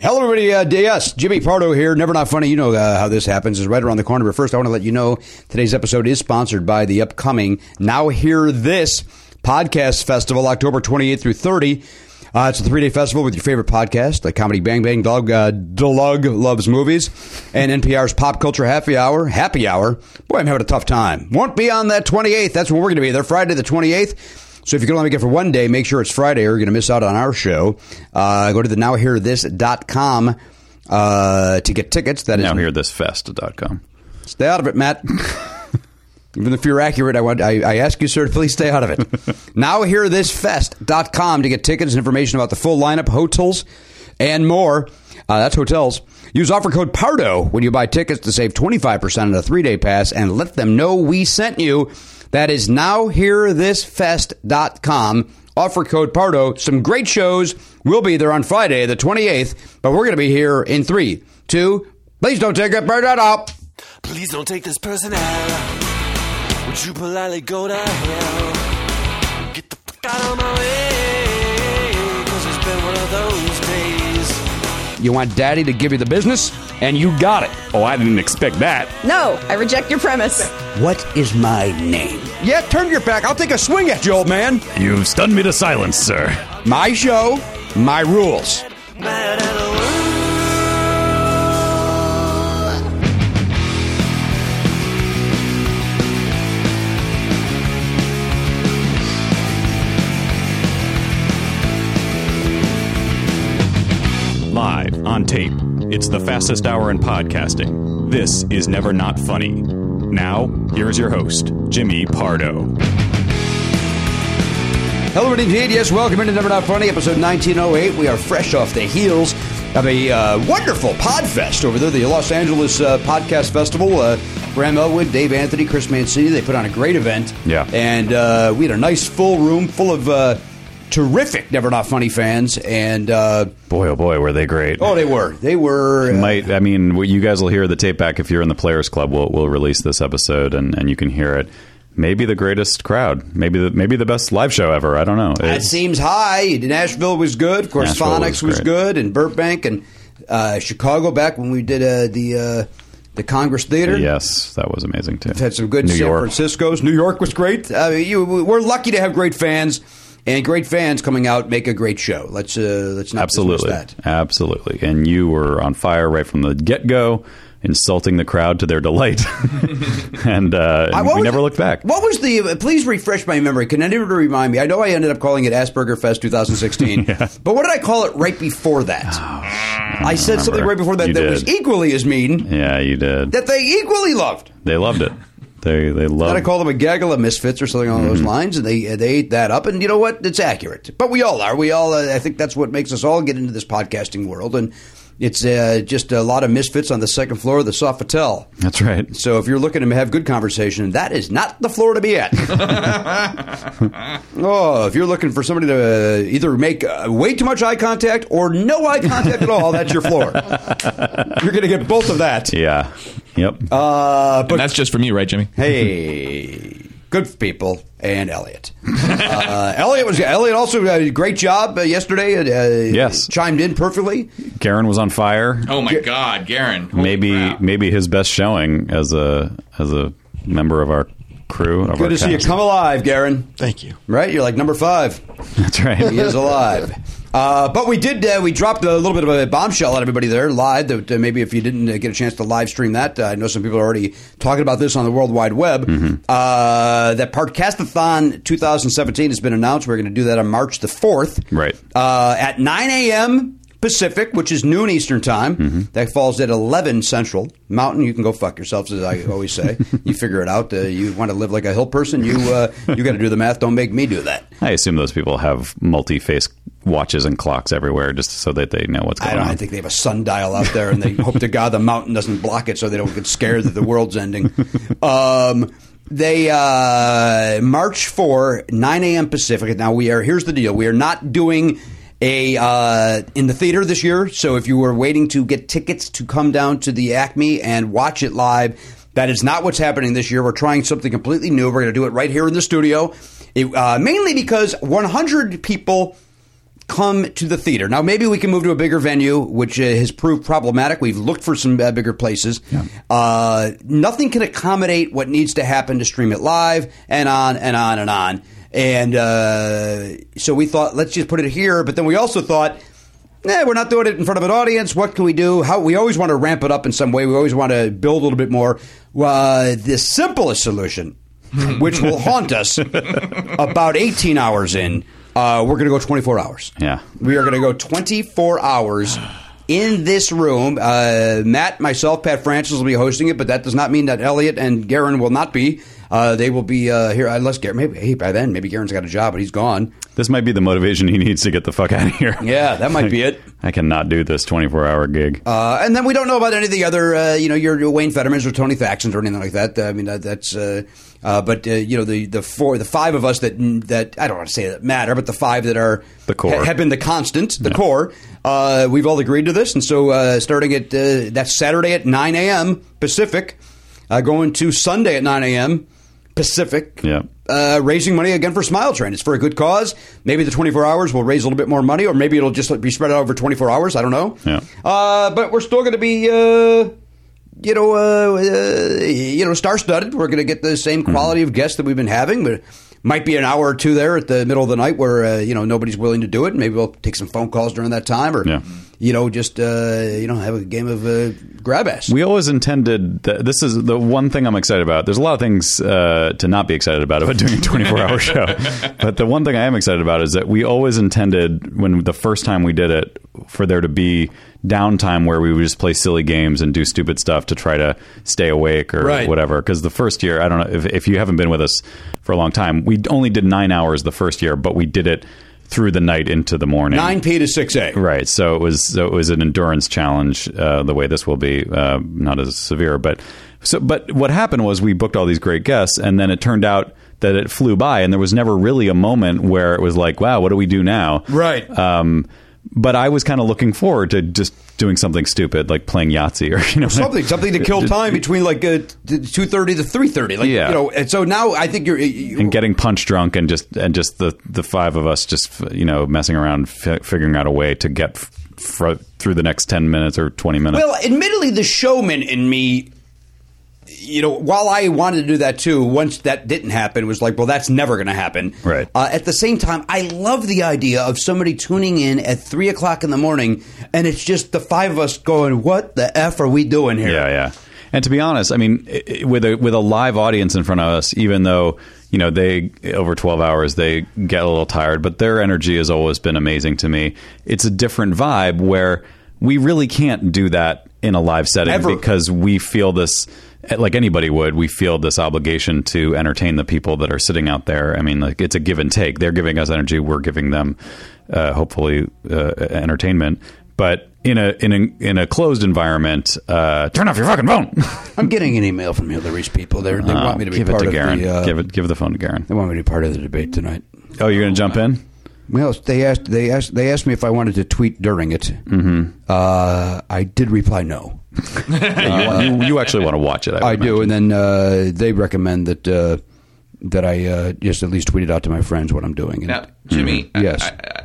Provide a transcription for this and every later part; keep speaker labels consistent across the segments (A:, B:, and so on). A: Hello, everybody. Uh, yes, Jimmy Pardo here. Never Not Funny. You know uh, how this happens. is right around the corner. But first, I want to let you know today's episode is sponsored by the upcoming Now Hear This Podcast Festival, October 28th through 30. Uh, it's a three-day festival with your favorite podcast, like Comedy Bang Bang, Doug, uh, Doug Loves Movies, and NPR's Pop Culture Happy Hour. Happy Hour. Boy, I'm having a tough time. Won't be on that 28th. That's when we're going to be there, Friday the 28th. So if you can only make it for one day, make sure it's Friday or you're going to miss out on our show. Uh, go to the nowhearthis.com uh, to get tickets. That is
B: Now hear this fest.com.
A: Stay out of it, Matt. Even if you're accurate, I, want, I, I ask you, sir, to please stay out of it. NowHearThisFest.com to get tickets and information about the full lineup, hotels, and more. Uh, that's hotels. Use offer code PARDO when you buy tickets to save 25% on a three-day pass and let them know we sent you. That is NowHearThisFest.com. Offer code PARDO. Some great shows. We'll be there on Friday, the 28th, but we're going to be here in three, two, please don't take it, burn it up.
C: Please don't take this person out. Would you politely go to hell? Get the fuck out of my way. Cause it's been one of those days.
A: You want daddy to give you the business, and you got it.
B: Oh, I didn't expect that.
D: No, I reject your premise.
A: What is my name? Yeah, turn your back. I'll take a swing at you, old man.
B: You've stunned me to silence, sir.
A: My show, my rules.
C: Mad at the world.
B: Live on tape. It's the fastest hour in podcasting. This is never not funny. Now, here's your host, Jimmy Pardo.
A: Hello, and indeed, yes, welcome into Never Not Funny, episode 1908. We are fresh off the heels of a uh, wonderful podfest over there, the Los Angeles uh, Podcast Festival. Uh, Graham Elwood, Dave Anthony, Chris Mancini, they put on a great event.
B: Yeah.
A: And uh, we had a nice full room full of uh, terrific Never Not Funny fans. And, uh,
B: Boy, oh boy, were they great.
A: oh, they were. They were. uh,
B: Might I mean what you guys will hear the tape back if you're in the Players Club. We'll we'll release this episode and, and you can hear it. Maybe the greatest crowd. Maybe the maybe the best live show ever. I don't know.
A: That
B: It's-
A: seems high. Nashville was good. Of course,
B: Nashville
A: Phonics
B: was
A: was,
B: great.
A: good, and Burbank and uh, Chicago. Back when we did uh, the uh, the Congress Theater,
B: yes, that was amazing too.
A: had some good
B: New
A: San
B: York.
A: Francisco's. New York was great. Uh, you, we're lucky to have great fans, and great fans coming out make a great show. Let's uh, let's not dismiss
B: Absolutely.
A: that.
B: Absolutely. And you were on fire right from the get go, insulting the crowd to their delight. and uh, and
A: what
B: we
A: was-
B: never looked back.
A: What was the? uh, Please refresh my memory. Can anybody remind me? I know I ended up calling it Asperger Fest 2016, but what did I call it right before that? I said something
B: Oh, remember.
A: right before that
B: You
A: that
B: did.
A: was equally as mean.
B: Yeah, you did.
A: that they equally loved. Um,
B: they loved it. They they
A: Then I
B: loved
A: call them a gaggle of misfits or something along those lines, and they they ate that up. And you know what? It's accurate. But we all are. We all. Uh, I think that's what makes us all get into this podcasting world, and it's uh, just a lot of misfits on the second floor of the Sofitel.
B: That's right.
A: So if you're looking to have good conversation, that is not the floor to be at. oh, if you're looking for somebody to uh, either make uh, way too much eye contact or no eye contact at all, that's your floor. you're going to get both of that.
B: Yeah. Yep.
A: Uh, but
E: And that's just from you, right, Jimmy?
A: Hey, good people and Elliot. Uh, Elliot was Elliot also uh, great job uh, yesterday. Uh,
B: Yes.
A: chimed in perfectly.
B: Garen was on fire.
E: Oh my God, Garen! Holy
B: maybe
E: crap.
B: maybe his best showing as a as a member of our crew. Of our
A: Good to see you
B: cast.
A: come alive, Garen.
C: Thank you.
A: Right, you're like number five.
B: That's right.
A: He is alive. Uh, but we did. Uh, we dropped a little bit of a bombshell on everybody there live. That uh, maybe if you didn't uh, get a chance to live stream that, uh, I know some people are already talking about this on the World Wide Web. Uh, that Podcastathon 2017 has been announced. We're going to do that on March the fourth.
B: Right.
A: uh, at 9 a.m. Pacific, which is noon Eastern time. That falls at 11 Central. Mountain, you can go fuck yourselves, as I always say. you figure it out. Uh, you want to live like a hill person? You uh, you got to do the math. Don't make me do that.
B: I assume those people have multi-face watches and clocks everywhere, just so that they know what's going
A: I, don't,
B: on.
A: I think they have a sundial out there, and they hope to God the mountain doesn't block it so they don't get scared that the world's ending. Um, they uh, March four nine a.m. Pacific. Now we are here's the deal: we are not doing a uh, in the theater this year. So if you were waiting to get tickets to come down to the Acme and watch it live. That is not what's happening this year. We're trying something completely new. We're going to do it right here in the studio, it, uh, mainly because 100 people come to the theater. Now, maybe we can move to a bigger venue, which uh, has proved problematic. We've looked for some uh, bigger places. Uh, nothing can accommodate what needs to happen to stream it live and on and on and on. And uh, so we thought, let's just put it here. But then we also thought, eh, we're not doing it in front of an audience. What can we do? How we always want to ramp it up in some way. We always want to build a little bit more. Uh, the simplest solution, which will haunt us, about 18 hours in, uh, we're going to go 24 hours.
B: Yeah.
A: we are going to go 24 hours. In this room, uh, Matt, myself, Pat Francis will be hosting it, but that does not mean that Elliot and Garen will not be. Uh, they will be uh, here unless Garen. Maybe hey, by then, maybe Garen's got a job, but he's gone.
B: This might be the motivation he needs to get the fuck out of here.
A: Yeah, that might be it.
B: I cannot do this 24 hour gig.
A: Uh, and then we don't know about any of the other, uh, you know, your, your Wayne Fettermans or Tony Thaxton's or anything like that. I mean, that, that's, uh, uh, but uh, you know, the the four, the five of us that that I don't want to say that matter, but the five that are
B: The core.
A: ha- have been the constant, the core. Uh, we've all agreed to this, and so uh, starting at uh, that's Saturday at nine a.m. Pacific, uh, going to Sunday at nine a.m. Pacific.
B: Yeah.
A: Uh, raising money again for Smile Train. It's for a good cause. Maybe the 24 hours will raise a little bit more money, or maybe it'll just be spread out over 24 hours. I don't know.
B: Yeah.
A: Uh, but we're still going to be, uh, you know, uh, uh, you know, star studded. We're going to get the
B: Mm-hmm.
A: same quality of guests that we've been having, but. Might be an hour or two there at the middle of the night where uh, you know nobody's willing to do it. Maybe we'll take some phone calls during that time, or
B: Yeah.
A: you know just uh, you know have a game of uh, grab ass.
B: We always intended that this is the one thing I'm excited about. There's a lot of things uh, to not be excited about about doing a 24 hour show, but the one thing I am excited about is that we always intended when the first time we did it for there to be downtime where we would just play silly games and do stupid stuff to try to stay awake or
A: Right.
B: whatever. Because the first year, I don't know if, if you haven't been with us for a long time, we only did nine hours the first year, but we did it through the night into the morning.
A: Nine p to six a.
B: Right. So it was so it was an endurance challenge. Uh, the way this will be uh, not as severe, but so but what happened was we booked all these great guests, and then it turned out that it flew by, and there was never really a moment where it was like, wow, what do we do now?
A: Right.
B: Um, but I was kind of looking forward to just doing something stupid like playing Yahtzee or you know
A: something something to kill time between like uh, two thirty to three thirty. Like
B: Yeah.
A: you know, and so now I think you're. You,
B: and getting punch drunk and just and just the the five of us just you know messing around fi- figuring out a way to get f- fro- through the next 10 minutes or 20 minutes
A: well, admittedly, the showman in me. You know, while I wanted to do that too, once that didn't happen, it was like, well, that's never going to happen.
B: Right.
A: Uh, at the same time, I love the idea of somebody tuning in at three o'clock in the morning, and it's just the five of us going, "What the f are we doing here?"
B: Yeah, yeah. And to be honest, I mean, i- i- with a with a live audience in front of us, even though you know they over twelve hours they get a little tired, but their energy has always been amazing to me. It's a different vibe where we really can't do that in a live setting
A: Ever.
B: because we feel this like anybody would we feel this obligation to entertain the people that are sitting out there i mean like it's a give and take they're giving us energy we're giving them uh, hopefully uh, entertainment but in a in a in a closed environment uh, turn off your fucking phone Uh,
A: I'm getting an email from Hillary's people. They're, they want me to be
B: Oh, give it
A: part
B: to
A: of
B: Garen
A: the. Uh,
B: give it give the phone to Garen
A: They want me to be part of the debate tonight.
B: oh you're gonna jump in
A: Well, they asked they asked they asked me if I wanted to tweet during it. Mm-hmm. Uh, I did reply no.
B: Yeah, you, you, you actually want to watch it I,
A: Uh, I
B: would
A: do, and then uh, they recommend that uh, that I uh, just at least tweet it out to my friends what I'm doing. And
E: Now, Jimmy, I-
A: Yes.
E: I, I,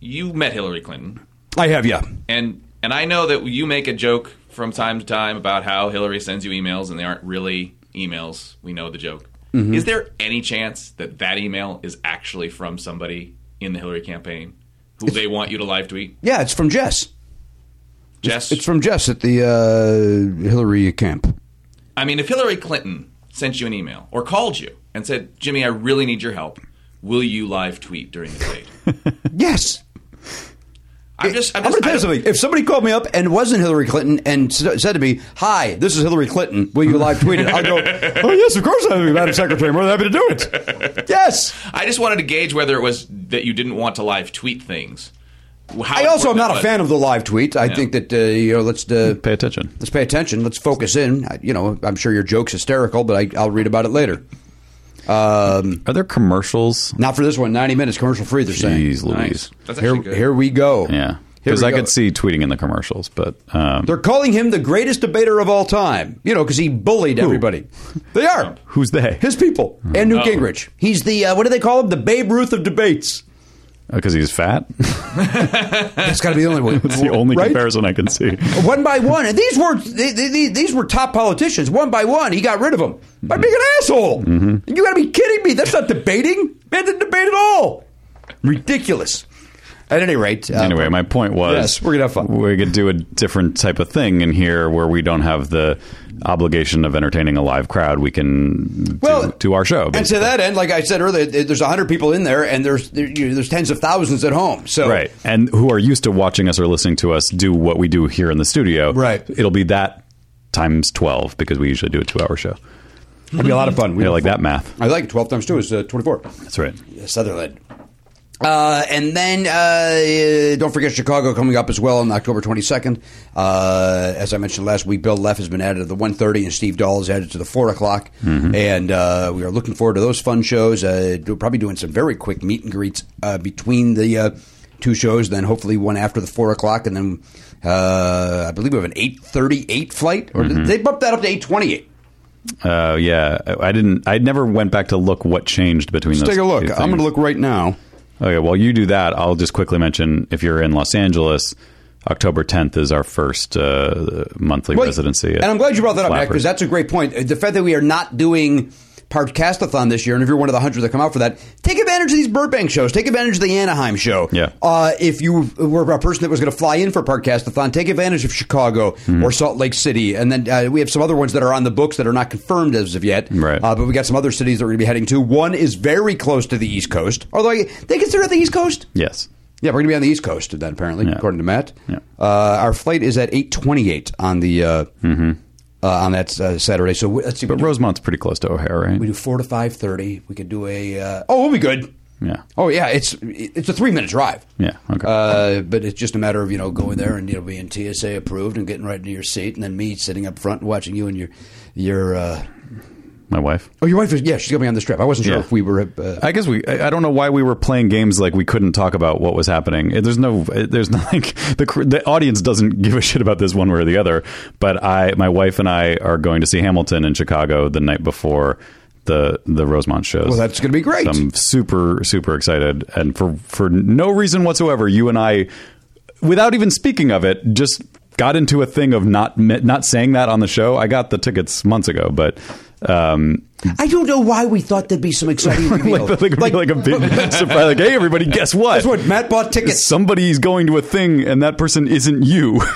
E: you met Hillary Clinton,
A: I have, yeah.
E: and and I know that you make a joke from time to time about how Hillary sends you emails and they aren't really emails. We know the joke.
A: Mm-hmm.
E: Is there any chance that that email is actually from somebody in the Hillary campaign who they want you to live tweet?
A: Yeah, it's from Jess.
E: Jess,
A: It's from Jess at the uh, Hillary camp.
E: I mean, if Hillary Clinton sent you an email or called you and said, "Jimmy, I really need your help. Will you live tweet during the debate?"
A: Yes.
E: I'm just, I'm
A: I'm
E: just
A: going to tell
E: I
A: you
E: don't-
A: something. If somebody called me up and wasn't Hillary Clinton and s- said to me, "Hi, this is Hillary Clinton. Will you live tweet it?" I'd go, "Oh yes, of course, I'm Madam Secretary. I'm more than happy to do it." Yes.
E: I just wanted to gauge whether it was that you didn't want to live tweet things. How
A: I also am
E: important
A: not
E: it
A: a
E: was.
A: fan of the live tweet. I think that uh, you know, let's uh,
B: pay attention
A: let's pay attention. Let's focus in. I, you know, I'm sure your joke's hysterical, but I, I'll read about it later.
B: are there commercials
A: Not for this one. 90 minutes commercial free. They're saying.
B: Jeez Louise
E: That's
A: Here,
E: actually good.
A: here we go.
B: yeah
A: Here
B: because
A: we
B: I
A: go.
B: could see tweeting in the commercials but um,
A: They're calling him the greatest debater of all time. You know, because he bullied everybody. They are
B: who's they
A: his people and Newt Gingrich. He's the uh, what do they call him? The Babe Ruth of debates.
B: Because Oh, he's fat.
A: That's got to be the only way.
B: It's the only
A: right?
B: comparison I can see.
A: One by one, and these were they, they- they- these were top politicians. One by one, he got rid of them
B: Mm-hmm.
A: by being an asshole. You got to be kidding me! That's not debating. Man, didn't debate at all. Ridiculous. At any rate, uh,
B: anyway, my point was
A: Yes, we're gonna have fun.
B: We could do a different type of thing in here where we don't have the obligation of entertaining a live crowd. We can do, do our show.
A: And to
B: basically.
A: that end, like I said earlier, th- there's 100 people in there, and there's there, you know, there's tens of thousands at home. So
B: right. And who are used to watching us or listening to us do what we do here in the studio.
A: Right.
B: It'll be that times 12 because we usually do a two hour show.
A: it'd be a lot of fun. We
B: Yeah, like that math.
A: I like it. 12 times 2 is uh, 24.
B: That's right.
A: Sutherland. Uh, and then uh, don't forget Chicago coming up as well on October 22nd. Uh, as I mentioned last week, Bill Leff has been added to the 1.30 and Steve Dahl is added to the 4 o'clock. And uh, we are looking forward to those fun shows. Uh, do- probably doing some very quick meet and greets uh, between the uh, two shows, then hopefully one after the 4 o'clock. And then uh, I believe we have an 8.38 flight. Or did they bumped that up to 8.28.
B: Uh, yeah. I didn't, I never went back to look what changed between
A: Let's
B: those
A: take a look.
B: two
A: I'm going
B: things.
A: to look right now.
B: Okay, while you do that, I'll just quickly mention if you're in Los Angeles, October 10th is our first uh, monthly
A: Well,
B: residency. at
A: And I'm glad you brought that up, Matt,
B: Flappers.
A: because that's a great point. Uh, The fact that we are not doing Podcastathon this year, and if you're one of the hundred that come out for that, take advantage of these Burbank shows. Take advantage of the Anaheim show.
B: Yeah.
A: Uh, if you were a person that was going to fly in for Podcastathon, take advantage of Chicago
B: Hmm.
A: or Salt Lake City, and then uh, we have some other ones that are on the books that are not confirmed as of yet.
B: Right.
A: Uh, but we got some other cities that we're going to be heading to. One is very close to the East Coast, although I- they consider it the East Coast.
B: Yes.
A: Yeah, we're going to be on the East Coast of that, apparently,
B: Yeah.
A: according to Matt.
B: Yeah.
A: Uh, our flight is at eight twenty-eight on the uh, uh, on that uh, Saturday. So we, let's see.
B: Mm-hmm. But
A: we, do,
B: Rosemont's pretty close to O'Hare, right?
A: we do four to five thirty. We could do a. Uh, oh, we'll be good.
B: Yeah.
A: Oh yeah, it's it's a three-minute drive.
B: Yeah, okay.
A: Uh, but it's just a matter of you know going there and you know being TSA approved and getting right into your seat, and then me sitting up front and watching you and your your. Uh,
B: My wife.
A: oh, your wife is yeah. She's going to be on this trip. I wasn't sure
B: Yeah.
A: if we were. Uh,
B: I guess we. I I don't know why we were playing games like we couldn't talk about what was happening. There's no. There's nothing. The cr- the audience doesn't give a shit about this one way or the other. But I, my wife and I are going to see Hamilton in Chicago the night before the the Rosemont shows.
A: well, that's going to be great.
B: I'm super super excited, and for for no reason whatsoever, you and I, without even speaking of it, just got into a thing of not me- not saying that on the show. I got the tickets months ago, but um,
A: I don't know why we thought there'd be some exciting reveal.
B: like the thing would be like a big surprise, like hey everybody, guess what?
A: Guess what? Matt bought tickets.
B: Somebody's going to a thing, and that person isn't you.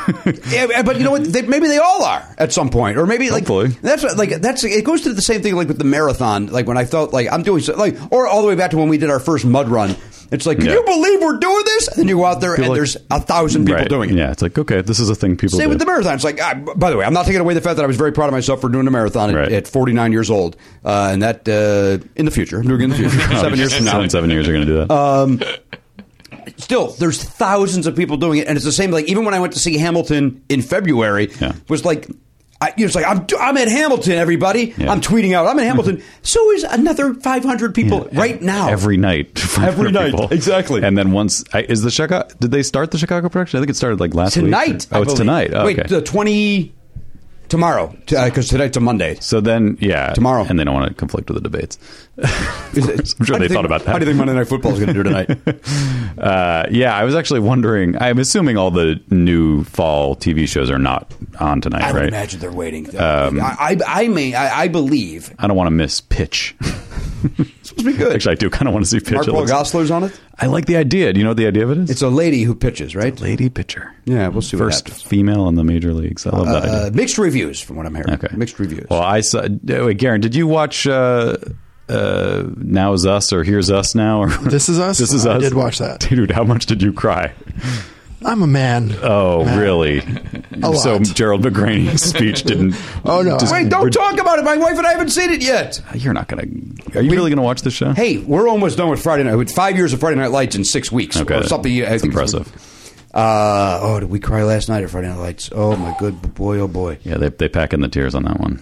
A: Yeah, but you know what? They, maybe they all are at some point, or maybe like
B: Hopefully.
A: that's what- like that's it goes to the same thing like with the marathon. Like when I felt like I'm doing so, like, or all the way back to when we did our first mud run. It's like, can
B: Yeah.
A: you believe we're doing this? And then you go out there and
B: like-
A: there's a thousand people
B: Right.
A: doing it.
B: Yeah, it's like okay, this is a thing people
A: Same
B: do.
A: with the marathon. It's like, ah, b- by the way, I'm not taking away the fact that I was very proud of myself for doing a marathon at,
B: Right.
A: at 49 years old, uh, and that uh, in the future, doing it in the future, seven years from now,
B: Seven, seven years Uh, you're going to do that.
A: still there's thousands of people doing it and it's the same like even when i went to see hamilton in february
B: Yeah.
A: was like I, you know, it's like I'm, I'm at Hamilton, everybody.
B: Yeah.
A: I'm tweeting out I'm at Hamilton. so is another 500 people right now.
B: every night. 500
A: Every night,
B: people.
A: exactly.
B: And then once I, is the Chicago? Did they start the Chicago production? I think it started like last
A: tonight.
B: Week. Oh,
A: I
B: it's
A: believe.
B: tonight. Oh,
A: Wait,
B: okay.
A: the 20 tomorrow because tonight's a Monday.
B: so then, yeah,
A: Tomorrow.
B: and they don't want to conflict with the debates.
A: Is it-
B: I'm sure
A: how do
B: they
A: you think-
B: thought about that.
A: How do you think Monday Night Football is going to do tonight?
B: Uh, yeah, I was actually wondering. I'm assuming all the new fall TV shows are not on tonight,
A: I would
B: right?
A: imagine they're waiting.
B: Um,
A: I, I, I may, I, I believe.
B: I don't want to miss Pitch.
A: It's supposed to be good.
B: actually, I do kind of want to see Pitch.
A: Mark
B: It
A: Paul
B: looks-
A: Gosselaar's on it.
B: I like the idea. Do you know what the idea of it is?
A: It's a lady who pitches, right?
B: lady pitcher.
A: Yeah, we'll see what
B: First
A: happens.
B: female in the major leagues. I love that idea.
A: Uh, mixed reviews, from what I'm hearing.
B: Okay.
A: Mixed reviews.
B: Well, I saw. uh, Wait, Garen, did you watch uh, uh, Now's Us or Here's Us Now? Or
F: This Is Us?
B: This Is
F: I
B: Us.
F: did watch that.
B: Dude, how much did you cry?
F: I'm a man.
B: Oh,
F: Man.
B: really?
F: A
B: so
F: lot.
B: Gerald McGrady's speech didn't.
F: Oh, no.
B: just-
A: Wait, don't talk about it. My wife and I haven't seen it yet.
B: You're not gonna. Are you really gonna watch this show?
A: Hey, we're almost done with Friday night. With five years of Friday Night Lights in six weeks,
B: Okay,
A: or something. I
B: that's
A: think it's-
B: impressive.
A: Uh, oh, did we cry last night at Friday Night Lights? Oh my good boy, oh boy.
B: Yeah, they they pack in the tears on that one.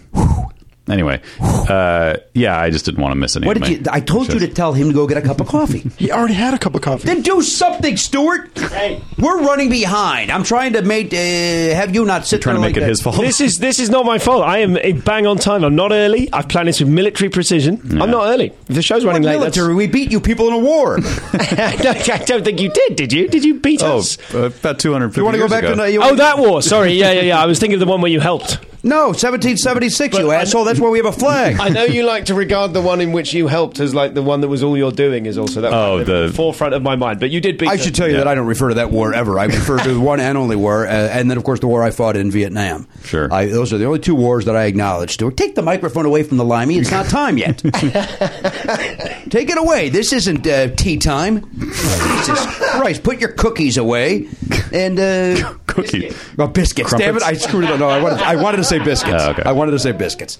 B: Anyway, uh, yeah, I just didn't want to miss any.
A: What
B: of
A: did you?
B: my
A: I told you
B: shows.
A: to tell him to go get a cup of coffee.
F: He already had a cup of coffee.
A: Then do something, Stuart. Hey, we're running behind. I'm trying to make uh, have you not sit
B: trying to
A: there
B: make
A: like
B: it
A: that.
B: his fault.
G: This is this is not my fault. I am a bang on time. I'm not early. I've planned this with military precision. I'm not early. If the show's
A: What
G: running late,
A: military? We beat you people in a war.
G: that's... No, I don't think you did. Did you? Did you beat
B: oh,
G: us?
B: about two hundred.
A: you want to go back
B: ago.
A: to the- you
G: Oh, that war. Sorry. Yeah, yeah, yeah. I was thinking of the one where you helped.
A: no 1776? You
G: But I-
A: asshole. That's why we have a flag.
H: I know you like to regard the one in which you helped as like the one that was all you're doing is also that
B: Oh,
H: one at
B: the-
H: forefront of my mind. But you did beat.
A: I
H: us.
A: should tell you that I don't refer to that war ever. I refer to the one and only war, uh, and then of course the war I fought in Vietnam.
B: Sure.
A: I, those are the only two wars that I acknowledge. Stuart, take the microphone away from the limey. It's not time yet. take it away. This isn't uh, tea time. Jesus Christ! Put your cookies away and uh,
B: Cookie.
A: well, biscuits. Damn it! I screwed it up. No, I wanted, I wanted to say biscuits.
B: Oh, okay.
A: I wanted to say biscuits.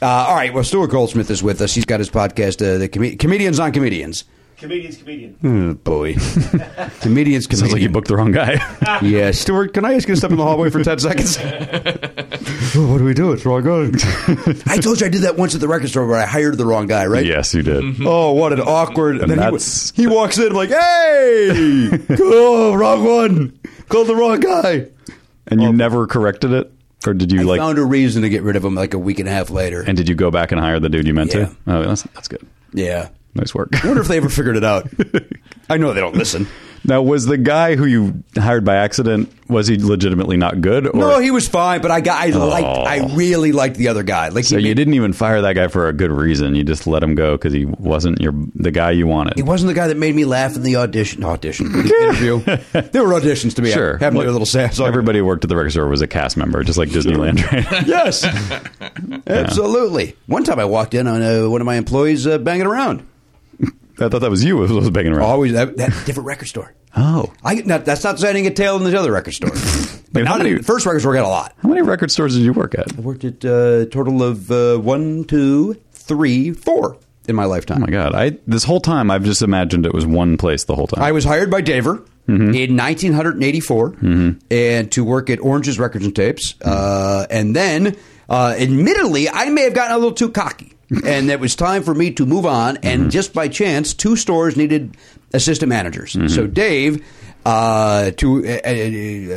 A: Uh, all right. Well, Stuart Goldsmith is with us. He's got his podcast, uh, the Com- comedians on comedians.
B: Oh,
A: Comedians, comedian. boy, comedians, comedian.
B: Sounds like you booked the wrong guy.
A: Yeah, Stuart, can I ask you to step in the hallway for 10 seconds? what do we do? It's wrong guy. I told you I did that once at the record store where I hired the wrong guy, right?
B: yes, you did.
A: Oh, what an awkward.
B: And
A: then he wa-
B: that's-
A: he, walks in, I'm like, hey, oh, wrong one. Called the wrong guy.
B: And you never corrected it, or did you like?
A: Found a reason to get rid of him like a week and a half later.
B: and did you go back and hire the dude you meant
A: Yeah.
B: to? Oh, that's that's good.
A: yeah.
B: Nice work.
A: I wonder if they ever figured it out. I know they don't listen.
B: Now, was the guy who you hired by accident was he legitimately not good? Or,
A: No, he was fine, but I got I liked
B: Oh.
A: I really liked the other guy. Like
B: So
A: he,
B: you didn't even fire that guy for a good reason. You just let him go because he wasn't your the guy you wanted.
A: He wasn't the guy that made me laugh in the audition. Audition, the interview. There were auditions to be.
B: Sure,
A: having
B: Look,
A: a little sad. song.
B: Everybody who worked at the record store was a cast member, just like Disneyland. Right?
A: Yes, absolutely. One time I walked in on uh, one of my employees uh, banging around.
B: I thought that was you. who was banging around.
A: Always that, that different record store.
B: Oh.
A: I not, that's not setting a tail in the other record store. but
B: Dude, how
A: not in
B: many-
A: the first record store got a lot.
B: How many record stores did you work at? Oh
A: I worked at uh, a total of uh, one, two, three, four in my lifetime.
B: Oh my god! I this whole time I've just imagined it was one place the whole time.
A: I was hired by Daver in 1984 and to work at Orange's Records and Tapes. Uh, and then, uh, admittedly, I may have gotten a little too cocky. and it was time for me to move on. And just by chance, two stores needed assistant managers. So Dave. Uh, to uh, uh,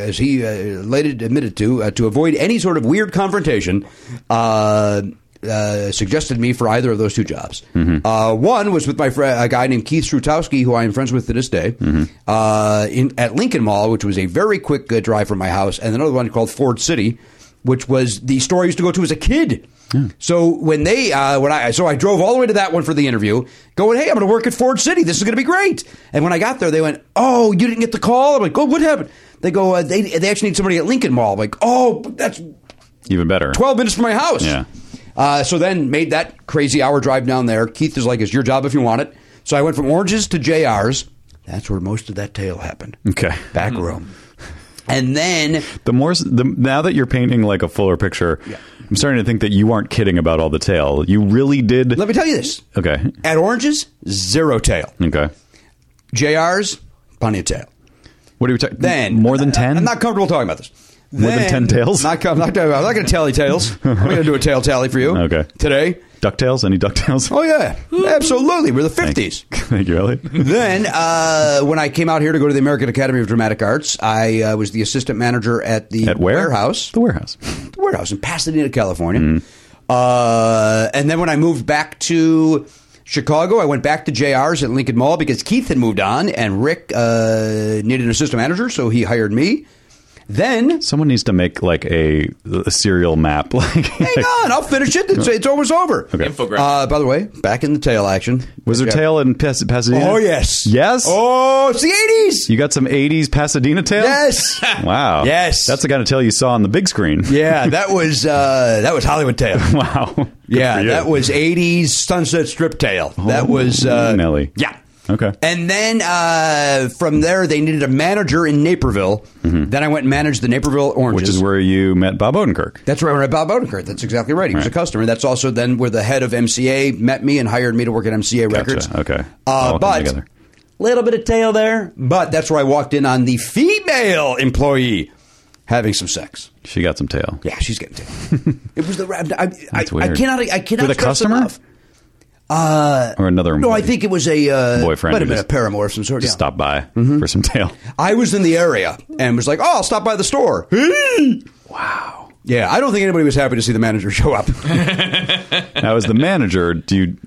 A: as he uh, later admitted to uh, to avoid any sort of weird confrontation, uh, uh, suggested me for either of those two jobs. Uh, one was with my friend, a guy named Keith Strutowski, who I am friends with to this day, uh, in, at Lincoln Mall, which was a very quick uh, drive from my house, and another one called Ford City, which was the store I used to go to as a kid. So when they, uh, when I, so I drove all the way to that one for the interview, going, hey, I'm going to work at Ford City. This is going to be great. And when I got there, they went, oh, you didn't get the call. I'm like, oh, what happened? They go, uh, they, they actually need somebody at Lincoln Mall. I'm like, oh, that's
B: even better.
A: 12 minutes from my house.
B: Yeah.
A: Uh, so then made that crazy hour drive down there. Keith is like, it's your job if you want it. So I went from Oranges to JR's. That's where most of that tale happened.
B: Okay. Hmm.
A: Back room. And then
B: The more the, now that you're painting like a fuller picture, I'm starting to think that you aren't kidding about all the tail. You really did.
A: let me tell you this.
B: okay.
A: At Oranges, zero tail.
B: Okay.
A: JR's, plenty of tail.
B: What are we talking?
A: Then
B: more than ten?
A: I'm not comfortable talking about this.
B: More than 10 tails?
A: Not, com- not, I'm not going to tally tails. I'm going to do a tail tally for you.
B: Okay.
A: Today.
B: Ducktales? Any Ducktales?
A: Oh yeah, absolutely. We're the
B: Thank-
A: fifties.
B: Thank you, Elliot.
A: then uh, when I came out here to go to the American Academy of Dramatic Arts, I uh, was the assistant manager at the
B: At where?
A: warehouse,
B: The warehouse.
A: the warehouse in Pasadena, California.
B: Mm-hmm.
A: Uh, and then when I moved back to Chicago, I went back to JR's at Lincoln Mall because Keith had moved on and Rick uh, needed an assistant manager, so he hired me. Then
B: Someone needs to make like a, a serial map. Like,
A: hang on, I'll finish it. It's, it's almost over.
B: Okay.
E: Infographic.
A: Uh, by the way, back in the tail action.
B: Was there
A: Okay.
B: tail in Pas- Pasadena?
A: Oh yes,
B: Yes.
A: Oh, it's the eighties.
B: You got some '80s Pasadena tail.
A: Yes.
B: Wow.
A: Yes.
B: That's the kind of tail you saw on the big screen.
A: Yeah, that was uh, that was Hollywood Tail.
B: Wow. Good
A: yeah,
B: for you. Oh,
A: that was '80s Sunset Strip Tail. that was uh,
B: Nelly.
A: Yeah.
B: Okay.
A: And then uh, from there, they needed a manager in Naperville. Then I went and managed the Naperville Oranges.
B: Mm-hmm. Which is where you met Bob Odenkirk.
A: That's right, right, Bob Odenkirk. That's exactly right. He was
B: Right.
A: a customer. That's also then where the head of MCA met me and hired me to work at MCA Records.
B: Okay. All
A: Uh,
B: come
A: but
B: together.
A: little bit of tail there, but that's where I walked in on the female employee having some sex.
B: She got some tail.
A: Yeah, she's getting taken. it was the I, I,
B: That's
A: I
B: weird.
A: cannot I cannot
B: With a
A: stress
B: customer?
A: enough. Uh,
B: Or another
A: No, I
B: employee.
A: think it was a uh,
B: Boyfriend
A: Might
B: who
A: have been a
B: just-
A: paramour of some sort.
B: Just
A: yeah. Mm-hmm.
B: stop by for some tail.
A: I was in the area and was like, "Oh, I'll stop by the store." wow. Yeah, I don't think anybody was happy to see the manager show up.
B: Now, as the manager, do you?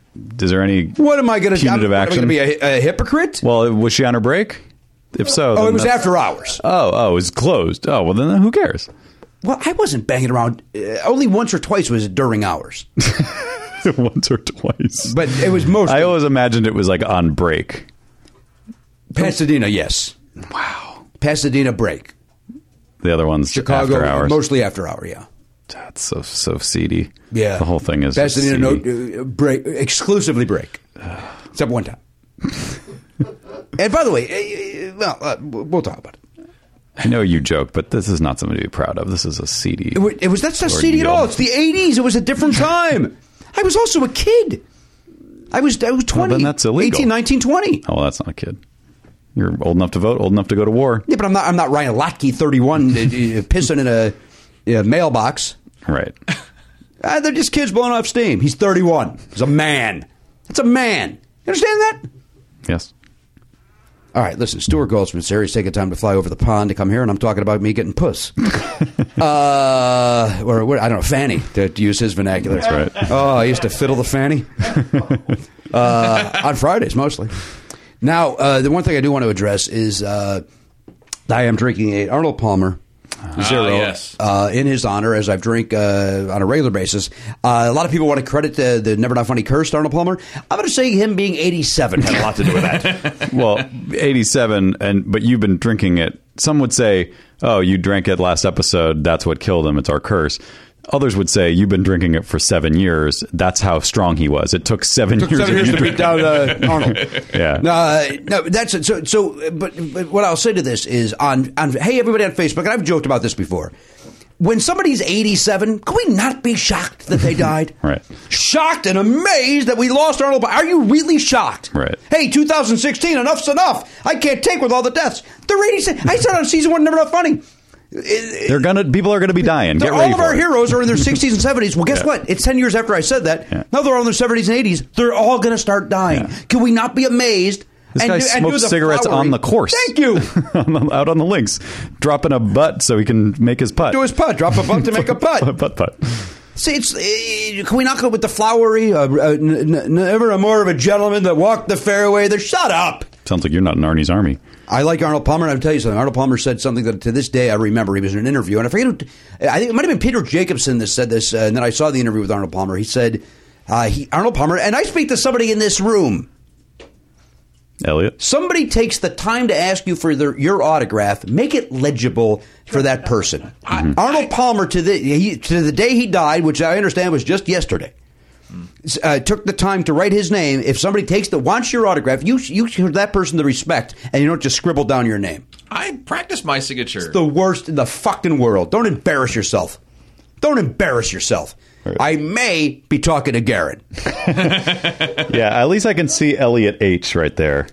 B: Is there any?
A: what am I going to do?
B: Punitive
A: Am I going to
B: action.
A: be a, a hypocrite?
B: Well, was she on her break? If so,
A: oh,
B: then
A: it was
B: that's-
A: after hours.
B: Oh, oh, it was closed. Oh, well, then who cares?
A: Well, I wasn't banging around. Uh, only once or twice was it during hours,
B: Once or twice.
A: but it was mostly
B: I always imagined it was like on break.
A: Pasadena. Yes. Wow. Pasadena break.
B: The other ones
A: Chicago
B: after hours.
A: mostly after hour. Yeah.
B: That's so so seedy.
A: Yeah.
B: the whole thing is just
A: Pasadena
B: seedy.
A: no, uh, break exclusively break, except one time. and by the way, uh, uh, well, uh, we'll talk about it.
B: I know you joke, but this is not something to be proud of. This is a seedy.
A: It was, it was that's not
B: Or
A: CD at all.
B: Yelp.
A: It's the '80s. It was a different time. I was also a kid. I was I was 20.
B: then that's illegal.
A: 18, 19, 20.
B: oh, well, that's not a kid. You're old enough to vote, old enough to go to war.
A: Yeah, but I'm not I'm not Ryan Lotke, 31, uh, uh, pissing in a uh, mailbox.
B: Right.
A: Ah, they're just kids blowing off steam. He's 31. He's a man. That's a man. You understand that?
B: Yes.
A: All right, listen, Stuart Goldsmith's here. He's taking time to fly over the pond to come here, and I'm talking about me getting puss. uh, or, what I don't know, fanny, to, to use his vernacular.
B: That's right.
A: Oh, I used to fiddle the fanny uh, on Fridays mostly. Now, uh, the one thing I do want to address is uh, I am drinking a Arnold Palmer
B: Ah,
A: zero
E: yes.
A: uh, in his honor, as I've drink uh, on a regular basis. Uh, a lot of people want to credit the, the Never Not Funny cursed Arnold Palmer. I'm going to say him being 87 had a lot to do with that.
B: Well, 87, and but you've been drinking it. Some would say, "Oh, you drank it last episode. That's what killed him. It's our curse." Others would say, "You've been drinking it for seven years. That's how strong he was. It took seven years.
A: Seven
B: of
A: years
B: you
A: to beat
B: drinking
A: down uh, Arnold.
B: it." Yeah.
A: Uh, no, that's it. So, so but, but what I'll say to this is on, on, hey, everybody on Facebook, and I've joked about this before. When somebody's 87, can we not be shocked that they died?
B: Right.
A: Shocked and amazed that we lost Arnold. But are you really shocked?
B: Right.
A: Hey, 2016, enough's enough. I can't take with all the deaths. They're 87. I said on season one, Never Not Funny.
B: They're gonna. People are gonna be dying. Get
A: They're-
B: ready
A: all of
B: for
A: our
B: it.
A: heroes are in their 60s and 70s. Well, guess
B: Yeah.
A: what? It's 10 years after I said that.
B: Yeah.
A: Now they're all in their 70s and 80s. They're all going to start dying.
B: Yeah.
A: Can we not be amazed?
B: This
A: and
B: guy
A: do- and do
B: smokes
A: the
B: cigarettes
A: flowery-
B: on the course.
A: Thank you.
B: On the- out on the links, dropping a butt so he can make his putt.
A: Do his putt. Drop a butt to make a putt.
B: putt putt.
A: See, it's, uh, can we not go with the flowery? Uh, uh, n- n- never a more of a gentleman that walked the fairway. There, shut up.
B: Sounds like you're not in Arnie's army.
A: I like Arnold Palmer, and I'll tell you something. Arnold Palmer said something that to this day I remember. He was in an interview, and I forget who, I think it might have been Peter Jacobson that said this, uh, and then I saw the interview with Arnold Palmer. He said, uh, he, Arnold Palmer, and I speak to somebody in this room.
B: Elliot.
A: Somebody takes the time to ask you for their, your autograph, make it legible for that person. Mm-hmm. Arnold Palmer, to the, he, to the day he died, which I understand was just yesterday. s- Uh, took the time to write his name. If somebody takes the wants your autograph, you you show that person the respect, and you don't just scribble down your name.
E: I practiced my signature.
A: the worst in the fucking world. Don't embarrass yourself. Don't embarrass yourself. I may be talking to Garrett.
B: Yeah, at least I can see Elliot H right there.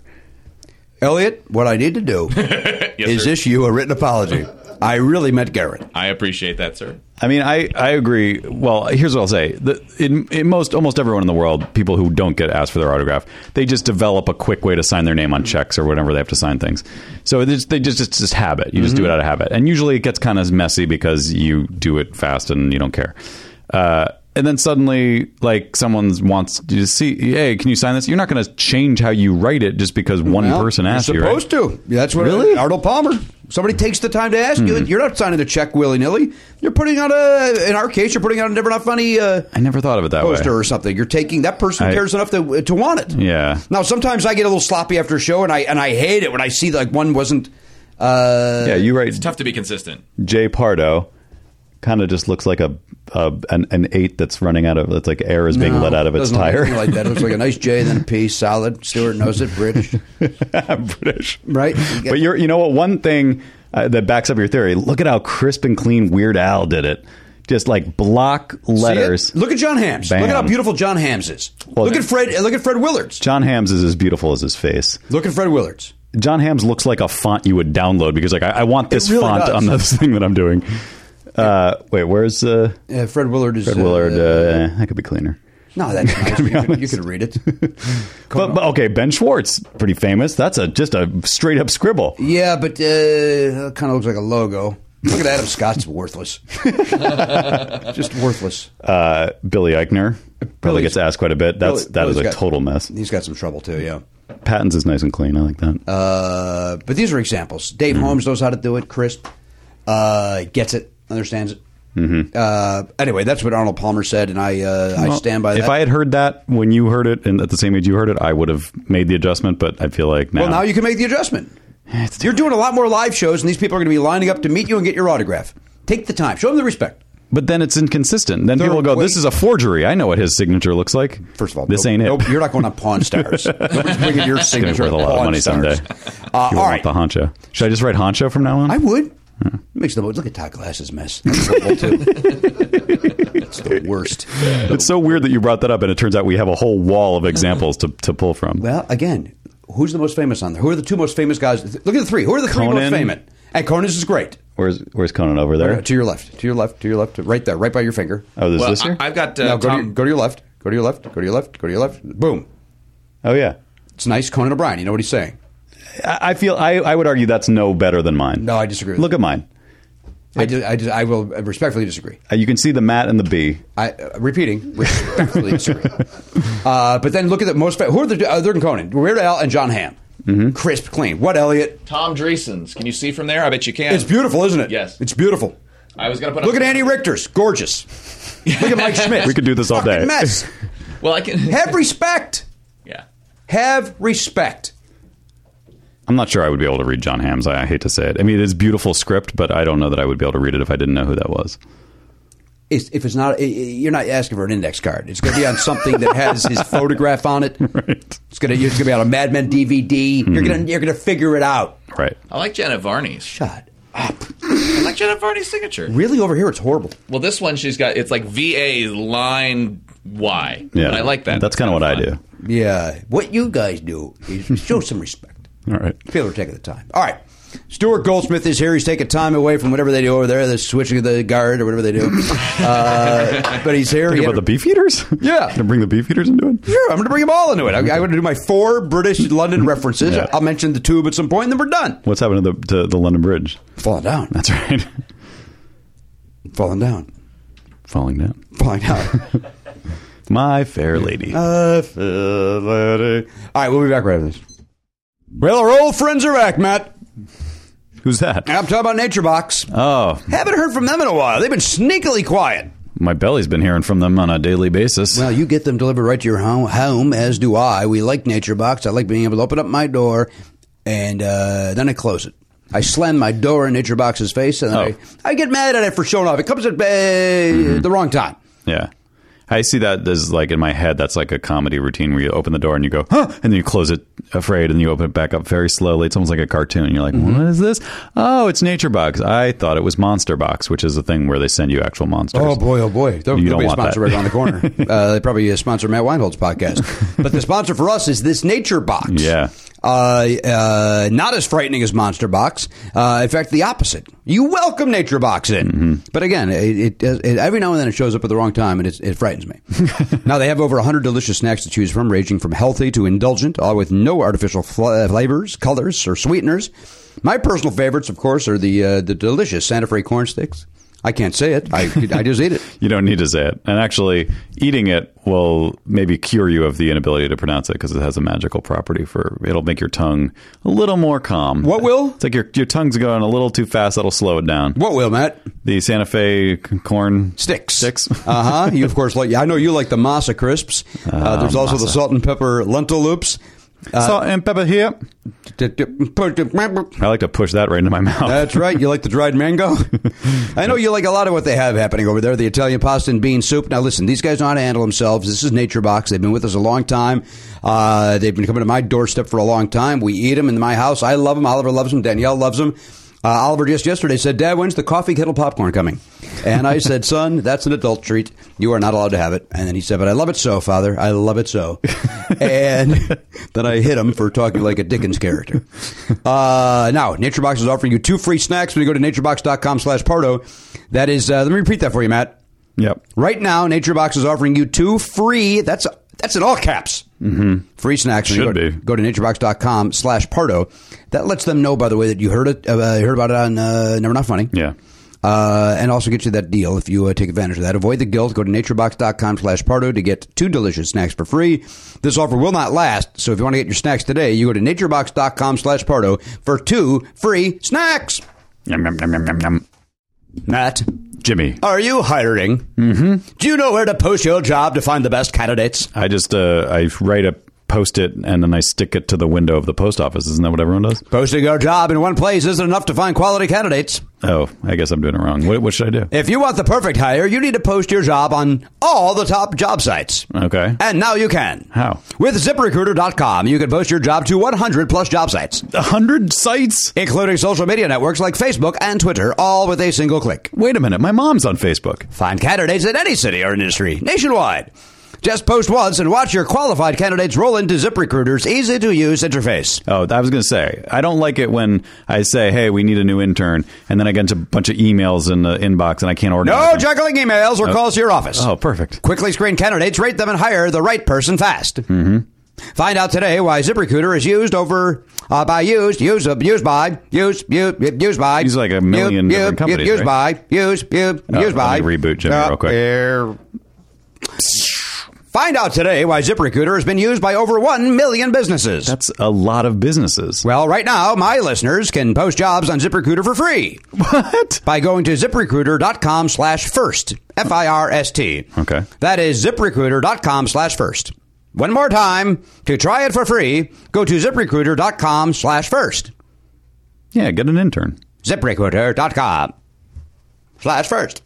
A: Elliot, what I need to do is
E: sir.
A: issue a written apology. I really meant Garrett.
E: I appreciate that, sir.
B: I mean, I, I agree. Well, here's what I'll say: the, in, in most almost everyone in the world, people who don't get asked for their autograph, they just develop a quick way to sign their name on checks or whatever they have to sign things. So it's, they just it's just habit. You just
A: Mm-hmm.
B: do it out of habit, and usually it gets kind of messy because you do it fast and you don't care. Uh, and then suddenly, like someone wants you to see, hey, can you sign this? You're not going to change how you write it just because one
A: Well,
B: person asked
A: you're
B: you. right?
A: supposed to. That's what
B: Really? Hmm.
A: Arnold Palmer. Somebody takes the time to ask you. You're not signing the check willy nilly. You're putting out a. In our case, you're putting out a never not funny uh,
B: I never thought of it that way.
A: poster or something. You're taking that person
B: I-
A: cares enough to to want it.
B: Yeah.
A: Now sometimes I get a little sloppy after a show, and I and I hate it when I see like one wasn't. Uh,
B: Yeah, you write
E: It's tough to be consistent.
B: Jay Pardo kind of just looks like a, a an, an eight that's running out of that's like air is being
A: No,
B: let out of its
A: doesn't look
B: tire.
A: anything like that. It looks like a nice J, then a P, solid. Stewart knows it, British,
B: I'm British,
A: right? You get-
B: But you're you know what? One thing uh, that backs up your theory. Look at how crisp and clean Weird Al did it. Just like block
A: See it?
B: letters.
A: Look at John Hams.
B: Bam.
A: Look at how beautiful John Hams is.
B: Well,
A: look at Fred. Look at Fred Willards.
B: John Hams is as beautiful as his face.
A: Look at Fred Willards.
B: John Hams looks like a font you would download because like I, I want this
A: really
B: font
A: does.
B: on this thing that I'm doing. Uh, wait, where's uh,
A: Uh, Fred Willard is
B: Fred
A: uh,
B: Willard?
A: uh,
B: Uh, I could be cleaner.
A: no, that's nice.
B: be
A: You could- you
B: honest.
A: could read it.
B: But, but okay, Ben Schwartz, pretty famous. That's a just a straight up scribble.
A: Yeah, but uh, kind of looks like a logo. Look at Adam Scott's worthless. Just worthless.
B: Uh, Billy Eichner probably
A: Billy's-
B: gets asked quite a bit. That's
A: Billy-
B: that is
A: Billy's
B: a
A: got-
B: total mess.
A: He's got some trouble too, yeah.
B: Patton's is nice and clean. I like that.
A: Uh, but these are examples. Dave
B: Mm-hmm.
A: Holmes knows how to do it. Crisp uh, gets it, understands it. Mm-hmm. Uh, anyway, that's what Arnold Palmer said, and I uh, I
B: Well,
A: stand by that.
B: If I had heard that when you heard it, and at the same age you heard it, I would have made the adjustment. But I feel like now,
A: well, now you can make the adjustment.
B: It's-
A: You're doing a lot more live shows, and these people are going to be lining up to meet you and get your autograph. Take the time, show them the respect.
B: But then it's inconsistent. Then
A: They're
B: people go, "This
A: wait-
B: is a forgery." I know what his signature looks like.
A: First of all,
B: this
A: nope,
B: ain't it.
A: nope, you're not going on Pawn Stars. Nobody's bringing your
B: It's gonna be
A: signature.
B: worth a
A: on
B: lot of
A: Pawn
B: money
A: Stars.
B: someday.
A: Uh, all
B: you want
A: right.
B: the honcho? Should I just write honcho from now on?
A: I would. It makes the most. Look at Todd Glass's mess. That's horrible, too. it's the worst.
B: it's so weird that you brought that up, and it turns out we have a whole wall of examples to, to pull from.
A: Well, again, who's the most famous on there? Who are the two most famous guys? Look at the three. Who are the three most
B: Conan.
A: famous? And Conan's is great. Uh,
B: where's Where's Conan over there?
A: To your left. To your left. To your left. Right there. Right by your finger.
B: Oh, this
E: Well,
B: this here.
E: I, have got uh,
A: now go, to
E: Tom.
A: your, go to your left. Go to your left. Go to your left. Go to your left. Boom.
B: oh yeah.
A: It's nice. Conan O'Brien. You know what he's saying.
B: I, I feel I, I would argue that's no better than mine.
A: No, I disagree with
B: Look
A: you.
B: at mine.
A: I, di- I, di- I will respectfully disagree.
B: Uh, You can see the mat and the B.
A: I uh, repeating respectfully disagree. uh, but then look at the most. Fa- who are the uh, other than Conan? Weird Al and John Hamm.
B: Mm-hmm.
A: Crisp, clean. What Elliot?
E: Tom Dreesen's. Can you see from there? I bet you can.
A: It's beautiful, isn't it?
E: Yes.
A: it's beautiful.
E: I was gonna put.
A: Look
E: up-
A: at Andy Richter's gorgeous. Look at Mike Schmidt.
B: We could do this all
A: Fucking
B: day.
A: Mess.
E: Well, I can.
A: Have respect.
E: yeah.
A: Have respect.
B: I'm not sure I would be able to read John Hams. I, I hate to say it. I mean, it is beautiful script, but I don't know that I would be able to read it if I didn't know who that was.
A: It's, if it's not, i- i- you're not asking for an index card. It's going to be on something that has his photograph on it.
B: Right.
A: It's going to, it's going to be on a Mad Men DVD. You're going to, you're going to figure it out.
B: Right.
E: I like Janet Varney's.
A: God,
E: I like Janet Varney's signature.
A: really over here, it's horrible.
E: Well, this one she's got. It's like VA line Y.
B: Yeah.
E: And I like that.
B: That's kind of what I do.
E: fun.
A: Yeah, what you guys do is show some respect.
B: All right.
A: People are taking the time. All right. Stuart Goldsmith is here. He's taking time away from whatever they do over there, the switching of the guard or whatever they do. Uh, but he's here. He
B: Think
A: had
B: about
A: a-
B: the beef eaters.
A: Yeah.
B: Can I bring the beef eaters into it?
A: Sure, I'm going to bring them all into it. I'm, going to do my four British London references.
B: Yeah.
A: I'll mention the tube at some point, and then we're done.
B: What's happened to the to the London Bridge?
A: Falling down.
B: That's right.
A: Falling down.
B: Falling down.
A: Falling down.
B: My fair lady.
A: I feel that it- all right, we'll be back right after this. Well, our old friends are back, Matt.
B: Who's that?
A: And I'm talking about Nature Box.
B: Oh,
A: Haven't heard from them in a while. They've been sneakily quiet.
B: my belly's been hearing from them on a daily basis.
A: Well, you get them delivered right to your home, home, as do I. We like Nature Box. I like being able to open up my door and uh, then I close it. I slam my door in Nature Box's face and
B: Oh. Mm-hmm.
A: I, I get mad at it for showing off. It comes at uh, the wrong time.
B: yeah. I see that as like in my head, that's like a comedy routine where you open the door and you go, huh, and then you close it afraid and you open it back up very slowly. It's almost like a cartoon. You're like,
A: Mm-hmm.
B: "What is this? Oh, it's Nature Box. I thought it was Monster Box, which is the thing where they send you actual monsters.
A: oh boy. They'll,
B: You
A: they'll
B: don't
A: be a
B: want
A: sponsor
B: that.
A: right around the corner. uh, they probably uh, sponsor Matt Weingold's podcast. but the sponsor for us is this Nature Box.
B: Yeah.
A: Uh, uh, not as frightening as Monster Box. Uh, in fact, the opposite. You welcome Nature Box in, but again, it, it, it every now and then it shows up at the wrong time, and it, it frightens me. now they have over hundred delicious snacks to choose from, ranging from healthy to indulgent, all with no artificial fla- flavors, colors, or sweeteners. My personal favorites, of course, are the uh, the delicious Santa Fe corn sticks. I can't say it. I, I just eat it.
B: You don't need to say it. And actually, eating it will maybe cure you of the inability to pronounce it because it has a magical property for it'll make your tongue a little more calm.
A: What will?
B: It's like your, your tongue's going a little too fast. That'll slow it down.
A: What will Matt?
B: The Santa Fe c- corn
A: Sticks.
B: Sticks.
A: uh huh. You of course like. I know you like the masa crisps. Uh, there's also the salt and pepper lentil loops.
B: Salt and pepper here. Uh, I like to push that right into my mouth.
A: That's right. You like the dried mango? I know you like a lot of what they have happening over there the Italian pasta and bean soup. Now, listen, these guys know how to handle themselves. This is Nature Box. They've been with us a long time. Uh, they've been coming to my doorstep for a long time. We eat them in my house. I love them. Oliver loves them. Danielle loves them. Uh, Oliver just yesterday said, Dad, when's the coffee kettle popcorn coming? And I said, son, that's an adult treat. You are not allowed to have it. And then he said, but I love it so, father. I love it so. and then I hit him for talking like a Dickens character. Uh, now, NatureBox is offering you two free snacks when you go to naturebox.com slash Pardo. That is, uh, let me repeat that for you, Matt.
B: Yep.
A: Right now, NatureBox is offering you two free. That's that's in all caps. Mm-hmm. Free snacks. when you
B: Should
A: go,
B: be.
A: Go to naturebox.com slash Pardo. That lets them know, by the way, that you heard it. Uh, you heard about it on uh, Never Not Funny.
B: Yeah.
A: Uh, and also get you that deal if you uh, take advantage of that. Avoid the guilt. Go to naturebox.com slash Pardo to get two delicious snacks for free. This offer will not last. So if you want to get your snacks today, you go to naturebox.com slash Pardo for two free snacks.
B: Yum, yum, yum, yum, yum, yum.
A: Matt.
B: Jimmy,
A: Are you hiring? Mm-hmm. Do you know where to post your job to find the best candidates?
B: I just uh, I write a post it and then I stick it to the window of the post office. Isn't that what everyone does?
A: Posting your job in one place isn't enough to find quality candidates.
B: Oh, I guess I'm doing it wrong. What, what should I do?
A: If you want the perfect hire, you need to post your job on all the top job sites.
B: Okay.
A: And now you can.
B: How?
A: With ziprecruiter.com, you can post your job to 100 plus job sites,
B: A hundred sites.
A: including social media networks like Facebook and Twitter, all with a single click.
B: Wait a minute, my mom's on Facebook.
A: Find candidates in any city or industry, nationwide. Just post once and watch your qualified candidates roll into ZipRecruiter's easy to use interface.
B: Oh, I was going to say, I don't like it when I say, "Hey, we need a new intern," and then I get into a bunch of emails in the inbox and I can't organize.
A: No
B: them.
A: juggling emails or calls to your office.
B: Oh, perfect.
A: Quickly screen candidates, rate them, and hire the right person fast. Mm-hmm. Find out today why ZipRecruiter is used over uh, by used, used, uh, used by, used, used, used by.
B: These are like a million
A: used,
B: different companies,
A: Used
B: right?
A: by, used, used,
B: Oh,
A: used by. Uh,
B: let me reboot Jimmy real quick.
A: Find out today why ZipRecruiter has been used by over one million businesses.
B: That's a lot of businesses.
A: well, right now, my listeners can post jobs on ZipRecruiter for free
B: What?
A: by going to ziprecruiter.com slash first. F I R S T.
B: Okay.
A: That is ziprecruiter.com slash first. One more time, to try it for free, go to ziprecruiter.com slash first.
B: Yeah, get an intern.
A: ZipRecruiter.com slash first.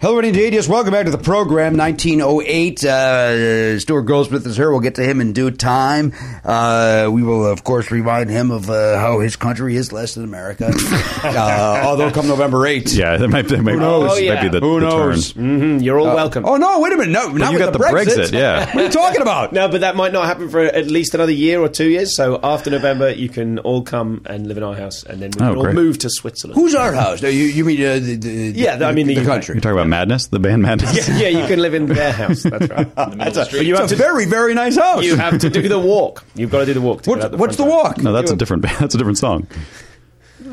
A: Hello and indeed, yes, welcome back to the program, 1908. Uh, Stuart Goldsmith is here. We'll get to him in due time. Uh, we will, of course, remind him of uh, how his country is less than America. uh, although come November 8th.
B: Yeah, that might, that might,
H: knows?
B: this might be the,
A: Oh, Who
B: the
A: knows?
B: turn.
H: Mm-hmm. You're all welcome.
A: Oh, no, wait a minute. No, not
B: you
A: with
B: got
A: the
B: the
A: Brexit.
B: Brexit, yeah.
A: what are you talking about?
H: No, but that might not happen for at least another year or two years. So after November, you can all come and live in our house, and then we
B: Oh,
H: can all
B: great.
H: move to Switzerland.
A: Who's our house? No, you, you mean uh, the, the,
H: Yeah, I mean the
A: the
H: UK.
B: You're
A: country.
B: talking about Madness, the band Madness.
H: yeah, yeah, you can live in their house. That's right. That's
E: of the
H: a-
E: street.
H: but you have
A: It's a
H: to
A: very very nice house.
H: you have to do the walk. You've got to do the walk. To get
A: What,
H: out
A: what's the
H: front door.
A: walk?
B: No, that's a different that's a different song.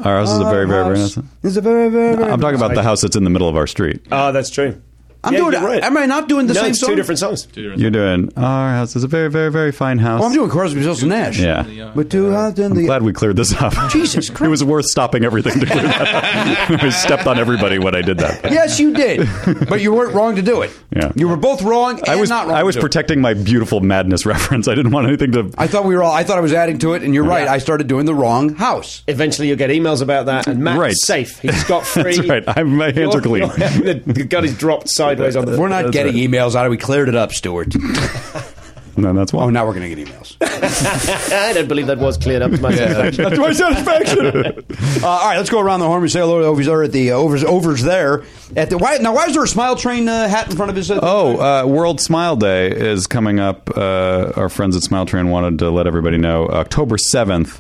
B: Our house is a very, very, very nice.
A: It's a very very. very
B: I'm talking about the house that's in the middle of our street.
H: Oh, that's true.
A: I'm
H: Yeah,
A: doing.
H: you're right.
A: Am I not doing the
H: no,
A: same
H: it's
A: song?
H: two different songs.
B: You're doing our house is a very, very, very fine house.
A: Oh, I'm doing Crosby, Stills, and Nash.
B: Yeah.
A: But two houses in
B: I'm
A: the.
B: glad we cleared this up.
A: Jesus
B: it
A: Christ.
B: was worth stopping everything to clear that. I stepped on everybody when I did that.
A: Yes, you did, but you weren't wrong to do it.
B: Yeah.
A: You were both wrong. And
B: I was
A: not wrong.
B: I was
A: to do it.
B: protecting my beautiful madness reference. I didn't want anything to.
A: I thought we were all. I thought I was adding to it, and you're right. I started doing the wrong house.
H: Eventually, you'll get emails about that, and Matt's
B: Right.
H: safe. He's got free.
B: That's right. I'm, my hands are
H: Your-
B: clean.
H: your- the gut is dropped sideways on the.
A: We're not
B: That's
A: getting
B: right.
A: emails out of. it. We cleared it up, Stuart.
B: No, that's why.
A: oh, now we're going to get emails.
H: I don't believe that was cleared up to my satisfaction.
A: to my satisfaction. uh, all right, let's go around the horn. We say hello to Overs there at the uh, Overs Overs there at the. Why now? Why is there a smile train uh, hat in front of his? Uh,
B: Oh, uh, World Smile Day is coming up. Uh, our friends at Smile Train wanted to let everybody know October 7th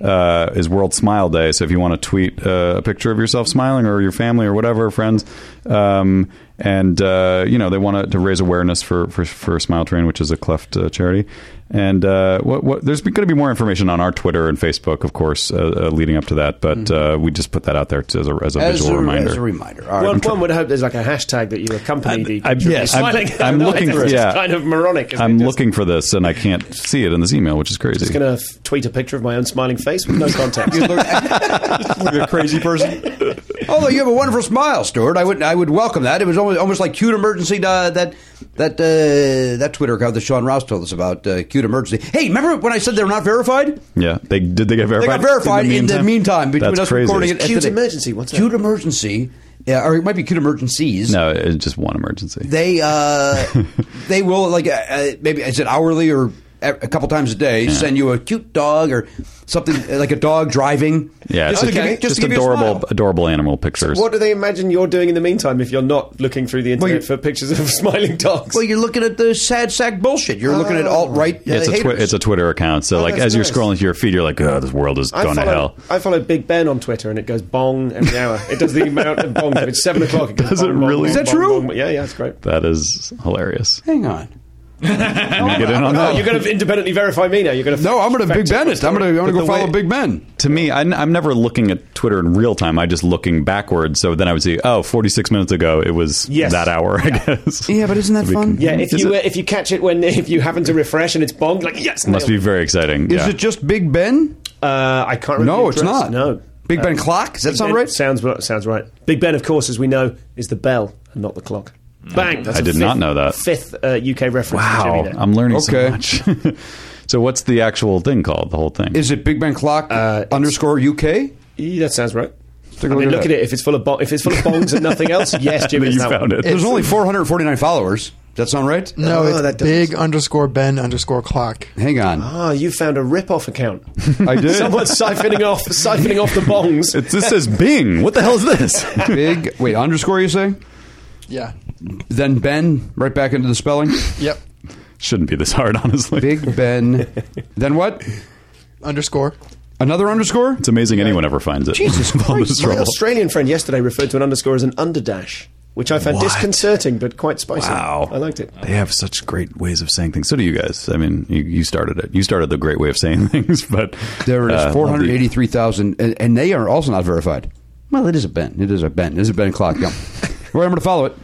B: uh, is World Smile Day. So if you want to tweet uh, a picture of yourself smiling or your family or whatever, friends, um, and, uh, you know, they want to raise awareness for, for, for Smile Train, which is a cleft uh, charity. And uh, what, what, there's going to be more information on our Twitter and Facebook, of course, uh, uh, leading up to that. But uh, we just put that out there to, as a, as a
A: as
B: visual
A: a,
B: reminder.
A: As a reminder. All right.
H: One, one would hope there's like a hashtag that you accompany the.
B: I-
H: picture of
B: yes,
H: you
B: I'm-
H: smiling.
B: I'm
H: No,
B: looking for-
H: It's
B: yeah.
H: kind of moronic. isn't
B: I'm
H: it? Just-
B: looking for this, and I can't see it in this email, which is crazy.
H: Just going to tweet a picture of my own smiling face with no context.
A: Look at a crazy person. Although Oh, you have a wonderful smile, Stuart, I would I would welcome that. It was almost, almost like cute emergency. Uh, that that uh, that Twitter account that Sean Rouse told us about uh, cute emergency. Hey, remember when I said they're not verified?
B: Yeah, they did. They get
A: They got
B: verified.
A: verified in the meantime, between
B: That's
A: us
B: crazy.
A: recording it. and
H: Cute
A: today.
H: emergency, what's that?
A: Cute emergency, yeah, or it might be cute emergencies.
B: No, it's just one emergency.
A: they uh, they will like uh, uh, maybe is it hourly or a a couple times a day send you a cute dog or something uh, like a dog driving.
B: Yeah,
A: just,
B: it's
A: to give you-
H: okay.
A: just, to give you a
B: adorable,
A: smile.
B: adorable animal pictures.
H: What do they imagine you're doing in the meantime if you're not looking through the
A: Well,
H: internet
A: you-
H: for pictures of smiling dogs?
A: Well, you're looking at the sad sack bullshit. You're looking at alt right. uh,
B: Yeah, Uh, it's a twi- it's a Twitter account.
A: Oh,
B: So like
H: that's
B: as you're
H: nice.
B: scrolling through your feed, you're like, oh, this world is going to
H: follow,
B: hell.
H: I follow Big Ben on Twitter and it goes bong every hour. It does the amount of bongs. If it's seven o'clock, it goes
B: Does
H: bong,
B: it
H: bong,
B: really?
H: bong,
B: Is
A: that
H: bong,
A: true?
H: bong. Yeah, yeah, it's great.
B: That is hilarious.
A: Hang on.
B: Can we get in on
H: Oh,
B: that?
H: you're going to independently verify me now. You're going to
A: No, I'm going to Big Ben it. I'm going to I'm going to
B: But
A: go
B: the way-
A: follow Big Ben.
B: to me, I, am never looking at Twitter in real time. I just looking backwards. So then I would see, oh, 46 minutes ago, it was
H: Yes.
B: that hour, I guess.
A: Yeah, but isn't that
B: It'd be-
A: fun?
H: Yeah, if
B: Mm. Is
H: you
B: it-
H: uh, if you catch it when if you happen to refresh and it's bonged, like yes,
B: must be
H: nailed it.
B: very exciting.
A: Is
B: yeah.
A: it just Big Ben?
H: Uh, I can't. remember
A: No,
H: the
A: it's
H: address.
A: not.
H: No,
A: Big Ben
H: Uh,
A: clock? Does that
H: Big
A: sound
H: Ben-
A: right?
H: Sounds right- sounds right. Big Ben, of course, as we know, is the bell and not the clock. Bang! That's
B: Mm. I
H: a
B: did
H: fifth-
B: not know that.
H: Fifth uh, UK reference. to Jimmy
B: wow,
H: there.
B: I'm learning
A: Okay.
B: so much. so what's the actual thing called? The whole thing?
A: Is it Big Ben clock underscore UK?
H: Yeah, that sounds right. I
A: a
H: mean,
A: look at
H: look at
A: that.
H: it. If it's full of bo- if it's full of bongs and nothing else, yes,
B: that
H: Jimmy, it's
B: you
H: that one.
B: found it.
A: There's only 449 followers. Does that sound right? Uh,
F: No,
H: Oh,
F: it's
H: that doesn't-
F: big underscore Ben underscore clock.
A: Hang on.
H: Ah, you found a rip-off account.
A: I did.
H: Someone's siphoning off, siphoning off the bongs.
B: It's, this says Bing. What the hell is this?
A: Big wait underscore you say?
F: Yeah.
A: Then Ben right back into the spelling.
F: Yep.
B: Shouldn't be this hard, honestly.
A: Big Ben. Then what?
F: Underscore.
A: Another underscore?
B: It's amazing anyone ever finds it. Jesus Christ!
H: My Australian friend yesterday referred to an underscore as an underdash, which I found
B: What?
H: disconcerting but quite spicy.
B: Wow,
H: I liked it.
B: They have such great ways of saying things. So do you guys. I mean, you, you started it. You started the great way of saying things, but
A: There it
B: uh,
A: is.
B: love
A: Four hundred eighty-three thousand, and, and they are also not verified. Well, it is a Ben. It is a Ben. It is a Ben clock. Yeah. well, I'm going to follow it.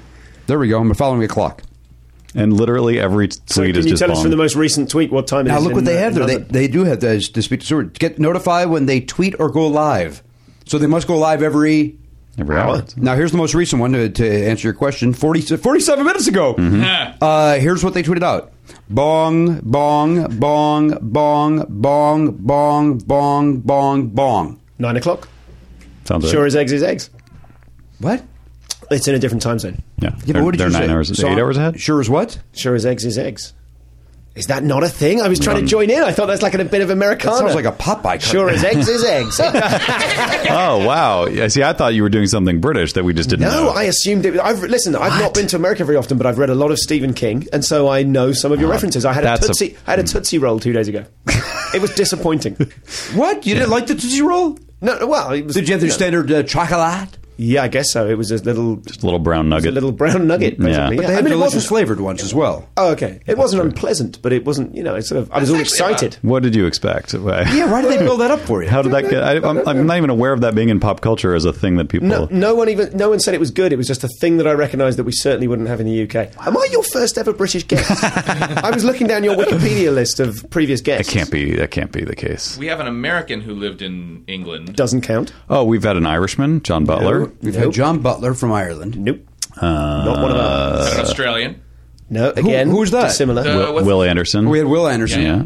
A: There we go. I'm following a clock.
B: the- And literally every tweet
H: So can
B: is
H: you
B: just
H: tell us
B: bomb.
H: from the most recent tweet what time it is?
A: Now look
H: in,
A: what they
H: uh,
A: have
H: in
A: there. They,
H: London?
A: they do have the to speak to sewer. Get notified when they tweet or go live. So they must go live every.
B: every hour.
A: Now here's the most recent one to, to answer your question. 40, 47 minutes ago.
B: Mm-hmm.
A: Uh, here's what they tweeted out: bong, bong, bong, bong, bong, bong, bong, bong, bong.
H: Nine o'clock.
B: Sounds
H: Sure
B: right.
H: as eggs is eggs.
A: What?
H: It's in a different time zone.
A: Yeah,
B: Yeah,
A: but
B: they're,
A: what did
B: they're
A: you
B: nine
A: say?
B: hours,
A: So
B: eight
A: I'm-
B: hours ahead.
A: Sure as what?
H: Sure as eggs is eggs. Is that not a thing? I was trying to join in. I thought that's like a bit of Americana.
A: Sounds like a Popeye. cartoon.
H: Sure as eggs is eggs.
B: Oh wow! Yeah, see, I thought you were doing something British that we just didn't know.
H: No, I assumed it. I've listen. I've not been to America very often, but I've read a lot of Stephen King, and so I know some of your references. I had a
B: Ah, that's a- Hmm.
H: tootsie. I had a tootsie roll two days ago. it was disappointing.
A: What? You didn't like the Tootsie Roll?
H: No, no, well, it was,
A: Did you have the
H: no.
A: standard uh, chocolate?
H: Yeah, I guess so. It was a little,
B: Just a little brown
H: a
B: nugget.
H: little brown nugget.
B: Yeah.
H: Basically.
B: But
A: They
H: I
A: have
H: mean, it
A: delicious
H: wasn't.
A: flavored ones as well.
H: Oh, okay. It wasn't unpleasant, but it wasn't. You know, it's sort of. I was all excited.
B: What did you expect?
A: Yeah, why did they build that up for you?
B: How did that get? I, I'm, I'm not even aware of that being in pop culture as a thing that people.
H: No, no one even. No one said it was good. It was just a thing that I recognised that we certainly wouldn't have in the UK. Am I your first ever British guest? I was looking down your Wikipedia list of previous
B: That
H: guests.
B: can't be. That can't be the case.
E: We have an American who lived in England.
H: Doesn't count.
B: Oh, we've had an Irishman, John Butler.
A: We've had John Butler from Ireland.
H: Nope. Not one
E: We
H: of
B: uh,
E: have
H: us.
E: an Australian.
H: No, again.
A: who's that?
H: Dissimilar.
E: Uh,
B: Will,
E: what's-
B: Will Anderson.
A: We had Will Anderson.
B: Yeah.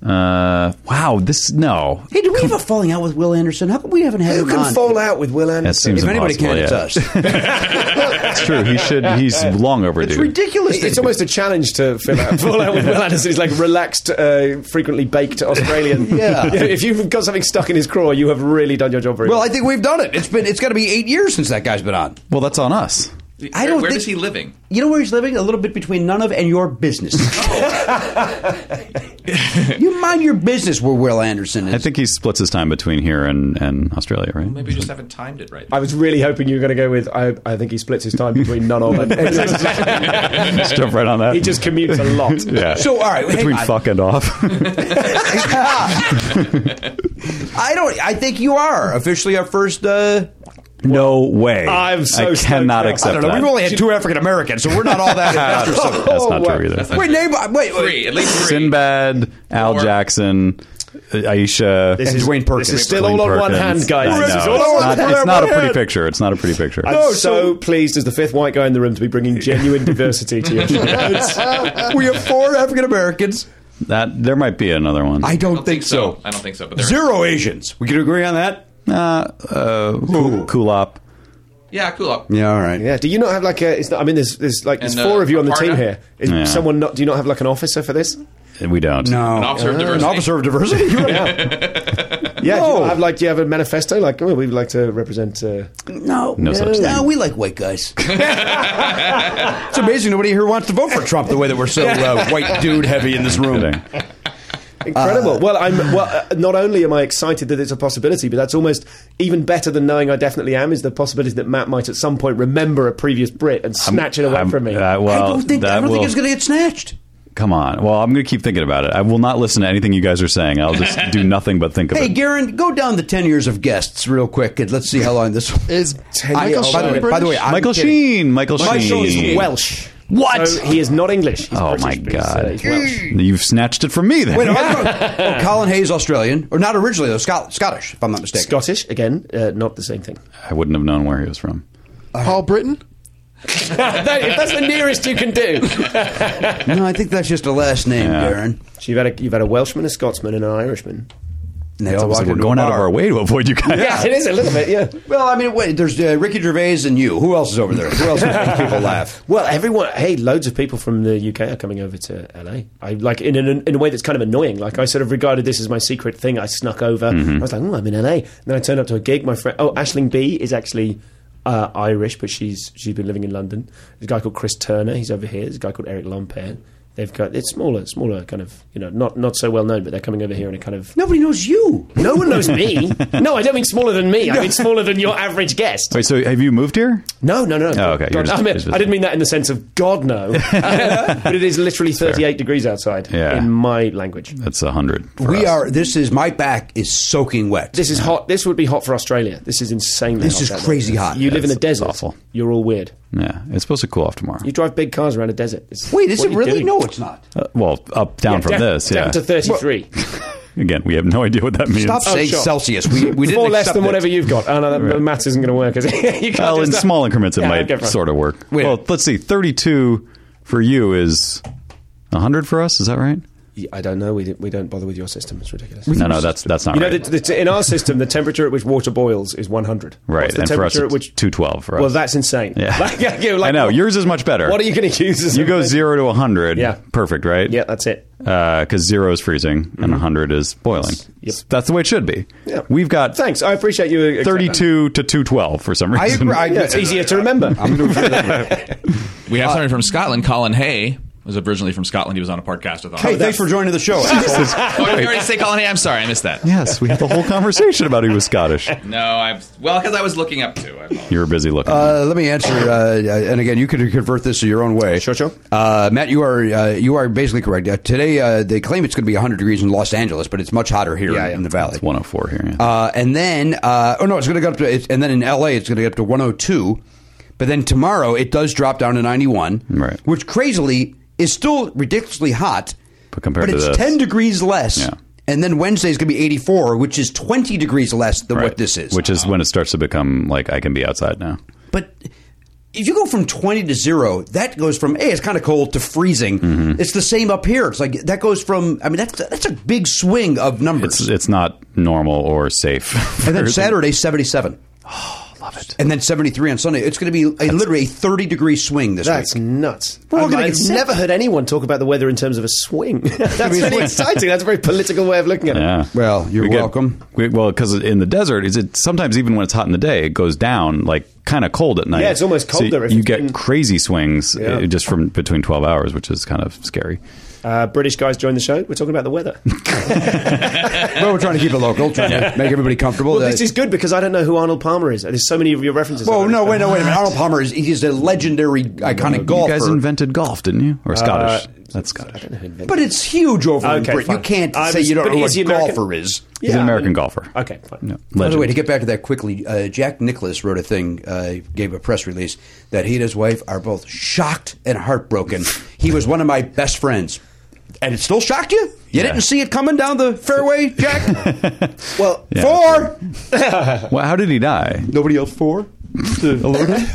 B: Uh, wow. This no.
A: Hey, do we have a falling out with Will Anderson? How come we haven't had
H: Who
A: him
H: can
A: on?
H: fall out with Will Anderson?
B: That seems
A: If anybody
B: impossible.
A: can, it's
B: yeah.
A: us. It's
B: It's true. He should. He's long overdue.
A: ridiculous.
H: It's almost a challenge to fill out, fall out with Will Anderson. He's like relaxed, uh, frequently baked Australian.
A: Yeah.
H: If you've got something stuck in his craw, you have really done your job very well.
A: Well, I think we've done it. It's been. It's got to be eight years since that guy's been on.
B: Well, that's on us.
A: I don't
E: Where
A: think-
E: is he living?
A: You know where he's living? A little bit between none of and your business. you mind your business where Will Anderson is.
B: I think he splits his time between here and, and Australia, right?
E: Maybe we just haven't timed it right.
H: I was really hoping you were going to go with. I, I think he splits his time between none of them.
B: Just jump right on that.
H: he just commutes a lot.
B: yeah.
A: So, all right, hang
B: between
A: on.
B: fuck and off.
A: I don't. I think you are officially our first. Uh,
B: no way.
H: I'm so
B: I
H: stoked
B: cannot
H: now.
B: accept
A: I don't know.
B: that.
A: We've only had two African Americans, so we're not all that. interested.
B: that's not
H: Oh,
B: true either.
E: not
A: wait, name. uh, Wait, wait.
E: Three, at least three.
B: Sinbad, Al
E: Or-
B: Jackson, Aisha.
H: This
A: And
H: is,
A: Dwayne Perkins.
H: This is still all on one hand, guys.
B: I
H: This
B: know.
H: is all on
B: It's not,
H: one hand.
B: it's not a pretty picture. It's not a pretty picture.
H: I'm so pleased as the fifth white guy in the room to be bringing genuine diversity to your show.
A: we have four African Americans.
B: That there might be another one.
A: I don't,
E: I don't think so. I don't think so. But there
A: Zero Asians. We could agree on that.
B: uh, uh, cool, cool op.
E: Yeah, cool up.
A: Yeah. All right.
H: Yeah, do you not have like a? It's not, I mean, there's there's like there's
E: And, uh,
H: four of you on the
E: a
H: team
E: partner?
H: here. Is
B: Yeah.
H: someone not? Do you not have like an officer for this?
B: We don't.
A: No. Uh,
E: An officer of
A: An
E: diversity.
A: officer of diversity? You're right.
H: Yeah, do you
A: No.
H: not have like do you have a manifesto? Like, oh, we'd like to represent. Uh,
A: No.
B: No such thing.
A: we like white guys. it's amazing nobody here wants to vote for Trump the way that we're so uh, white dude heavy in this room.
B: Kidding.
H: incredible. well, I'm well. Uh, not only am I excited that it's a possibility, but that's almost even better than knowing I definitely am. Is the possibility that Matt might at some point remember a previous Brit and snatch it away
B: I'm-
H: from me?
B: uh, well,
A: I don't think,
B: that
A: I don't
B: will,
A: think it's going to get snatched.
B: Come on. Well, I'm going to keep thinking about it. I will not listen to anything you guys are saying. I'll just do nothing but think of
A: Hey,
B: it.
A: Garen, go down the 10 years of gusts real quick. and Let's see how long this
F: Is
A: Michael
F: Michael
A: Sheen
F: Sheen
A: By the way,
F: British?
A: I'm
B: Michael
A: kidding.
B: Sheen. Michael Sheen.
A: Michael Sheen is
H: Welsh.
A: What?
H: So he is not English. He's
B: Oh
H: British,
B: my
H: but he's, uh,
B: God!
H: he's Welsh.
B: You've snatched it from me. Then
A: Wait, am I wrong? Oh, Colin Hayes, Australian, or not originally though, Scot- Scottish, if I'm not mistaken.
H: Scottish again, uh, not the same thing.
B: I wouldn't have known where he was from.
H: uh,
F: Paul Britton?
H: if that's the nearest you can do.
A: no, I think that's just a last name,
B: Yeah.
A: Garen.
H: So you've had a, you've had a Welshman, a Scotsman, and an Irishman.
A: And they all
B: It's
A: walked
B: like we're
A: into a
B: going out of
A: bar.
B: our way to avoid you guys.
H: it is a little bit. Yeah.
A: Well, I mean, wait, there's uh, Ricky Gervais and you. Who else is over there? Who else makes people laugh?
H: Well, everyone. Hey, loads of people from the UK are coming over to LA. I like in an, in a way that's kind of annoying. Like I sort of regarded this as my secret thing. I snuck over. I was like, oh, I'm in LA. And then I turned up to a gig. My friend, oh, Ashling B is actually. Uh, Irish, but she's she's been living in London. There's a guy called Chris Turner. He's over here. There's a guy called Eric Lompere. They've got it's smaller, smaller kind of you know not not so well known, but they're coming over here in a kind of
A: Nobody knows you.
H: no one knows me. No, I don't mean smaller than me. I mean smaller than your average guest.
B: Wait, so have you moved here?
H: No, no, no.
B: Oh, okay. You're
H: God,
B: just-
H: I, mean,
B: you're just-
H: I didn't mean that in the sense of God, no. but it is literally 38 degrees outside
B: Yeah.
H: in my language.
B: That's a hundred.
A: We are. This is my back is soaking wet.
H: This is hot. This would be hot for Australia. This is insanely
A: This
H: hot.
A: is
H: down there.
A: crazy hot.
H: You live in a
B: That's
H: desert.
B: awful.
H: You're all weird.
B: Yeah, it's supposed to cool off tomorrow.
H: You drive big cars around a desert. It's-
A: Wait, is
H: what
A: it
H: are you
A: really?
H: doing?
A: No, it's not.
B: Uh, well, up down from
H: down,
B: this. Yeah.
H: Down to Oh, 33.
B: Again, we have no idea what that means.
A: Stop saying
H: sure.
A: Celsius. We, we didn't
H: Four less
A: accept
H: than
A: it.
H: whatever you've got. Oh, no, that, the maths isn't going to work, is it? you can't
B: Well, in
H: just-
B: small increments, it
H: Yeah, okay,
B: might
H: fine.
B: sort of work.
A: Wait.
B: Well, let's see. Thirty-two for you is hundred for us. Is that right?
H: Yeah, I don't know. We, don't- we don't bother with your system. It's ridiculous.
B: No, no, that's that's not
H: You know,
B: right.
H: the, the, in our system, the temperature at which water boils is 100.
B: Right,
H: What's the
B: and for us,
H: temperature
B: it's
H: at which
B: 212 for us.
H: Well, that's insane.
B: Yeah.
H: Like, you're like,
B: I know
H: what-
B: yours is much better.
H: What are you going to use? As
B: You
H: a-
B: go zero to hundred.
H: Yeah.
B: perfect, right?
H: Yeah, that's it. Mm-hmm.
B: because zero is freezing and hundred is boiling.
H: Yep.
B: That's the way it should be.
H: Yeah.
B: We've got
H: Thanks, I appreciate you. accepting
B: thirty-two to two twelve for some
A: I
B: reason.
A: agree. I,
H: that. Yeah, it's easier to remember.
E: We have somebody from Scotland. Colin Hay was originally from Scotland. He was on a podcastathon.
A: Hey, thanks for joining the show. asshole.
E: oh, did we already say Colin Hay? I'm sorry, I missed that.
B: yes, we had the whole conversation about who was Scottish.
E: No, I've well because I was looking up too. I apologize.
B: You were busy looking.
A: Uh, let me answer, uh, and again, you could convert this to your own way.
H: Sure, sure.
A: Uh, Matt, you are uh, you are basically correct. Uh, today, uh, they claim it's going to be 100 degrees in Los Angeles, but it's much hotter here
H: Yeah,
A: in,
H: yeah.
A: the valley.
B: One hundred four here. Yeah.
A: Uh, and then, uh, oh no, it's going to go up to, it's, and then in LA, it's going to get up to 102. But then tomorrow, it does drop down to 91,
B: Right.
A: which crazily is still ridiculously hot,
B: But compared to
A: it's
B: this.
A: 10 degrees less.
B: Yeah.
A: And then Wednesday's going to be 84, which is 20 degrees less than what
B: Right.
A: this is.
B: Which is when it starts to become like I can be outside now.
A: But if you go from 20 to zero, that goes from, hey, it's kind of cold to freezing.
B: Mm-hmm.
A: It's the same up here. It's like that goes from, I mean, that's, that's a big swing of numbers.
B: It's, it's not normal or safe.
A: and then Saturday, 77. Oh, love
B: it.
A: And then 73 on Sunday. It's going to be a, literally a 30 degree swing this
H: That's
A: week.
H: nuts.
A: We're all
H: I've,
A: gonna get
H: I've
A: sick.
H: never heard anyone talk about the weather in terms of a swing. That's really exciting. That's a very political way of looking at it.
B: Yeah.
A: Well, you're
B: We get-
A: welcome.
B: we- well, because in the desert, is it sometimes even when it's hot in the day, it goes down like kind of cold at night.
H: Yeah, it's almost
B: So
H: colder if
B: you
H: it's
B: get
H: been-
B: crazy swings
H: Yeah.
B: uh, just from between twelve hours, which is kind of scary.
H: Uh, British guys join the show. We're talking about the weather.
A: well, we're trying to keep it local, trying to make everybody comfortable.
H: well, this is good because I don't know who Arnold Palmer is. There's so many of your references.
A: Whoa,
H: I've
A: no,
H: noticed.
A: wait, no, wait a minute. Arnold Palmer is he's a legendary, iconic
B: You
A: golfer.
B: guys invented golf, didn't you? Or Scottish? That's
H: I
B: Scottish.
H: don't know who invented
A: but it's huge over in
H: Okay,
A: Britain. You
H: fine.
A: can't
H: I
A: say
H: was-
A: you don't
H: but
A: know what
H: is he American?
A: golfer is.
B: He's
H: Yeah,
B: an
H: I
B: American
H: mean-
B: golfer.
H: Okay, fine.
B: No,
A: By the way, to
B: legend.
A: get back to that quickly, uh, Jack Nicholas wrote a thing, uh, gave a press release that he and his wife are both shocked and heartbroken. he was one of my best friends. And it still shocked you? You
B: Yeah.
A: didn't see it coming down the fairway, Jack? well,
B: Yeah.
A: four.
B: Well, how did he die?
A: Nobody else four?
B: alerted?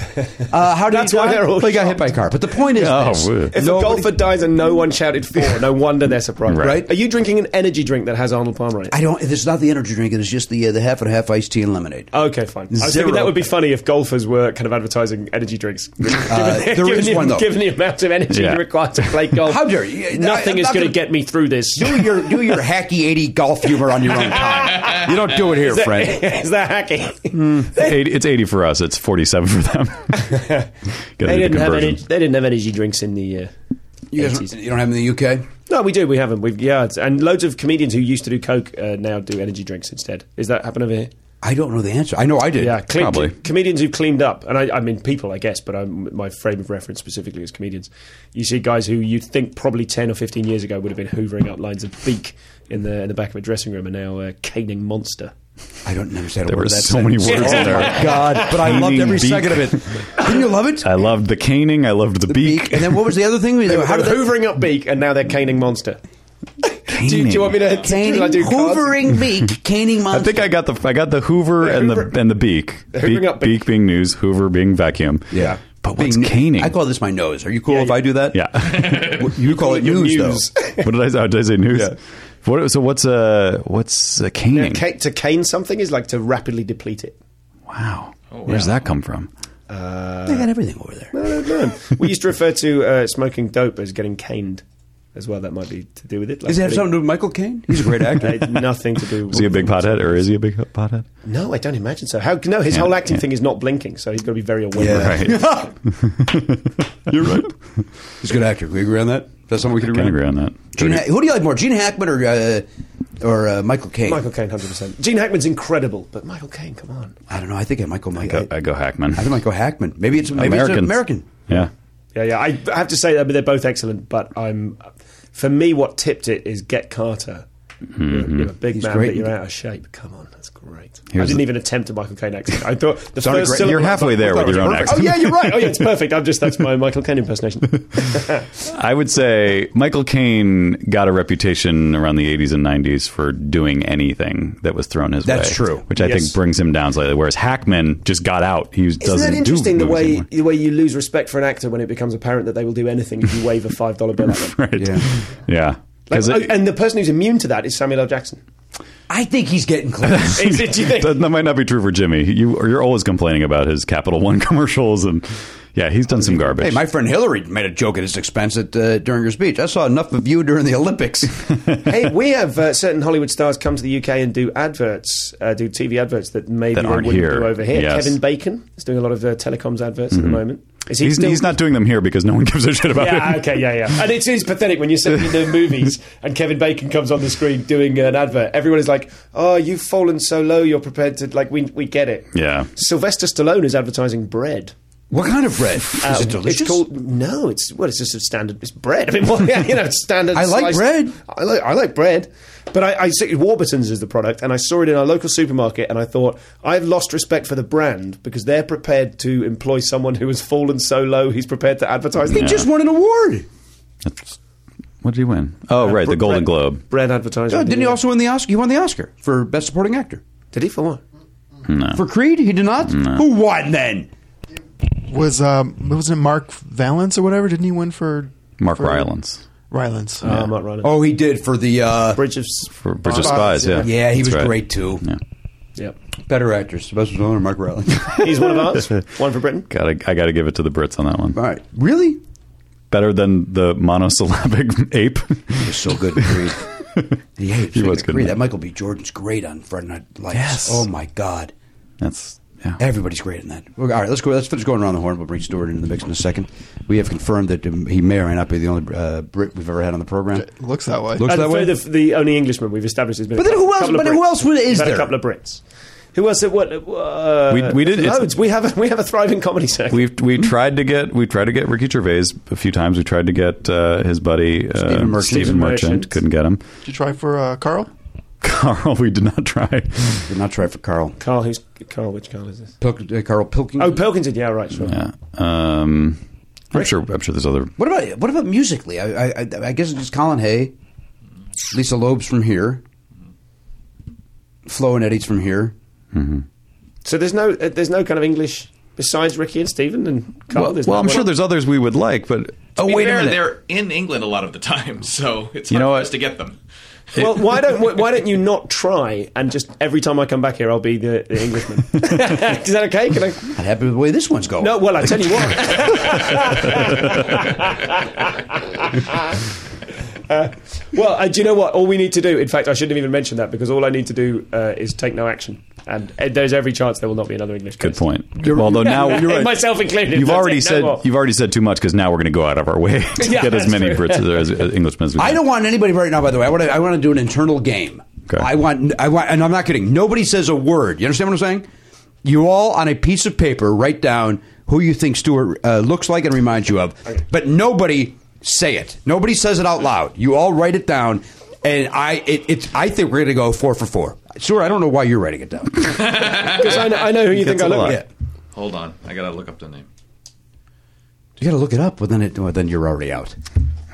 A: Uh, how did
H: That's
A: he
H: why
A: die?
H: they're all
A: Well, he got
H: shocked.
A: hit by a car. But the point is,
B: Oh,
A: this.
B: woo. If
H: If
A: Nobody-
H: a golfer dies and no one shouted for, no wonder they're surprised.
B: Right.
A: Right.
H: Are you drinking an energy drink that has Arnold Palmer in it?
A: I don't. It's not the energy drink. It's just the uh, the half and half iced tea and lemonade.
H: Okay, fine. I was
A: Zero. Uh,
H: thinking that would be funny if golfers were kind of advertising energy drinks.
A: there
H: given
A: is
H: the,
A: one, though.
H: Given the amount of energy
B: Yeah.
H: required to play golf,
A: How dare you.
H: Nothing
A: I- I'm
H: is
A: not gonna-
H: going to get me through this.
A: Do your do your hacky eighty golf humor on your own time. You don't do it here, friend.
H: is that hacking?
B: 80, it's 80 for us. It's 47 for them. Gotta do the
H: They didn't have
B: conversion.
H: energy. They didn't have energy drinks in the. Uh,
A: You guys,
H: 80s.
A: don't- you don't have them in the UK.
H: No, we do. We haven't. We've yeah, it's- and loads of comedians who used to do coke uh, now do energy drinks instead. Is that happen over here?
A: I don't know the answer. I know I did.
H: Yeah, clean,
B: probably.
H: comedians who've cleaned up, and I, I mean people, I guess, but I'm, my frame of reference specifically is comedians. You see guys who you think probably ten or fifteen years ago would have been hoovering up lines of beak in the in the back of a dressing room, are now uh, caning monster.
A: I don't understand. a
B: There
A: word
B: were
A: of that
B: so
A: sentence.
B: many words
A: Oh
B: there.
A: my god! But I loved
B: Meaning
A: every
B: beak.
A: second of it. Didn't you love it?
B: I loved the caning. I loved the, beak.
A: And then what was the other thing?
H: They were
A: How did that-
H: hoovering up beak, and now they're caning monster. Do you, do you want me to?
A: Caning,
H: should I do cards?
A: hoovering beak, caning
B: I
A: monster.
B: think I got the I got the Hoover
H: Yeah,
B: and
H: Hoover.
B: the and the beak.
H: hoovering
B: Beak,
H: up beak.
B: beak being news, Hoover being vacuum.
A: yeah.
B: But what's
A: Being-
B: caning?
A: I call this my nose. Are you cool if I do that?
B: yeah.
A: You call it news,
H: news.
A: though.
B: what did I say? Oh, did I say news?
A: Yeah.
B: What, so what's a what's a
H: Yeah,
B: caning?
H: ca- to cane something is like to rapidly deplete it.
B: wow. Where's that come from?
A: They got everything over there.
H: No, no, no. we used to refer to uh, smoking dope as getting caned as well. That might be to do with it. Like
A: Does it have something to do with Michael Caine? He's a great actor.
H: Uh, nothing to do.
B: Was he a big pothead, or is he a big pothead?
H: No, I don't imagine so. How? No, his whole acting
B: yeah.
H: thing is not blinking, so he's got to be very aware.
A: Yeah.
B: Right. You're right.
A: He's a good actor. Can we agree on that? Is that something we can agree
B: Can
A: on?
B: agree on that.
A: Gene ha- who do you like more, Gene Hackman or uh, or uh, Michael Caine?
H: Michael Caine, hundred percent. Gene Hackman's incredible, but Michael Caine, come on.
A: I don't know. I think I Michael. I,
B: Go, I go Hackman.
A: I think Michael Hackman. Maybe it's maybe American.
B: Americans.
A: It's American.
B: Yeah.
H: Yeah, yeah. I I have to say, I mean, they're both excellent, but I'm, for me, what tipped it is Get Carter. You're, you're a big
A: He's
H: man,
A: great.
H: but you're out of shape. Come on, that's great. I
B: Here's
H: didn't
B: the-
H: even attempt a Michael Caine accent. I thought the
A: Sounded
H: first
A: great.
H: syllable-
B: You're halfway there with your own
H: Oh
B: accent.
H: yeah, you're right. Oh yeah, it's perfect. I'm just that's my Michael Caine impersonation.
B: I would say Michael Caine got a reputation around the 80s and 90s for doing anything that was thrown his way.
A: That's true.
B: Which I
H: Yes.
B: think brings him down slightly. Whereas Hackman just got out. He was-
H: Isn't
B: doesn't
H: that
B: do
H: interesting? The
B: movies
H: way
B: anymore.
H: the way you lose respect for an actor when it becomes apparent that they will do anything if you wave a five dollar bill at them.
B: Right.
A: Yeah.
B: Yeah.
H: Like,
B: 'Cause
H: oh,
B: it-
H: and the person who's immune to that is Samuel L. Jackson.
A: I think he's getting close.
H: Is it, do you think?
B: that, that might not be true for Jimmy. You you're always complaining about his Capital One commercials and yeah, he's done some garbage.
A: hey, my friend Hillary made a joke at his expense at, uh, during her speech. I saw enough of you during the Olympics.
H: hey, we have uh, certain Hollywood stars come to the UK and do adverts, uh, do TV adverts that maybe
B: That
H: they
B: aren't
H: wouldn't
B: here.
H: do over here.
B: Yes. Mm-hmm.
H: Kevin Bacon is doing a lot of uh, telecoms adverts at the moment. Is he
B: he's,
H: still-
B: he's not doing them here because no one gives a shit about
H: Yeah,
B: him.
H: okay, yeah, yeah. And it is pathetic when you're sitting in the movies and Kevin Bacon comes on the screen doing an advert. Everyone is like, oh, you've fallen so low, you're prepared to, like, we, we get it.
B: Yeah.
H: Sylvester Stallone is advertising bread.
A: what kind of bread?
H: Uh,
A: Is it delicious?
H: It's called no. It's well, it's just a standard. It's bread. I mean, well, yeah, you know, it's standard.
A: I like
H: sliced-
A: bread.
H: I like I like bread. But I, I see Warburton's is the product, and I saw it in our local supermarket, and I thought I've lost respect for the brand because they're prepared to employ someone who has fallen so low he's prepared to advertise.
A: he
H: them.
A: just won an award.
B: That's- What did he win? Oh, right, the
H: Bread-
B: Golden Globe.
H: bread advertising.
A: Oh, didn't he also win the Oscar? He won the Oscar for best supporting actor
H: Did he for what?
A: for Creed. He did not. Who won then?
F: Was um, wasn't it Mark Valance or whatever? Didn't he win for
B: Mark
F: for-
B: Rylance
F: Rylance. Um,
H: Oh, Mark Rylance.
A: Oh, he did for the. Uh,
H: Bridge of. S-
B: for Bridge of
F: Spies,
B: Spies. Yeah,
A: yeah, he
B: That's
A: was
B: right.
A: great too.
B: Yeah.
H: Yep.
A: Better actors: Sebastian Stallone or Mark Rylance.
H: He's one of ours. One for Britain.
B: Gotta, I gotta give it to the Brits on that one.
A: All right, really?
B: Better than the monosyllabic ape.
A: was so good in Creed. The apes.
B: He
A: I
B: was
A: could
B: good in
A: Creed.
B: that.
A: That Michael B. Jordan's great on Friday Night Lights.
B: Yes.
A: Oh my God,
B: That's yeah.
A: everybody's great in that. All right, let's go. Let's finish going around the horn. We'll bring Stewart into the mix in a second. We have confirmed that um, he may or may not be the only uh, Brit we've ever had on the program.
F: It looks that way.
A: Looks
H: And
A: that way.
H: The, the only Englishman we've established has been.
A: But
H: a
A: then who else-
H: couple of
A: but who
H: Brits.
A: else would- is
H: We've had
A: there?
H: A couple of Brits. Who else? What? Uh,
B: We- we didn't- it's-
H: Loads. We have a, we have a thriving comedy circuit.
B: We've we tried to get we tried to get Ricky Gervais a few times. We tried to get uh, his buddy uh,
A: Stephen Merchant.
B: Stephen Merchant.
H: Merchant.
B: Couldn't get him.
F: Did you try for uh, Carl?
B: Carl, we did not try.
A: Did not try for Carl.
H: Carl, who's Carl? Which Carl is this?
A: Pilk, uh, Carl Pilkington.
H: Oh, Pilkington. Yeah, right. Sure.
B: Yeah. Um, I'm sure. I'm sure there's other.
A: What about what about musically? I I, I I guess it's just Colin Hay, Lisa Loeb's from here, Flo and Eddie's from here.
H: So there's no uh, there's no kind of English besides Ricky and Steven and Carl?
B: Well,
H: There's
B: well,
H: no
B: I'm
H: one-
B: sure there's others we would like, but oh
E: To be
B: wait
E: fair,
B: a minute.
E: They're in England a lot of the time, so it's
B: You
E: hard
B: know
E: for
B: what?
E: us to get them.
H: Well, why don't why- why don't you not try and just every time I come back here, I'll be the, the Englishman. Is that okay? Can I?
A: Not happy with the way this one's going.
H: No. Well, I tell you what. Uh, well, uh, do you know what? All we need to do. In fact, I shouldn't have even mentioned that because all I need to do uh, is take no action, and uh, there's every chance there will not be another English.
B: Good
H: case.
B: point. Although now
H: Myself included.
B: You've
H: That's
B: already
H: it, no
B: said
H: more.
B: you've already said too much because now we're going to go out of our way to
H: Yeah,
B: get as
H: that's
B: many
H: true.
B: Brits as, as Englishmen as we
A: I
B: can.
A: don't want anybody right now. By the way, I want to. I want to do an internal game.
B: Okay.
A: I want. I want, and I'm not kidding. Nobody says a word. You understand what I'm saying? You all on a piece of paper write down who you think Stewart uh, looks like and reminds you of, but nobody say it. Nobody says it out loud. You all write it down, and I. It, it's. I think we're going to go four for four. Stewart, I don't know why you're writing it down.
H: Because I know, I know who you
B: gets
H: think I
B: a
H: look
B: lot.
H: like.
A: yeah.
E: Hold on, I gotta look up the name.
A: You got to look it up. Well, then it. Well, then you're already out.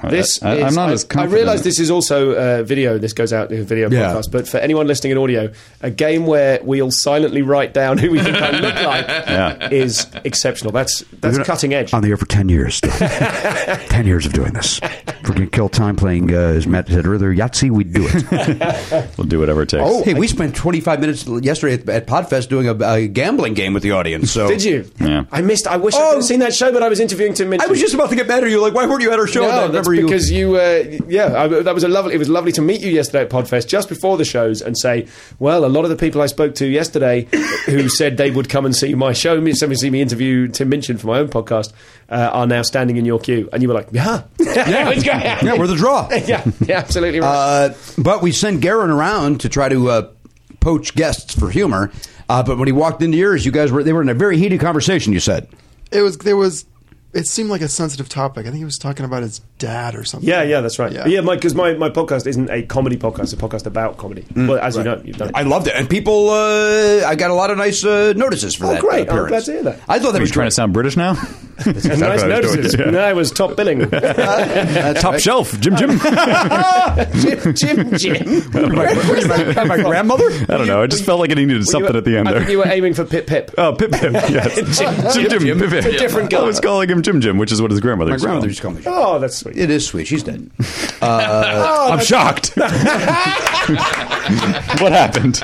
H: This
B: I,
H: is,
B: am not
H: I,
B: as confident.
H: I realize this is also uh, video. This goes out in a video
A: Yeah.
H: podcast. But for anyone listening in audio, a game where we'll silently write down who we think I look like is exceptional. That's that's cutting edge.
A: On the air for 10 years. Steve. 10 years of doing this. If we're going to kill time playing, uh, as Matt said earlier, Yahtzee, we'd do it.
B: We'll do whatever it takes.
H: Oh,
A: hey, we spent 25 minutes yesterday at, at Podfest doing a, a gambling game with the audience. So
H: Did you?
B: Yeah.
H: I missed. I wish
A: Oh.
H: I could have seen that show, but I was interviewing Tim Minchin.
A: I was just about to get mad at you. Like, why weren't you at our show? And I
H: No, that's
A: remember you-
H: because you. uh, yeah, I, that was a lovely. It was lovely to meet you yesterday at Podfest, just before the shows, and say, well, a lot of the people I spoke to yesterday, who said they would come and see my show, me, somebody see me interview Tim Minchin for my own podcast, uh, are now standing in your queue, and you were like, yeah, yeah,
A: Yeah, we're the draw.
H: yeah, yeah, absolutely right.
A: Uh, but we sent Garen around to try to uh, poach guests for humor. Uh, but when he walked into yours, you guys were they were in a very heated conversation. You said,
F: It was there was. It seemed like a sensitive topic. I think he was talking about his dad or something.
H: yeah, yeah, that's right.
F: Yeah.
H: But Yeah, because my, my, podcast isn't a comedy podcast; it's a podcast about comedy. well, as you know, you've done it.
A: "I loved it," and people, uh, I got a lot of nice uh, notices for
H: Oh,
A: that.
H: great. I'm
A: appearance.
H: glad to hear that.
A: I thought that
B: Are you
A: was
B: trying to
A: great.
B: sound British now?
H: And
B: what
H: nice
B: I was doing,
H: notices.
B: yeah.
H: No, it was top billing.
B: Top shelf, Jim Jim.
H: Jim, Jim, Jim.
A: my, my grandmother?
B: I don't know. I just felt like I needed something at the end
H: I think
B: there.
H: you were aiming for Pip Pip.
B: Oh, Pip Pip, yes. Jim Jim, Pip Pip.
H: It's a different
B: I was
H: guy.
B: calling him Jim Jim, which is what his grandmother
A: My
B: used to call
A: grandmother
B: him.
A: just called me.
H: Oh, that's sweet.
A: It is sweet. She's dead. Uh,
B: I'm shocked. what happened?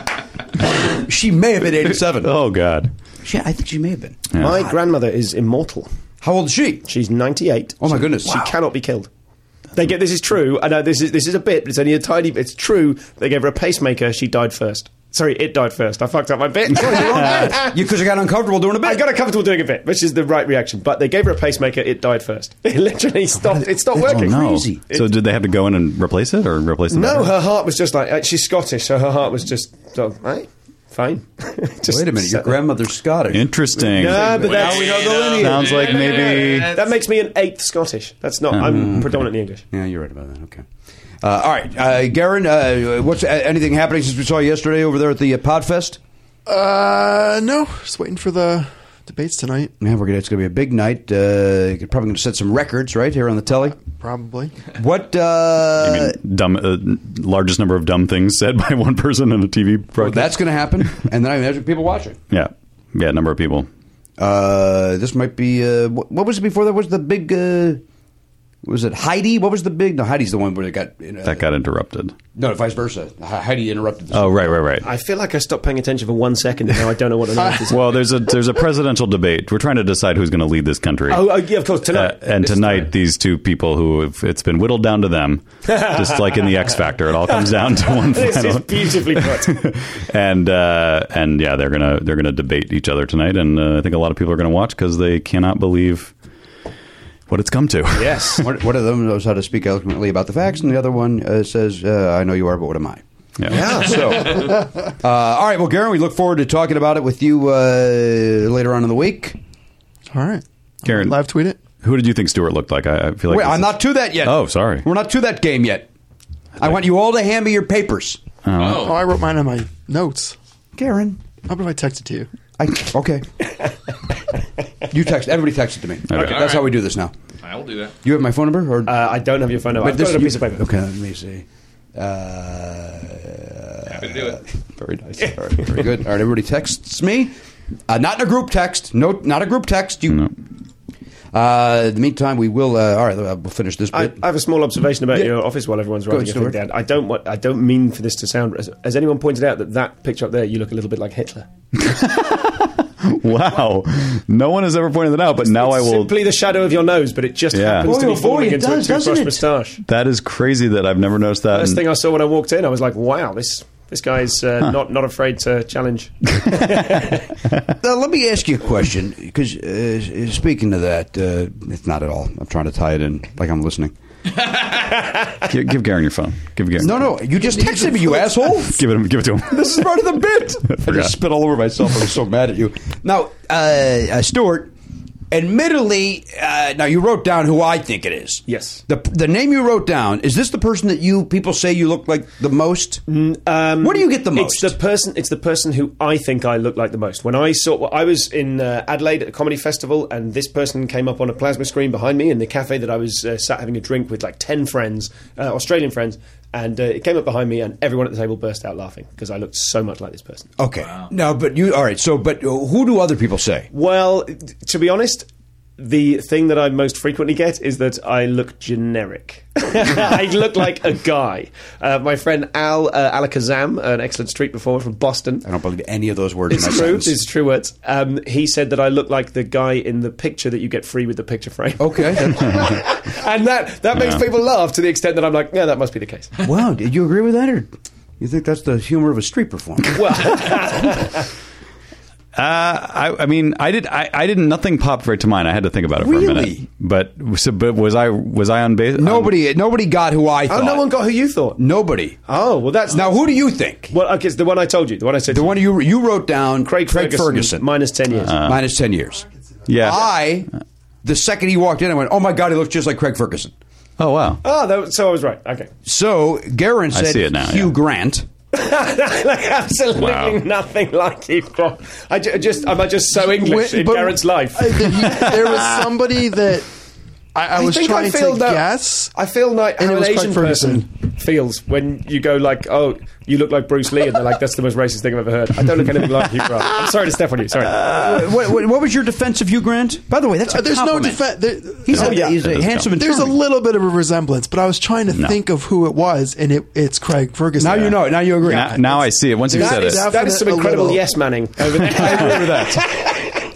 A: She may have been 87.
B: Oh, God.
A: She, I think she may have been.
H: My grandmother is immortal.
A: How old is she?
H: She's 98.
A: Oh, my goodness.
H: She
A: Wow.
H: cannot be killed. They get this is true. I know this is this is a bit, but it's only a tiny bit. It's true. They gave her a pacemaker. She died first. Sorry, it died first. I fucked up my bit. I
A: Because I got uncomfortable doing a bit.
H: got uncomfortable doing a bit, which is the right reaction. But they gave her a pacemaker. It died first. It literally stopped. It stopped
A: that's
B: Oh,
H: working.
B: no.
A: Crazy.
B: So did they have to go in and replace it or replace the
H: No,
B: battery?
H: her heart was just like uh, she's Scottish, so her heart was just oh, eh, fine. Just
A: Wait a minute. Your
H: sat there.
A: grandmother's Scottish.
B: Interesting.
H: Yeah, but that's-
E: Now we know the lineage.
B: Sounds like maybe.
E: Yeah.
H: That makes me an eighth Scottish. That's not.
B: Hmm.
H: I'm predominantly English.
A: Yeah, you're right about that. Okay. Uh, all right. Uh, Garen, uh, what's uh, anything happening since we saw you yesterday over there at the uh, Podfest?
F: Uh, no, just waiting for the debates tonight.
A: Yeah, we're gonna, it's going to be a big night. Uh, you're probably going to set some records, right, here on the telly.
F: Probably.
A: What? Uh,
B: I mean, dumb, uh, largest number of dumb things said by one person in a TV
A: well,
B: broadcast.
A: that's going to happen. and then I imagine people watching.
B: yeah, yeah, number of people.
A: Uh, this might be uh, what, what was it before that was the big uh, was it Heidi? What was the big? No, Heidi's the one where it got you know,
B: That got interrupted.
A: no, vice versa. He- Heidi interrupted. This.
B: Oh, right, right,
H: I
B: right.
H: feel like I stopped paying attention for one second and now I don't know what the is.
B: Well, there's a there's a presidential debate. We're trying to decide who's going to lead this country.
H: Oh, oh, yeah, of course,
B: Uh,
H: tonight.
B: and
H: This is
B: tonight, these two people who have, it's been whittled down to them, just like in the X Factor, it all comes down to one.
H: This is
B: final.
H: beautifully put.
B: and uh, and yeah, they're gonna they're gonna debate each other tonight, and uh, I think a lot of people are gonna watch because they cannot believe what it's come to.
H: Yes.
A: One, one of them knows how to speak eloquently about the facts, and the other one uh, says, uh, "I know you are, but what am I?"
B: Yeah.
A: So, uh, all right. Well, Garen, we look forward to talking about it with you uh, later on in the week.
F: All right.
B: Karen.
F: live tweet it.
B: Who did you think Stewart looked like? I, I feel like
A: Wait,
B: this
A: I'm
B: is-
A: not to that yet.
B: Oh, sorry.
A: We're not to that game yet. I want you all to hand me your papers,
F: Oh, I wrote mine on my notes.
A: Garen.
F: How about if I text it to you?
A: I, okay. you text. Everybody text it to me. Okay. That's how we do this now.
E: I will do that.
A: You have my phone number, or
H: Uh, I don't have your phone number. I've
A: this
H: got it on a
A: you-
H: piece of paper.
A: Okay, let me see. Uh,
E: Happy to do it.
A: Very nice. All right, very good. All right, everybody texts me. Uh, not in a group text. No, not a group text. You. Uh, in the meantime, we will. Uh, all right, uh, we'll finish this
H: I,
A: bit.
H: I have a small observation about
A: Yeah.
H: your office while everyone's
A: ahead,
H: writing your thing
A: Stuart.
H: down. I don't. Want, I don't mean for this to sound. As, as anyone pointed out, that that picture up there, you look a little bit like Hitler.
B: Wow. No one has ever pointed that out, but now
H: it's
B: I will.
H: Simply the shadow of your nose, but it just
B: Yeah.
H: happens
A: Boy,
H: to
A: oh
H: be
A: boy,
H: falling
A: it
H: into
A: does,
H: a
A: doesn't
H: toothbrush
A: it?
H: moustache.
B: That is crazy that I've never noticed that.
H: First
B: and-
H: thing I saw when I walked in, I was like, "Wow, this this guy's uh, not not afraid to challenge."
A: Uh, let me ask you a question, because uh, speaking of that, uh, it's not at all. I'm trying to tie it in, like I'm listening.
B: Give, give Garen your phone. Give Garen.
A: No, no, you just texted me, you asshole.
B: Give it. Give it to him.
A: This is part of the bit. I,
B: forgot.
A: just spit all over myself. I was so mad at you. Now, uh, uh, Stuart, admittedly, uh, now you wrote down who I think it is.
H: Yes.
A: The, the name you wrote down, is this the person that you people say you look like the most?
H: Um,
A: What do you get the most?
H: It's the person. It's the person who I think I look like the most. When I saw, well, I was in uh, Adelaide at a comedy festival, and this person came up on a plasma screen behind me in the cafe that I was uh, sat having a drink with, like ten friends, uh, Australian friends, and uh, it came up behind me, and everyone at the table burst out laughing because I looked so much like this person.
A: okay. No, but you, all right, so, but who do other people say?
H: Well, t- to be honest. The thing that I most frequently get is that I look generic. I look like a guy. Uh, my friend Al uh, Alakazam, an excellent street performer from Boston,
A: I don't believe any of those words in
H: It's
A: that
H: true.
A: sentence.
H: It's true words. Um, he said that I look like the guy in the picture that you get free with the picture frame.
A: Okay.
H: and that that makes people laugh to the extent that I'm like, yeah, that must be the case.
A: wow, did you agree with that, or you think that's the humor of a street performer?
B: Uh, I, I mean, I did. I, I didn't. Nothing popped right to mind. I had to think about it for a minute.
A: Really?
B: But so, but was I was I on base?
A: nobody, nobody got who I
H: Oh,
A: thought.
H: no one got who you thought.
A: Nobody.
H: Oh, well, that's
A: Now, who do you think?
H: Well, okay, it's the one I told you. The one I said.
A: The
H: to you.
A: one you you wrote down,
H: Craig, Ferguson,
A: Ferguson, Uh.
H: minus ten years.
A: minus ten years.
B: yeah.
A: I, the second he walked in, I went, "Oh my god, he looks just like Craig Ferguson."
B: Oh wow.
H: oh, that, was- so I was right. Okay,
A: So Garen said,
B: see it now,
A: "Hugh
B: yeah.
A: Grant."
H: like absolutely
B: Wow.
H: nothing like you. got. I ju- just, am I just so English
F: Wait,
H: in
F: but-
H: Garrett's life?
F: I think he- there was somebody that I, I was
H: think
F: trying
H: I feel
F: to
H: that,
F: guess.
H: I feel like
F: and it
H: how an
F: was Craig
H: Asian person
F: Ferguson.
H: feels when you go like, "Oh, you look like Bruce Lee," and they're like, "That's the most racist thing I've ever heard." I don't look anything like you, bro. I'm sorry to step on you. Sorry.
A: Uh, what, what, what was your defense of Hugh Grant? By the way, that's a
F: Uh, there's no
A: compliment.
F: defense. There,
A: He's,
F: no,
A: a,
H: yeah.
A: he's
B: That
A: Oh, a
B: does
A: handsome and
F: there's a
A: charming.
F: little bit of a resemblance, but I was trying to think of who it was, and it, it's Craig Ferguson.
A: Now you know it. Now you agree.
B: Now, now I see it. Once you
F: That
B: said
F: is-
B: it,
H: that is some
F: definite a
H: incredible
F: little.
H: yes manning over there.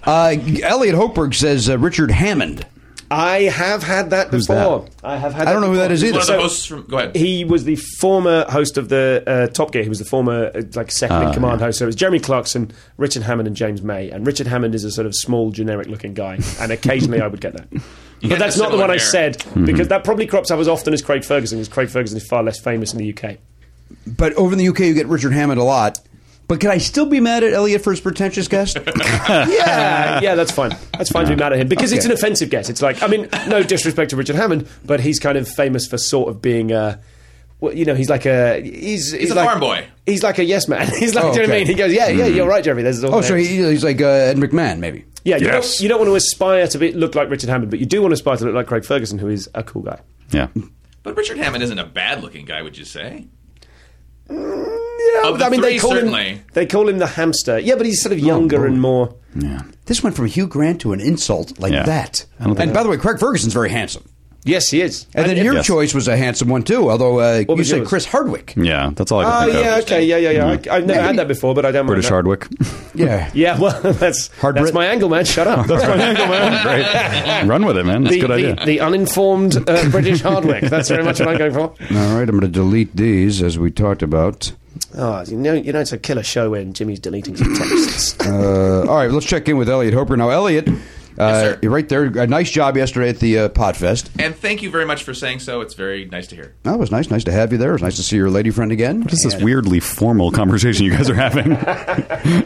A: Uh, Elliot Hochberg says uh, Richard Hammond.
H: I have had that
B: Who's
H: before.
B: that?
H: I have had.
A: I don't know who that
H: before.
A: is either.
E: One of the
H: So-
E: hosts from. Go ahead.
H: He was the former host of the uh, Top Gear. He was the former uh, like second in command host. So it was Jeremy Clarkson, Richard Hammond, and James May. And Richard Hammond is a sort of small, generic-looking guy. And occasionally, I would get that.
E: had
H: But that's
E: the
H: not
E: similar
H: the one I
E: hair.
H: said because that probably crops up as often as Craig Ferguson, because Craig Ferguson is far less famous in the UK.
A: But over in the UK, you get Richard Hammond a lot. But can I still be mad at Elliot for his pretentious guest?
H: Yeah, yeah, that's fine. That's fine to be mad at him because it's
A: Okay.
H: an offensive guess. It's like, I mean, no disrespect to Richard Hammond, but he's kind of famous for sort of being a. Well, you know, he's like a he's he's,
E: a
H: like,
E: farm boy.
H: He's like a yes man. He's like,
A: Oh,
H: do you
A: okay.
H: know what I mean? He goes, yeah, yeah, you're right, Jeremy. There's all
A: oh, so
H: there.
A: he, he's like uh, Ed McMahon, maybe.
H: yeah. You,
B: Yes.
H: don't, you don't want to aspire to be, look like Richard Hammond, but you do want to aspire to look like Craig Ferguson, who is a cool guy.
B: yeah.
E: But Richard Hammond isn't a bad-looking guy, would you say?
H: Yeah,
E: Of the
H: I mean,
E: three,
H: they call
E: certainly.
H: him they call him the hamster. Yeah, but he's sort of younger
A: boy.
H: and more.
A: This went from Hugh Grant to an insult like
B: Yeah.
A: that.
B: I don't think
A: And by the way, Craig Ferguson's very handsome.
H: Yes, he is.
A: And then
H: if-
A: your
B: Yes.
A: choice was a handsome one too, although uh, you
H: was
A: said
H: yours?
A: Chris Hardwick.
B: Yeah. That's all I
H: Oh
A: Uh,
B: could think
H: yeah,
B: of.
H: okay, yeah, yeah, yeah. I, I've never had that before, but I don't mind
B: British
H: that.
B: Hardwick.
A: Yeah.
H: Yeah, well, that's
A: Hard
H: that's
A: Brit.
H: my angle, man. Shut up. That's my angle, man.
B: Great. Run with it, man. That's
H: The,
B: a good idea.
H: the, the uninformed uh, British Hardwick. That's very much what I'm going for.
A: All right, I'm going to delete these as we talked about.
H: Oh, you know, you know, it's a killer show when Jimmy's deleting some texts.
A: Uh, all right, let's check in with Elliot Hoper now. Elliot, uh,
E: sir.
A: you're right there. A nice job yesterday at the uh, Podfest.
E: And thank you very much for saying so. It's very nice to hear.
A: That was nice. Nice to have you there. It was nice to see your lady friend again.
B: What is this weirdly formal conversation you guys are having?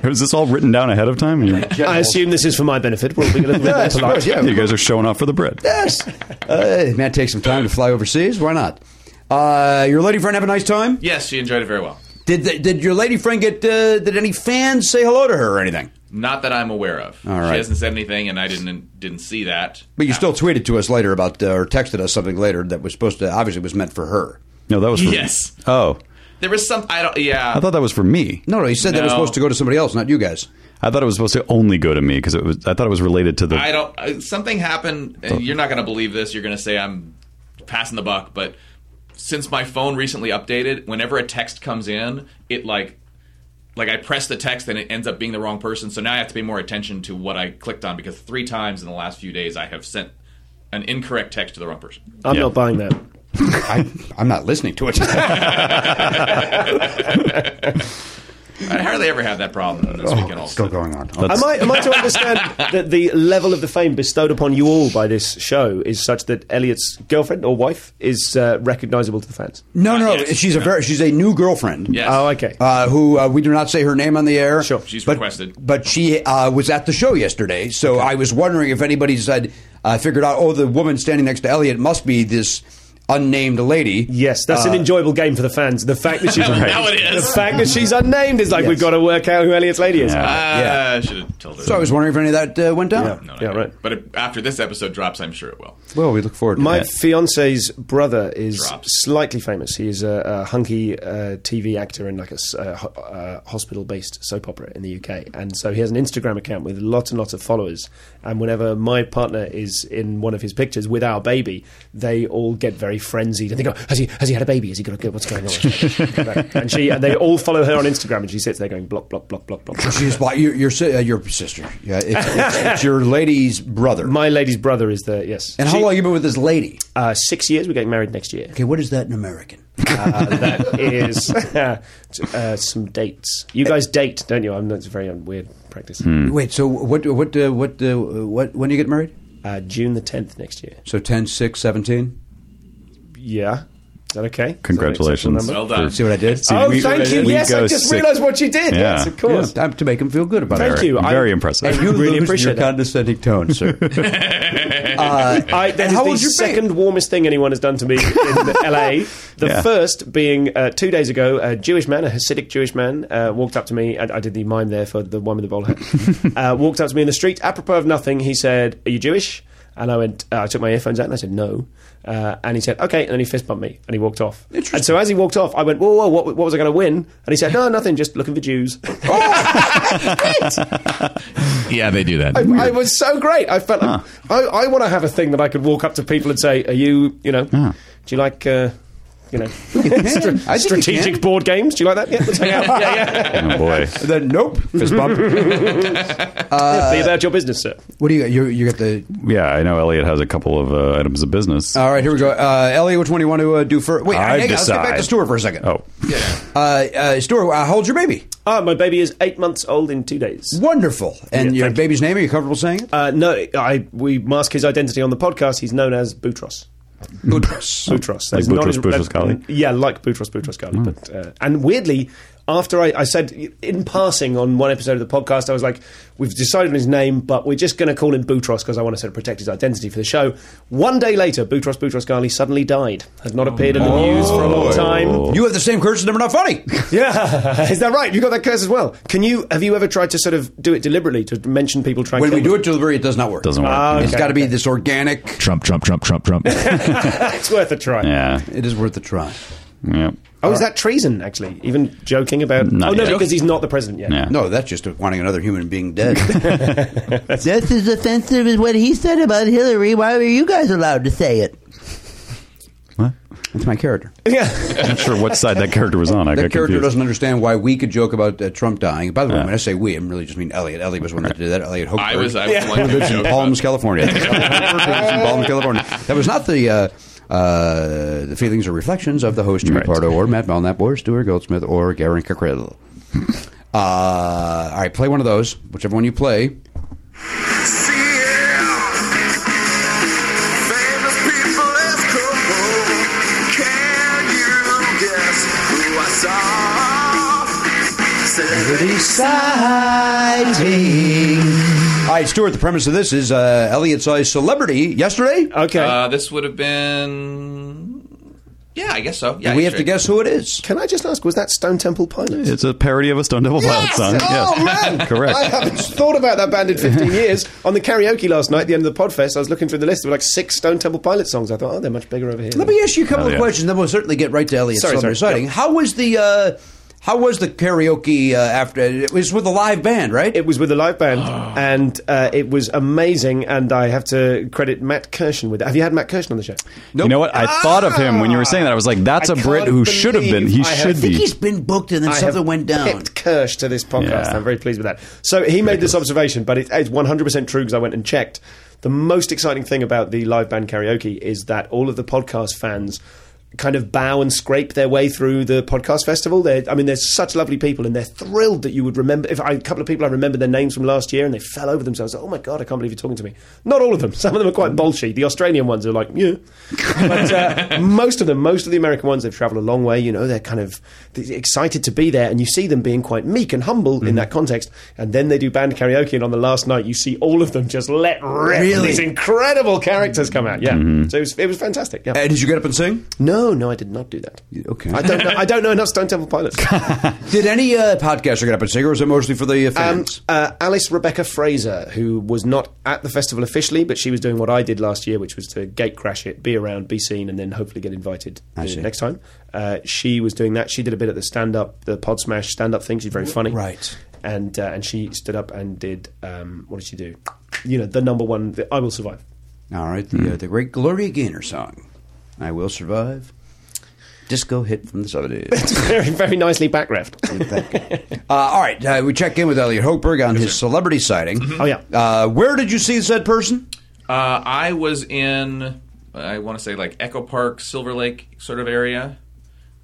B: Was this all written down ahead of time? You,
H: I assume this is for my benefit. We'll be a little bit more
A: Yes, of
H: polite.
A: course, yeah.
B: you guys are showing off for the Brit.
A: Yes. Uh, man, take some time to fly overseas. Why not? Uh, your lady friend have a nice time.
E: Yes, she enjoyed it very well.
A: Did the, did your lady friend get? Uh, did any fans say hello to her or anything?
E: Not that I'm aware of.
A: All right.
E: She hasn't said anything, and I didn't didn't see that.
A: But you still tweeted to us later about uh, or texted us something later that was supposed to obviously was meant for her.
B: No, that was for
E: Yes.
B: Oh,
E: There was some. I don't. Yeah.
B: I thought that was for me.
A: No, no, he said that it was
E: No.
A: supposed to go to somebody else, not you guys.
B: I thought it was supposed to only go to me because it was. I thought it was related to the.
E: I don't. Uh, something happened. And you're not going to believe this. You're going to say I'm passing the buck, but since my phone recently updated, whenever a text comes in, it like like I press the text and it ends up being the wrong person. So now I have to pay more attention to what I clicked on because three times in the last few days I have sent an incorrect text to the wrong person.
H: I'm
B: Yeah.
H: not buying that.
A: I, I'm not listening to it.
E: I hardly ever have that problem this weekend.
A: it's
E: Also,
A: Oh, still going on.
B: That's-
H: Am I, am I to understand that the level of the fame bestowed upon you all by this show is such that Elliot's girlfriend or wife is uh, recognizable to the fans?
A: No, no,
E: Not yet.
A: she's a very, she's a new girlfriend.
E: yes.
H: Oh, okay.
A: Uh, who uh, we do not say her name on the air.
H: Sure.
E: She's
A: but,
E: requested.
A: but she uh, was at the show yesterday. So I was wondering if anybody said uh, figured out. Oh, the woman standing next to Elliot must be this unnamed lady.
H: Yes, that's an enjoyable game for the fans. The fact that she's
E: Now it is.
H: The fact that she's unnamed is like
A: Yes.
H: we've got to work out who Elliot's lady is.
B: Yeah.
E: Uh, I should have told her.
A: So I was wondering if any of that uh, went down.
E: No, no,
H: Yeah,
E: no.
H: right.
E: But if, after this episode drops, I'm sure it will.
A: Well, we look forward. to
H: My
A: that.
H: fiance's brother is
E: Drops.
H: slightly famous. He is a, a hunky uh, TV actor in like a s- uh, ho- uh, hospital-based soap opera in the UK, and so he has an Instagram account with lots and lots of followers. And whenever my partner is in one of his pictures with our baby, they all get very frenzied and they go, "Has he? Has he had a baby? Has he got a kid? What's going on?" and she, and they all follow her on Instagram, and she sits there going, "Block, block, block, block, block."
A: She's like your your, si- uh, your sister. Yeah, it's, it's, it's your lady's brother.
H: My lady's brother is the yes.
A: and how
H: She-
A: long you been with this lady?
H: Uh, six years. We're getting married next year.
A: Okay, what is that in American?
H: Uh, that is uh, some dates. You guys date, don't you? I'm that's a very um, weird practice.
B: Hmm.
A: Wait, so what what uh, what uh, what when do you get married?
H: Uh, June the 10th next year.
A: So 10, 6, 17?
H: Yeah. Is that okay? Is that an
B: Congratulations.
H: acceptable number?
E: Well done.
A: See what I did?
B: See,
H: Oh,
B: we-
H: thank you.
B: we
H: Yes,
B: go
H: I just
B: six-
H: realized what you did. Yes, of course.
A: Yeah, to make him feel good about it.
H: Thank you. I-
B: Very impressive.
A: And you
H: Really
A: lose
H: appreciate
A: your
H: that.
A: condescending tone, sir. uh,
H: I, that
A: And
H: is
A: how
H: the
A: old's your babe?
H: second warmest thing anyone has done to me in LA. The
B: Yeah.
H: first being uh, two days ago, a Jewish man, a Hasidic Jewish man, uh, walked up to me. I, I did the mime there for the one with the bowl hat. uh, walked up to me in the street, apropos of nothing. He said, "Are you Jewish?" And I went. Uh, I took my earphones out and I said, "No." Uh, and he said, "Okay." And then he fist bumped me and he walked off. And so as he walked off, I went, "Whoa, whoa, what, what was I going to win?" And he said, "No, nothing. Just looking for Jews."
A: Oh!
E: Yeah, they do that.
H: I was so great. I felt like
A: Ah.
H: I, I want to have a thing that I could walk up to people and say, "Are you, you know, do you like, uh, you know, stra-
A: I think Ah. you
H: strategic
A: can.
H: board games? Do you like that? Yeah, let's hang out. Yeah, yeah.
B: oh boy.
A: then nope. Fist bump. Uh,
H: Be about your business, sir.
A: what do you got? You, you got the.
B: Yeah, I know Elliot has a couple of uh, items of business.
A: All right, here we go. Uh, Elliot, which one do you want to uh, do first? Wait,
B: I
A: hang on, let's get back
B: decide.
A: to Stuart for a second.
B: oh,
A: Uh, uh, Stuart, uh, how old's your baby?
H: Ah, my baby is eight months old in two days.
A: Wonderful. And
H: Yeah,
A: your
H: thank you.
A: baby's name? Are you comfortable saying it?
H: Uh, no, I we mask his identity on the podcast. He's known as Boutros.
A: Boutros.
H: Boutros.
B: Like
H: That's not
B: Boutros
H: his-
B: Boutros
H: that-
B: Ghali? Hmm.
H: Yeah, like Boutros Boutros Ghali. But, uh, and weirdly, after I, I said in passing on one episode of the podcast, I was like, we've decided on his name, but we're just going to call him Boutros because I want to sort of protect his identity for the show. One day later, Boutros Boutros Ghali suddenly died. Had
B: Oh,
H: not appeared in the news for a long time.
A: You have the same curse as number not funny.
H: Yeah, is that right? You got that curse as well. Can you? Have you ever tried to sort of do it deliberately to mention people trying?
A: when
H: to
A: we do it delivery, it does not work.
B: doesn't work.
H: Ah,
A: It's
H: okay.
A: got to be this organic.
I: Trump, Trump, Trump, Trump, Trump.
H: it's worth a try.
B: Yeah.
A: It is worth a try.
B: Yeah.
H: Oh, is that treason? Actually, even joking about?
B: Not
H: oh no,
B: yet.
H: because he's not the president yet.
B: Yeah.
A: No, that's just wanting another human being dead.
J: That's as offensive as what he said about Hillary. Why were you guys allowed to say it?
A: that's my character.
H: Yeah.
B: I'm not sure what side that character was on.
A: That
B: I got
A: character
B: confused.
A: doesn't understand why we could joke about uh, Trump dying. By the way,
B: Yeah.
A: when I say we, I'm really just mean Elliot. Elliot was the one that did that. Elliot Hochberg.
E: I was. I was
H: Yeah.
E: the one who
A: lives in
E: joked
A: Palms,
E: about-
A: California. Elliot Hochberg lives in Palms, California. That was not the. Uh, uh, the feelings or reflections of the host, Jimmy
B: Right.
A: Pardo, or Matt Belknap, or Stuart Goldsmith, or Garen Cockrell. Uh, all right, play one of those, whichever one you play. All right, Stuart, the premise of this is uh, Elliot saw a celebrity yesterday,
H: Okay.
E: Uh, this would have been. Yeah, I guess so. Yeah,
A: and we
E: you're
A: have to
E: right.
A: guess who it is.
H: Can I just ask, was that Stone Temple Pilots?
B: It's a parody of a Stone Temple Pilots song.
H: Oh
B: yes.
H: man!
B: Correct.
H: I haven't thought about that band in 15 years. On the karaoke last night, at the end of the Podfest, I was looking through the list. There were like six Stone Temple Pilots songs. I thought, oh, they're much bigger over here.
A: Let me ask you a couple
B: Oh, yeah.
A: of questions, then we'll certainly get right to Elliot's
H: Sorry,
A: celebrity
H: sorry.
A: sighting. How was the uh, How was the karaoke uh, after? It was with a live band, right?
H: It was with a live band, and uh, it was amazing. And I have to credit Matt Kirshen with it. Have you had Matt Kirshen on the show?
B: You know what? I thought of him when you were saying that. I was like, that's
H: I
B: a Brit
H: can't
B: who should have been.
H: believe
B: He
H: I have-
B: should
J: I think
B: be.
J: he's been booked and then
H: I
J: something
H: have
J: went down.
H: Pipped Kirsch to this podcast.
B: Yeah.
H: I'm very pleased with that. So he made this observation, but it, it's 100% true because I went and checked. The most exciting thing about the live band karaoke is that all of the podcast fans kind of bow and scrape their way through the podcast festival. They're, I mean, they're such lovely people, and they're thrilled that you would remember. If I, a couple of people I remember their names from last year, and they fell over themselves. Oh my god, I can't believe you're talking to me. Not all of them. Some of them are
A: Mm.
H: quite bolshy. The Australian ones are like, yeah, but uh, most of them, most of the American ones, they've travelled a long way. You know, they're kind of they're excited to be there, and you see them being quite meek and humble
A: Mm.
H: in that context. And then they do band karaoke, and on the last night, you see all of them just let rip.
A: Really?
H: These incredible characters come out. Yeah, so it was, it was fantastic. Yeah.
A: Uh, did you get up and sing?
H: No, no, I did not do that.
A: okay.
H: I don't know. I don't know enough Stone Temple Pilots.
A: Did any uh, podcaster get up and sing, or was it mostly for the uh, fans?
H: uh, Alice Rebecca Fraser, who was not at the festival officially, but she was doing what I did last year, which was to gate crash it, be around, be seen, and then hopefully get invited uh,
A: see.
H: next time. Uh, she was doing that. She did a bit at the stand up, the Pod Smash stand up thing. She's very funny,
A: Right.
H: And uh, and she stood up and did um, what did she do? You know, the number one, the, I will survive.
A: All right, the, uh, the great Gloria Gaynor song, "I Will Survive." Disco hit from the 70s.
H: very very nicely back reft.
A: Thank you. Uh, all right, uh, we check in with Elliot Hochberg on his celebrity sighting.
H: Oh, yeah.
A: Uh, where did you see said person?
E: Uh, I was in, I want to say like Echo Park, Silver Lake sort of area,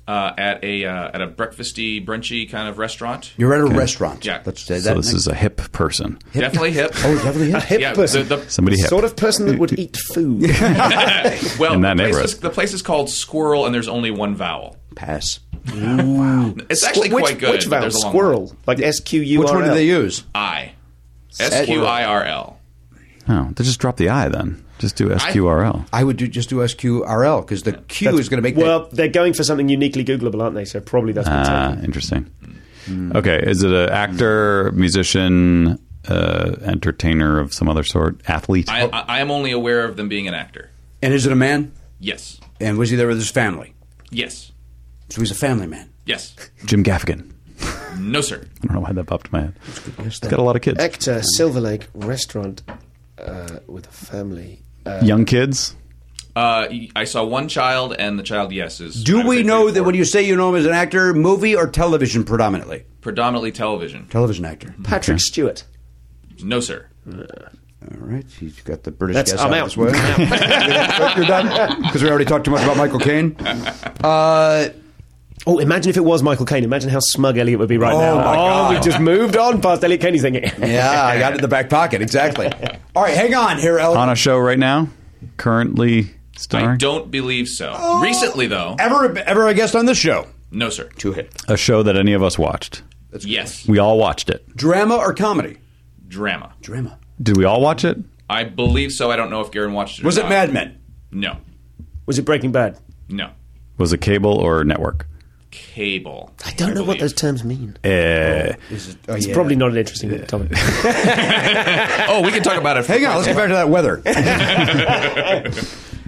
E: uh, at a uh, at a breakfasty, brunchy kind of restaurant.
A: You're at a restaurant.
E: Yeah.
A: Let's say that.
B: So Oh, this
A: next-
B: is a hip person.
E: Definitely hip.
A: oh, definitely.
H: A
A: yeah.
H: hip
E: Yeah,
H: person,
E: the- the-
B: Somebody hip.
H: sort of person that would eat food.
E: well,
B: in that
E: the place,
B: neighborhood.
E: is, the place is called Squirrel, and there's only one vowel.
A: Pass.
E: It's actually
H: which,
E: quite good.
H: Which
E: but
H: vowel?
E: there's a long
H: Squirrel, like S Q U R
A: Which
H: L.
A: one did they use?
E: I. S Q I R L.
B: Oh, they just drop the I then. Just do SQRL.
A: I would do just do SQRL because the Q is going to make
H: Well, they're going for something uniquely Googleable, aren't they? So probably that's what's
B: Ah,
H: happening.
B: interesting. Okay, is it an actor, musician, uh, entertainer of some other sort, athlete? Oh,
E: I, I, I am only aware of them being an actor.
A: that. And is it a man?
E: Yes.
A: And was he there with his family?
E: Yes.
A: So he's a family man.
E: Yes.
B: Jim Gaffigan.
E: No, sir.
B: I don't know why that popped in my head. He's got a lot of kids.
H: Ector Silver Lake restaurant uh, with a family. Uh,
B: Young kids.
E: Uh, I saw one child, and the child, yes, is. I
A: Do
E: would
A: we
E: say
A: know
E: three,
A: that
E: four.
A: when you say you know him as an actor, movie or television predominantly?
E: Predominantly television.
A: Television actor.
H: Patrick Stewart.
E: No, sir.
A: All right, he's got the British
H: That's-
A: guess
H: I'm out.
A: as well. You're done because we already talked too much about Michael Caine. Uh,
H: Oh, imagine if it was Michael Caine. Imagine how smug Elliot would be right
A: Oh,
H: now.
A: my
H: oh,
A: God.
H: we just moved on past Elliot Caine's thing.
A: yeah, I got it in the back pocket exactly. All right, hang on here, El.
B: On a show right now, currently starring.
E: I don't believe so. Recently, though.
A: ever ever a guest on this show?
E: No, sir.
A: Two hit
B: a show that any of us watched.
E: Yes.
B: We all watched it.
A: drama or comedy?
E: Drama.
A: Drama.
B: Did we all watch it?
E: I believe so. I don't know if Garen watched it.
A: Was
E: or
A: it
H: Uh,
E: not.
A: Mad Men?
E: No.
H: Was it Breaking Bad?
E: No.
B: Was it cable or network?
E: Cable.
H: I don't know what
E: believe.
H: those terms mean.
B: Eh,
A: Is it, oh,
H: It's
A: yeah.
H: probably not an interesting topic.
E: Oh, we can talk about it. For
A: Hang on, let's get back to that weather.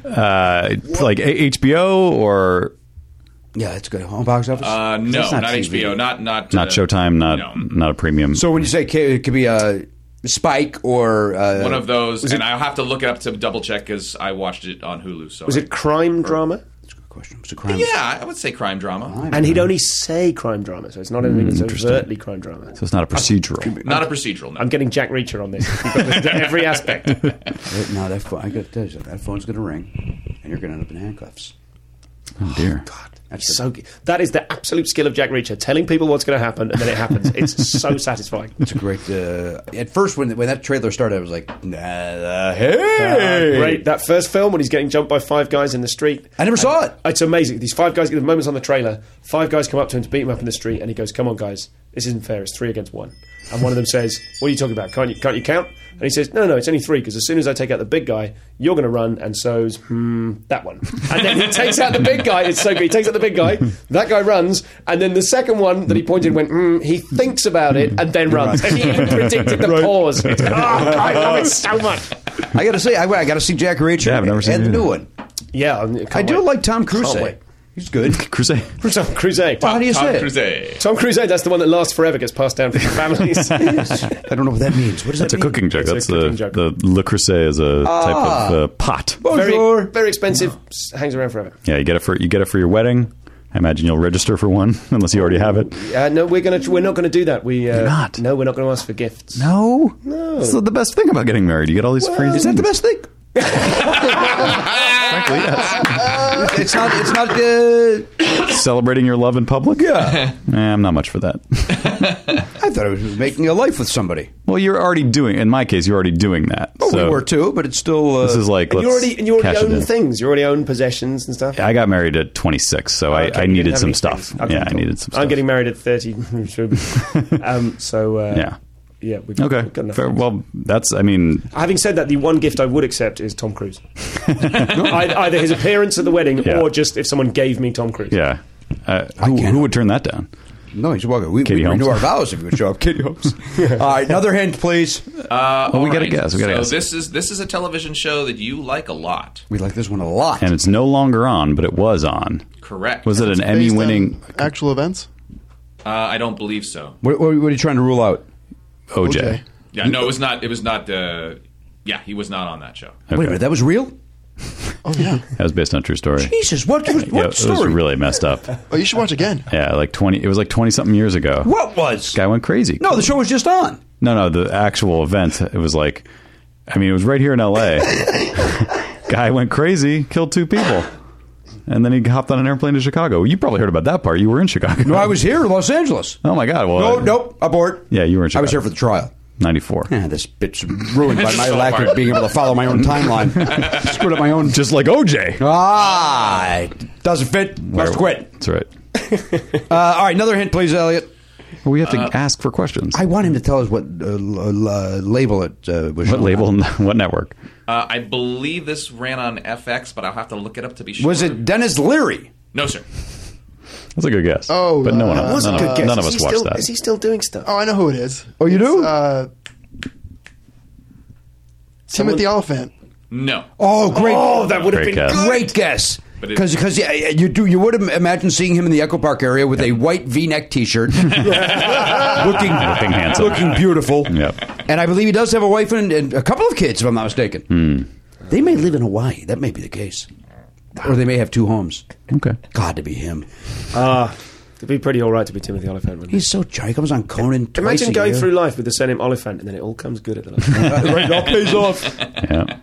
B: uh, like A- HBO or
A: yeah, that's good. Home box office.
E: Uh, no,
A: That's
E: not,
A: TV.
E: HBO. Not not
B: not
E: uh,
B: Showtime, not
E: no.
B: not a premium.
A: So when you say ca- it could be a Spike or uh,
E: One of those, and I'll have to look it up to double check because I watched it on Hulu. So
H: Was it crime drama?
A: Good question. It's a crime.
E: Yeah, I would say crime drama.
H: And he'd only say crime drama, so it's not anything that's overtly crime drama.
B: Hmm, So it's not a procedural.
E: Not a procedural. No.
H: I'm getting Jack Reacher on this. You've got to listen to every aspect.
A: Wait, Uh, No, that phone. I got to tell you something. That phone's going to ring, and you're going to end up in handcuffs.
B: Oh dear.
A: That's
H: It's
A: the-
H: so g- that is the absolute skill of Jack Reacher, telling people what's going to happen and then it happens. It's so satisfying.
A: It's a great. Uh, at first, when when that trailer started, I was like, nah, uh, "Hey,
H: Uh, great. That first film when he's getting jumped by five guys in the street.
A: I never saw it.
H: It's amazing. These five guys, the moment's on the trailer, five guys come up to him to beat him up in the street, and he goes, Come on, guys, this isn't fair. It's three against one. And one of them says, What are you talking about? Can't you, can't you count? And he says, No, no, it's only three, because as soon as I take out the big guy, you're going to run, and so's hmm, that one. And then he takes out the big guy. It's so good. He takes out the big guy, that guy runs, and then the second one that he pointed went, hmm, he thinks about it, and then runs. And he even predicted the pause. It's- oh, I love it so much.
A: I got to say, I, got to see Jack Reacher
B: Yeah, I've never seen
A: and
B: it
A: the
B: either.
A: new one.
H: Yeah, I'm-
A: I
H: can't
A: do
H: wait.
A: like Tom Cruise.
H: Can't wait.
A: He's good.
B: Crusade.
H: Tom Cruise.
A: Well, how do you
E: Tom
A: say it?
E: Cruise.
H: Tom Cruise, that's the one that lasts forever, gets passed down from the families.
A: I don't know what that means. What does
B: That's a
A: that mean?
B: cooking joke.
H: It's a
B: That's
H: cooking
B: the,
H: joke.
B: the Le Creuset is a type of uh, pot.
H: very, very expensive, s- hangs around forever.
B: Yeah, you get it for you get it for your wedding. I imagine you'll register for one unless you already have it.
H: Uh, no, we're gonna we're not gonna do that. We uh,
B: not?
H: No, we're not gonna ask for gifts.
B: No, no. It's the best thing about getting married. You get all these free.
A: Is that the best thing?
B: Frankly, yes.
A: It's not. It's not. Uh,
B: Celebrating your love in public. Yeah, I'm not much for that.
A: I thought I was making a life with somebody.
B: well, you're already doing. In my case, you're already doing that.
A: Well,
B: so
A: we were too, but it's still. Uh,
B: This is like
H: And you
B: let's
H: already and you already
B: cash it
H: own
B: in.
H: things. You already own possessions and stuff.
B: I got married at 26, so
H: Okay,
B: I, I
H: you didn't
B: needed
H: have
B: some
H: any
B: stuff.
H: things. Okay,
B: yeah,
H: cool.
B: I needed some. stuff.
H: I'm getting married at 30. so, um, so uh,
B: Yeah.
H: yeah. We've, We've got
B: Okay.
H: enough
B: Fair.
H: things.
B: Well, that's. I mean,
H: Having said that, the one gift I would accept is Tom Cruise. Ei- Either his appearance at the wedding
B: Yeah.
H: or just if someone gave me Tom Cruise.
B: yeah. Uh, who, who would turn that down?
A: no, he's welcome. We,
B: Katie
A: we renew our
B: Holmes.
A: vows if you would show up. Kitty Holmes. All right, another hint, please.
E: Uh,
B: Oh, we
E: all
B: gotta guess, we gotta
E: so
B: guess.
E: this is this is a television show that you like a lot.
A: We like this one a lot.
B: And it's no longer on, but it was on.
E: Correct.
B: Was it an
F: Based on
B: Emmy-winning
F: actual events?
E: Uh, I don't believe so.
A: what, what, what are you trying to rule out?
B: OJ?
F: OJ.
E: Yeah, no, it was not. It was not. Uh, yeah, he was not on that show.
B: Okay.
A: Wait a minute, that was real.
F: Oh yeah.
B: that was based on a true story.
A: Jesus, what what,
B: yeah,
A: what
B: it was
A: story?
B: really messed up.
F: Oh, you should watch again.
B: Yeah, like 20. It was like 20 something years ago.
A: what was?
B: Guy went crazy.
A: No, the show was just on.
B: No, no, the actual event. It was like, I mean, it was right here in L.A. Guy went crazy, killed two people, and then he hopped on an airplane to Chicago. You probably heard about that part. You were in Chicago.
A: No, I was here in Los Angeles.
B: Oh my God! Well,
A: No, nope, abort.
B: Yeah, you were in
A: I was
B: Chicago.
A: here for the trial.
B: Ninety-four.
A: Yeah, Ah, this bit's ruined by my
E: fell
A: lack of
E: apart.
A: being able to follow my own timeline. Screwed up my own.
B: Just like OJ.
A: Ah, it doesn't fit. Must quit.
B: That's right.
A: Uh, all right, another hint, please, Elliot.
B: Well, we have to ask for questions.
A: Uh, I want him to tell us what uh, l- uh, label it uh, was.
B: what
A: shown
B: label?
A: on.
B: and What network?
E: Uh, I believe this ran on FX, but I'll have to look it up to be sure.
A: Was it Dennis Leary?
E: No, sir.
B: That's a good guess.
F: Oh,
B: but no one.
F: uh, That was a
B: none,
F: good
B: of,
F: guess.
B: none of us
H: Is he
B: watched
H: still-
B: that.
H: Is he still doing stuff?
F: Oh, I know who it is.
A: Oh, you
F: It's,
A: do?
F: Uh, Timothy Oliphant.
E: No.
A: Oh, great!
H: Oh, that would have
B: Great
H: been
B: guess.
H: good.
A: Great guess.
E: But it-
A: Because because yeah, yeah, you do you would im- imagine seeing him in the Echo Park area with a white V-neck T-shirt, looking
B: Looking handsome.
A: looking beautiful.
B: Yep.
A: And I believe he does have a wife and, and a couple of kids, if I'm not mistaken.
B: Hmm.
A: They may live in Hawaii. That may be the case, or they may have two homes.
B: Okay.
A: God, to be him.
H: Ah, it'd be pretty all right to be Timothy Oliphant. wouldn't it?
A: He's so charming. He comes on Conan. Twice
H: Imagine
A: a
H: going
A: year.
H: through life with the surname Oliphant and then it all comes good at the last.
A: right now, pays off.
B: Yeah.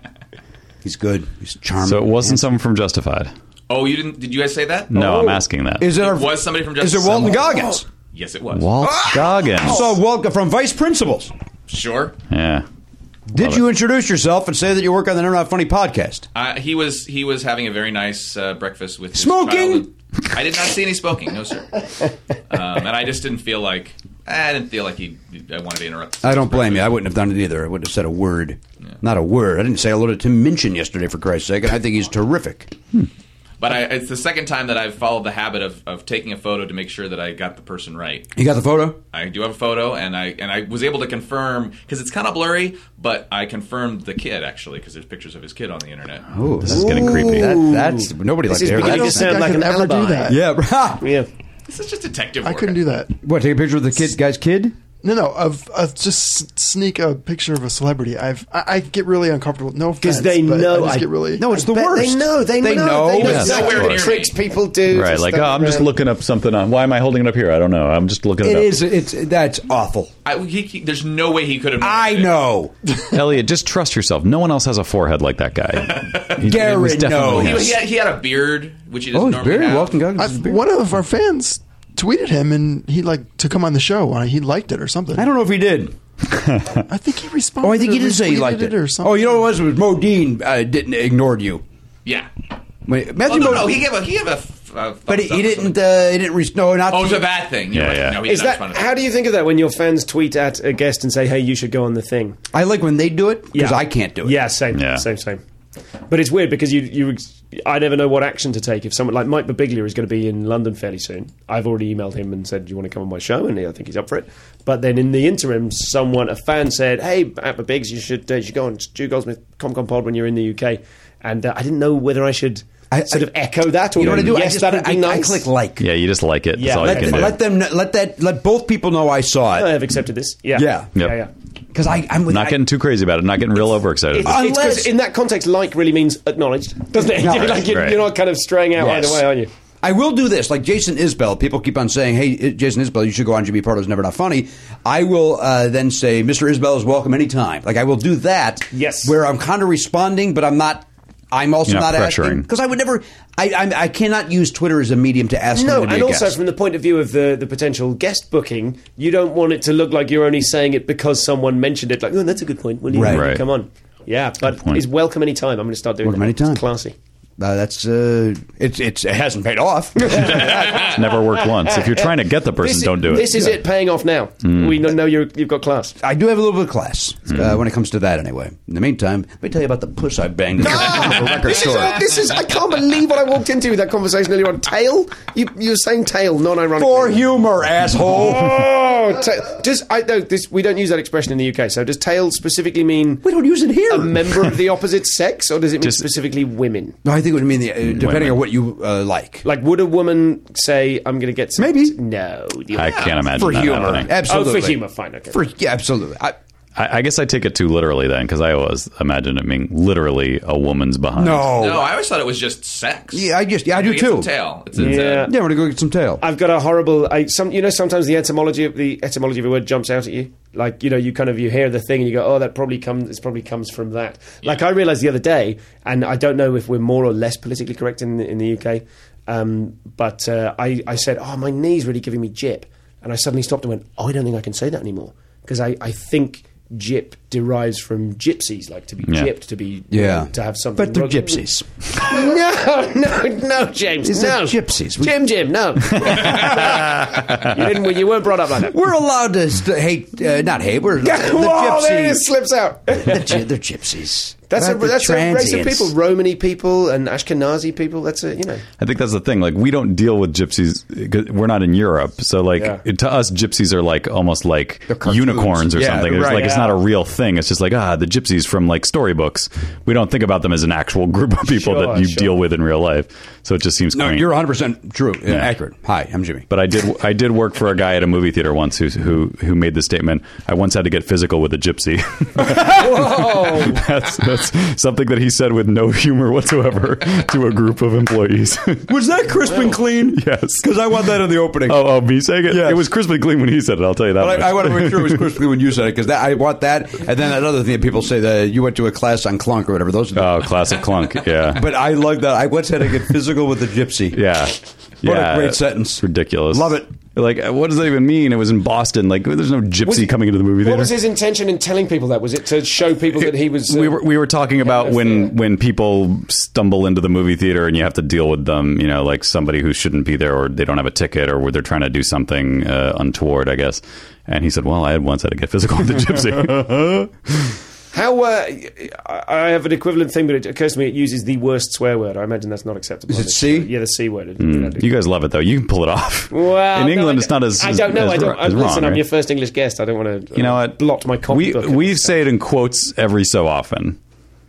A: He's good. He's charming.
B: So it wasn't someone from Justified.
E: Oh, you didn't? Did you guys say that?
B: No, I'm asking that.
A: Oh. Is it, our-
E: was somebody from
A: Is
E: Justice
A: it Walton
E: Someone-
A: Goggins?
E: Yes, it was. Ah!
B: Walt
A: Ah!
B: Goggins?
A: So Walt from Vice Principals.
E: Sure.
B: yeah.
A: Did
B: Love
A: you introduce yourself and say that you work on the Never Not Funny podcast?
E: Uh, he was he was having a very nice uh, breakfast with his
A: Smoking?
E: childhood- I did not see any smoking. No, sir. Um, and I just didn't feel like I didn't feel like he. I wanted to interrupt.
A: I don't blame you. I wouldn't have done it either. I wouldn't have said a word. Not a word. I didn't say hello to Tim Minchin yesterday, for Christ's sake. And I think he's terrific.
E: But I, it's the second time that I've followed the habit of, of taking a photo to make sure that I got the person right.
A: You got the photo?
E: I do have a photo, and I and I was able to confirm because it's kind of blurry, but I confirmed the kid actually because there's pictures of his kid on the internet.
A: Ooh,
B: This is getting creepy.
A: That, that's nobody likes
H: is
A: to hear
H: beginning
A: that.
H: to sound like an
F: could ever
H: alibi.
F: do that.
A: Yeah, right.
H: yeah.
E: This is just detective
F: I
E: work.
F: couldn't do that.
A: What? Take a picture of the kid, guy's kid.
F: No, no. Of, of just s- sneak a picture of a celebrity. I've I, I get really uncomfortable. No, because
H: they know
F: I just
H: I-
F: get really
A: No, it's the
H: Bet
A: worst.
H: They know. They,
A: They
H: know.
A: know.
H: They know
A: Yes,
H: exactly
E: of
H: what
E: course.
H: tricks people do. to
B: Right, like, oh,
H: stumble
B: I'm just
H: around.
B: looking up something on. Why am I holding it up here? I don't know. I'm just looking it,
A: It
B: up.
A: is. It's that's awful.
E: I, he, he- there's no way he could have. known
A: I
E: that.
A: know.
B: Elliot, just trust yourself. No one else has a forehead like that guy. He, it was
A: Garrett
B: definitely
E: He,
A: knows.
B: him.
E: he, had, he had a beard, which he doesn't
A: Oh, he's
E: normally
A: very
E: have.
A: welcome, guys.
F: I've, one of our fans tweeted him and he like to come on the show. and He liked it or something.
A: I don't know if he did.
F: I think he responded.
A: Oh, I think
F: or
A: he did say he
F: retweeted
A: liked it.
F: or something.
A: Oh, you know what it was? It was Mo Dean uh, didn't ignored you.
E: Yeah.
A: Wait,
E: Oh,
A: Matthew
E: no,
A: Modine-
E: no, he gave a he gave a. f- a
A: but
E: thumbs
A: he, he
E: up or
A: didn't.
E: something.
A: Uh, he didn't reach. No, not.
E: Oh, it's a bad thing. You're
B: Yeah,
E: right.
B: yeah.
E: No, he
H: Is
E: did not
H: that
E: respond to
H: how do you think of that when your fans tweet at a guest and say, "Hey, you should go on the thing"?
A: I like when they do it because I can't do it.
H: Yeah, same,
B: Yeah.
H: same, same. But it's weird because you, you, I never know what action to take. If someone like Mike Babiglia is going to be in London fairly soon, I've already emailed him and said, "Do you want to come on my show?" And I think he's up for it. But then in the interim, someone, a fan, said, "Hey, at Babigs, you should, uh, you should go on Stu Goldsmith ComCom Pod when you're in the UK." And uh, I didn't know whether I should
A: I-
H: sort
A: I-
H: of echo that? Or
A: You know what I do?
H: Yes,
A: I just
H: that'd
A: I,
H: be nice.
A: I click like.
B: Yeah, you just like it.
H: Yeah,
B: That's all
H: let
B: you
A: Let,
B: can
A: them,
B: do.
A: let them let that let both people know I saw
H: I
A: it
H: have accepted this. Yeah.
A: Yeah.
B: Yep.
H: Yeah, yeah.
A: because I I'm with,
B: not
A: I-
B: getting too crazy about it. Not getting real overexcited.
H: It's, it's 'cause
A: Unless-
H: in that context, like really means acknowledged, doesn't it?
A: Acknowledged,
H: like you're,
B: right.
H: you're not kind of straying out
A: Yes.
H: either way, are you?
A: I will do this. Like Jason Isbell, people keep on saying, "Hey, uh, Jason Isbell, you should go on Jimmy Pardo's Never Not Funny." I will uh, then say, "Mr. Isbell is welcome anytime." Like I will do that.
H: Yes.
A: where I'm kind of responding, but I'm not. I'm also
B: You're not
A: asking
B: pressuring.
A: because I would never. I, I I cannot use Twitter as a medium to ask.
H: No,
A: them to be
H: and
A: a
H: also
A: guest.
H: from the point of view of the, the potential guest booking, you don't want it to look like you're only saying it because someone mentioned it. Like, oh, that's a good point. Will you
A: Right.
H: will you
B: Right.
H: come on? Yeah, but
B: point.
H: it's welcome anytime. I'm going to start doing
A: Welcome
H: that.
A: anytime.
H: It's classy.
A: Uh, that's uh, it's it's it hasn't paid off.
B: It's never worked once. If you're trying to get the person,
H: This-
B: don't do it. Mm.
H: This is it paying off now. We know, know you're, you've got class.
A: I do have a little bit of class uh, when it comes to that. Anyway, in the meantime, let me tell you about the puss I banged. in the Ah, record
H: this
A: store.
H: is all- this is. I can't believe what I walked into with that conversation earlier on. Tail. You you're saying tail, non-ironically.
A: for humor, asshole.
H: Oh, ta- does I no, this we don't use that expression in the UK. So does tail specifically mean
A: we don't use it here.
H: a member of the opposite sex, or does it mean
B: Just-
H: specifically women?
A: No, I think it would mean the, uh, depending on what you uh, like.
H: Like, would a woman say, "I'm going to get some"?
A: Maybe.
H: No, the-
B: I can't imagine
A: for
B: that
A: humor,
B: happening.
A: absolutely.
H: Oh, for humor, fine. Okay.
A: For- yeah, absolutely. I,
B: I, I guess I take it too literally then, because I always imagine it being literally a woman's behind.
A: no,
E: No, I always thought it was just sex.
A: Yeah, I just- yeah, I do
E: It's a
A: too.
E: tail. It's a it's
H: Yeah.
E: a-
A: yeah, we're gonna go get some tail.
H: I've got a horrible. I, some you know sometimes the etymology of the etymology of a word jumps out at you. Like you know you kind of you hear the thing and you go oh that probably comes it probably comes from that. Like I realized the other day, and I don't know if we're more or less politically correct in the, in the UK, um, but uh, I I said oh my knee's really giving me jip, and I suddenly stopped and went oh I don't think I can say that anymore because I I think. Jip derives from gypsies, like to be
B: Yeah.
H: gypped, to be
A: yeah,
H: to have something.
A: But they're
H: wrong-
A: gypsies.
H: no, no, no, James.
A: These
H: no.
A: are gypsies. We-
H: Jim, Jim, no. you, didn't, you weren't brought up like that.
A: We're allowed to st- hate, uh, not hate. We're the
H: Whoa, there it
A: gypsies.
H: is, slips out.
A: They're, gy- they're gypsies.
H: That's, a,
A: Right, they're
H: that's a race of
A: transients.
H: people, Romany people and Ashkenazi people. That's a, you know.
B: I think that's the thing. Like, we don't deal with gypsies. 'cause We're not in Europe, so like
H: Yeah.
B: it- to us, gypsies are like almost like
A: cartoons.
B: unicorns or
A: Yeah,
B: something. It's
A: right,
B: like it's
H: yeah.
B: not a real thing. It's just like ah, the gypsies from like storybooks. We don't think about them as an actual group of people
H: Sure,
B: that you
H: sure.
B: deal with in real life. So it just seems
A: No,
B: quaint.
A: you're 100 percent true, and accurate. Hi, I'm Jimmy.
B: But I did I did work for a guy at a movie theater once who who who made the statement. I once had to get physical with a gypsy.
H: Whoa.
B: that's that's something that he said with no humor whatsoever to a group of employees.
A: Was that crisp and clean?
B: Yes.
A: because I want that in the opening.
B: oh, oh, me saying it.
A: Yes.
B: It was crisp and clean when he said it. I'll tell you that.
A: But I, I
B: much.
A: want to make sure it was crisp and clean when you said it because I want that. And then that other thing that people say that you went to a class on clunk or whatever. Those are the
B: Oh, classic clunk. Yeah.
A: But I like that. I once had to get physical with a gypsy.
B: yeah.
A: What a
B: yeah.
A: great sentence.
B: Ridiculous.
A: Love it.
B: Like, uh, what does that even mean? It was in Boston. Like, there's no gypsy coming into the movie
H: What
B: theater.
H: was his intention in telling people that? Was it to show people that he was. uh,
B: we were we were talking about
H: that's
B: when
H: fair.
B: when people stumble into the movie theater and you have to deal with them, you know, like somebody who shouldn't be there or they don't have a ticket or they're trying to do something uh, untoward, I guess. And he said, "Well, I had once had to get physical with a gypsy."
H: How. Uh, I I have an equivalent thing, but it occurs to me it uses the worst swear word. I imagine that's not acceptable.
A: Is
H: on
A: it
H: this
A: C?
H: show. Yeah, the C word.
B: you guys love it though; you can pull it off.
H: Well,
B: in
H: no,
B: England,
H: I
B: it's not
H: don't-
B: as
H: I don't know.
B: as-
H: I don't.
B: as
H: I'm,
B: wrong,
H: listen, I'm
B: right?
H: your first English guest. I don't want to.
B: You know what?
H: Blocked my copybook.
B: We
H: and
B: we
H: stuff.
B: say it in quotes every so often.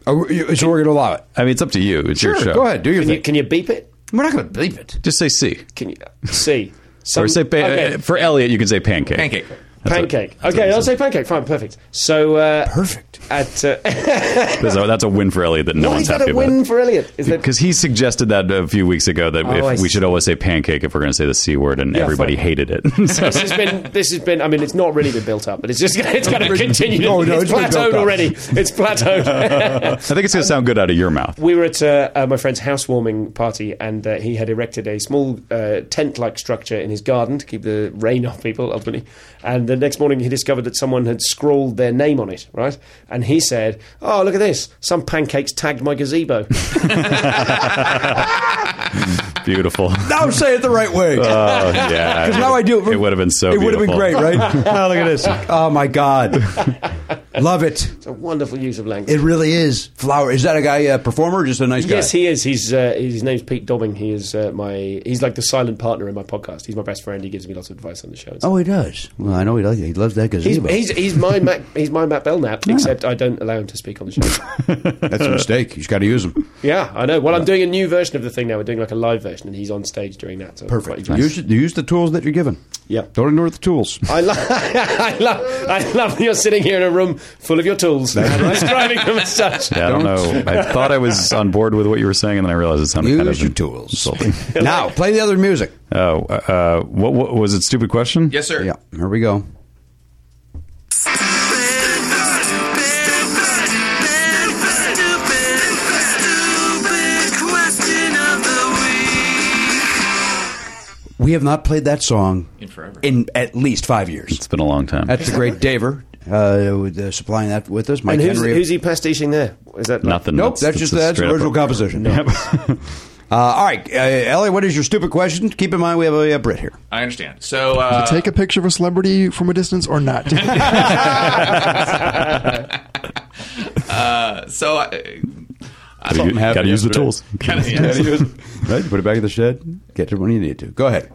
A: Oh, you- So we're going to allow it.
B: I mean, it's up to you. It's your show.
A: Go ahead. Do your
H: Can
A: thing.
H: you, can you beep it?
A: we're not going to bleep it.
B: Just say C.
H: Can you see? Some,
B: or say pa-
H: Um, okay.
B: uh, for Elliot, you can say pancake.
E: pancake.
B: That's what-
H: pancake.
B: that's what
H: okay,
B: he
H: I'll
B: said.
H: say pancake. Fine, perfect. So uh,
A: Perfect.
H: at uh,
B: That's a, that's a win for Elliot that no
H: why
B: one's
H: is that
B: happy
H: a
B: about.
H: win for Elliot? Is that
B: Because he suggested that a few weeks ago
A: Oh,
B: that
H: I
B: if we
H: see.
B: should always say pancake if we're going to say the c word, and everybody
H: fine.
B: hated it. So-
H: this has been this has been I mean it's not really been built up but it's just it's kind of continued
A: No, no, it's
H: it's,
A: been built
H: plateaued
A: up.
H: already it's plateaued
B: I think it's going to sound good out of your mouth.
H: we were at uh, uh, my friend's housewarming party, and uh, he had erected a small uh, tent-like structure in his garden to keep the rain off people, ultimately. And the next morning, he discovered that someone had scrawled their name on it, right? And he said, "Oh, look at this! Some pancakes tagged my gazebo."
B: Beautiful.
A: Now say it the right way.
B: Oh yeah.
A: Because now I do.
B: It would have been so.
A: It would have been
B: beautiful.
A: great, right? oh, look at this. Oh my God, love it.
H: it's a wonderful use of language.
A: It really is. Flower. Is that a guy uh, performer? Or just a nice guy.
H: Yes, he is. He's uh, his name's Pete Dobbing. He is uh, my he's like the silent partner in my podcast. He's my best friend. He gives me lots of advice on the show. and stuff.
A: Oh, he does. Well, I know he does. He loves that
H: He's,
A: gazebo.
H: he's, he's my Mac, he's my Matt Belknap, except I don't allow him to speak on the show.
A: That's a mistake. He's got to use him.
H: Yeah, I know. Well, I'm doing a new version of the thing now. We're doing like a live version, and he's on stage during that. So I'm quite
A: Perfect.
H: excited.
A: Use, use the tools that you're given.
H: Yeah.
A: Don't ignore the tools.
H: I, lo- I love, I love when you're sitting here in a room full of your tools, describing them as such.
B: Yeah, I don't know. I thought I was on board with what you were saying, and then I realized it sounded kind
A: Use
B: of
A: your tools.
B: insulting.
A: now, play the other music.
B: Oh, uh, what, what was it? Stupid question.
E: Yes, sir.
A: Yeah, here we go. We have not played that song
E: In forever.
A: in at least five years.
B: It's been a long time.
A: That's the great Daver uh, with, uh, supplying that with us. Mike
H: And who's,
A: Henry.
H: who's he pastiching there? Is that like-
B: Nothing.
A: nope, that's, just
B: a
A: that's
B: straight up-
A: original composition.
B: Yep.
A: Uh, all right, uh, Ellie, what is your stupid question? Keep in mind we have a, a Brit here.
E: I understand. So uh,
F: Take a picture of a celebrity from a distance or not.
E: so uh, I,
B: Gotta use-
A: happened
B: gotta use the
E: yesterday.
B: tools.
E: Gotta use-
A: right, put it back in the shed. Get it when you need to. Go ahead.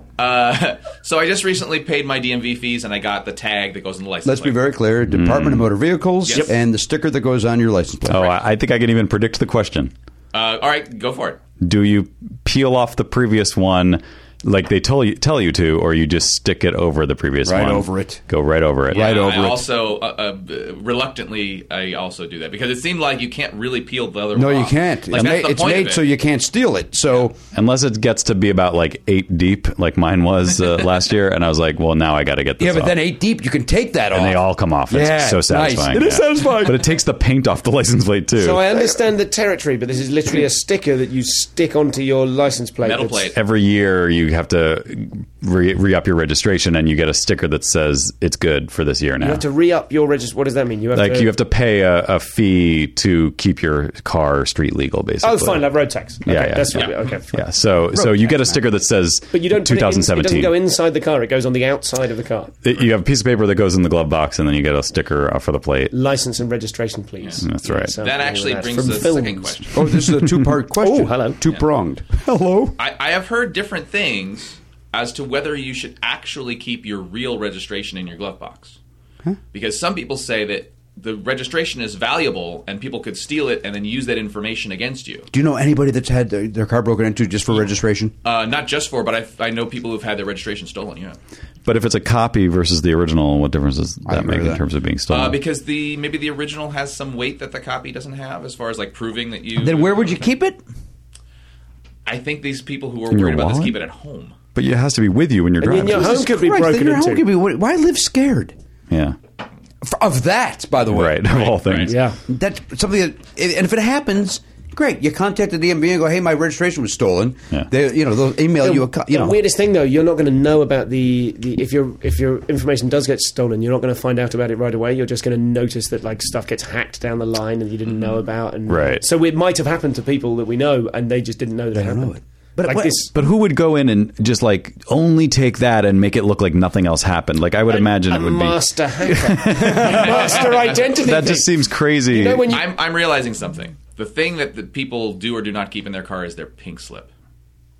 E: so I just recently paid my DMV fees and I got the tag that goes in the license.
A: Let's be
E: plate.
A: very clear: Department of Motor Vehicles
E: Yep.
A: and the sticker that goes on your license plate.
B: Oh, I, I think I can even predict the question.
E: Uh, all right, go for it.
B: Do you peel off the previous one, like they tell you tell you to, or you just stick it over the previous
A: Right
B: one?
A: over it.
B: Go right over it.
E: Yeah,
B: right over
E: I
B: it.
E: also uh, uh, reluctantly I also do that because it seemed like you can't really peel the other
A: No,
E: one
A: you
E: off.
A: can't. it's
E: Like, that's
A: made,
E: the
A: it's
E: point of
A: made
E: it.
A: so you can't steal it. So
B: Unless it gets to be about like eight deep, like mine was uh, last year, and I was like, well, now I got to get this.
A: yeah, but
B: off.
A: then eight deep, you can take that off.
B: and they all come off. It's
A: Yeah,
B: so
A: nice.
B: satisfying.
A: It
B: is satisfying, but it takes the paint off the license plate too.
H: So I understand the territory, but this is literally a sticker that you stick onto your license plate.
E: Metal
H: that's-
E: plate.
B: Every year you have to re- re-up your registration, and you get a sticker that says it's good for this year now.
H: You have to re-up your register. What does that mean? You have
B: like
H: to,
B: you have to pay a, a fee to keep your car street legal, basically.
H: Oh, fine, like road tax. Okay,
B: Yeah, yeah,
H: that's
B: yeah.
H: right. Okay, fine.
B: Yeah, so so you get a sticker that says
H: But you don't. put it in- it
B: 2017.
H: doesn't go inside the car. It goes on the outside of the car.
B: It- you have a piece of paper that goes in the glove box, and then you get a sticker off of the plate.
H: License and registration, please.
B: That's right.
H: so-
E: That
H: Yeah,
E: actually
H: that's
E: brings
H: from
E: the second
H: films.
E: question.
A: oh, this is a two-part question.
H: Oh, hello.
A: Two pronged. Hello.
E: I, I have heard different things as to whether you should actually keep your real registration in your glove box. Because some people say that the registration is valuable and people could steal it and then use that information against you.
A: Do you know anybody that's had their, their car broken into just for registration?
E: Uh, not just for, but I, I know people who've had their registration stolen, yeah.
B: But if it's a copy versus the original, what difference does that
A: agree
B: make
A: with
B: in
A: that.
B: terms of being stolen?
E: Uh, because the maybe the original has some weight that the copy doesn't have as far as like proving that you.
A: Then where would you keep it?
E: I think these people who are
B: In your
E: worried about this
B: wallet?
E: keep it at home.
B: but it has to be with you when you're
H: I mean,
B: driving.
H: your home could be
A: Christ, then
H: broken
A: your home
H: into.
A: could be- why live scared?
B: yeah,
A: F- Of that, by the way.
B: right. Of all things,
H: yeah.
A: That's something that, and if it happens, great. You contact the DMV and go, "Hey, my registration was stolen."
B: Yeah.
A: They, you know, they'll email you a, co- you
H: the
A: know,
H: weirdest thing though, you're not going to know about the, the if your if your information does get stolen, you're not going to find out about it right away. You're just going to notice that like stuff gets hacked down the line and you didn't
E: Mm-hmm.
H: know about. And
B: Right.
H: so it might have happened to people that we know and they just didn't know that it happened.
A: know it. But
H: like
A: what-
H: this,
B: But who would go in and just like only take that and make it look like nothing else happened? Like I would imagine
H: a
B: it would
H: master hacker, master
B: be.
H: identity.
B: That just
H: thief.
B: seems crazy.
H: You know when you
E: I'm, I'm realizing something. The thing that the people do or do not keep in their car is their pink slip.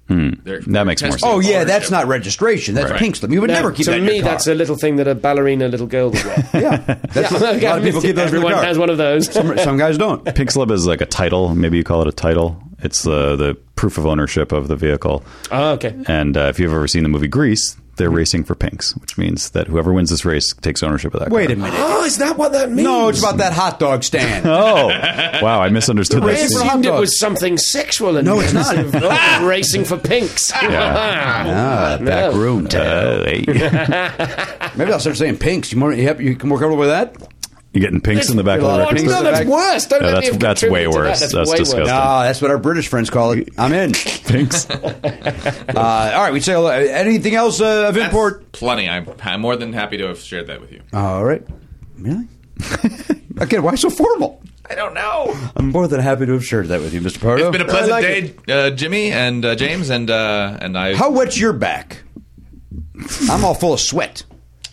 A: Hmm.
E: Their- their
B: makes more
E: test
B: sense.
A: Oh yeah,
E: ownership.
A: that's not registration. That's
B: Right.
A: pink slip. You would
H: No,
A: never keep
H: to
A: that in your
H: me,
A: car.
H: that's a little thing that a ballerina little girl would wear.
A: yeah. That's what- a lot of people keep those in
H: Everyone
A: their car.
H: has one of those.
A: Some, some guys don't.
B: Pink slip is like a title. Maybe you call it a title. It's uh, the proof of ownership of the vehicle.
H: Oh, okay.
B: And uh, if you've ever seen the movie Grease, they're racing for pinks, which means that whoever wins this race takes ownership of that.
A: Wait
B: car.
A: a minute.
H: Oh, is that what that means?
A: No, it's about that hot dog stand.
B: Oh, wow! I misunderstood
H: I
B: that.
A: Racing for
B: scene.
A: hot
H: assumed it
A: dogs.
H: was something sexual and
A: No, it's not.
H: Oh, racing for pinks.
A: Ah, back
H: No.
A: room.
B: Uh, hey.
A: Maybe I'll start saying pinks. You more, yep, you more comfortable with that?
B: You getting pinks in the back of the
H: Oh,
B: red
A: pinks
H: no,
A: in
B: Wings?
A: the
H: that's
A: back.
H: worse. Don't
B: No,
H: let me
B: that's-
H: have
B: that's way
H: contributed to
B: worse.
H: That.
B: That's
H: way
B: disgusting.
H: Worse.
A: Ah, that's what our British friends call it. I'm in.
B: Pinks.
A: Uh, all right, we say hello. anything else uh, of
E: That's
A: import.
E: plenty. I'm, I'm more than happy to have shared that with you.
A: All right. Really? Again, why so formal?
E: I don't know.
A: I'm more than happy to have shared that with you, Mr. Pardo.
E: It's been a pleasant
A: uh, I like it.
E: day, uh, Jimmy and uh, James, and uh, and I.
A: How wet's your back? I'm all full of sweat.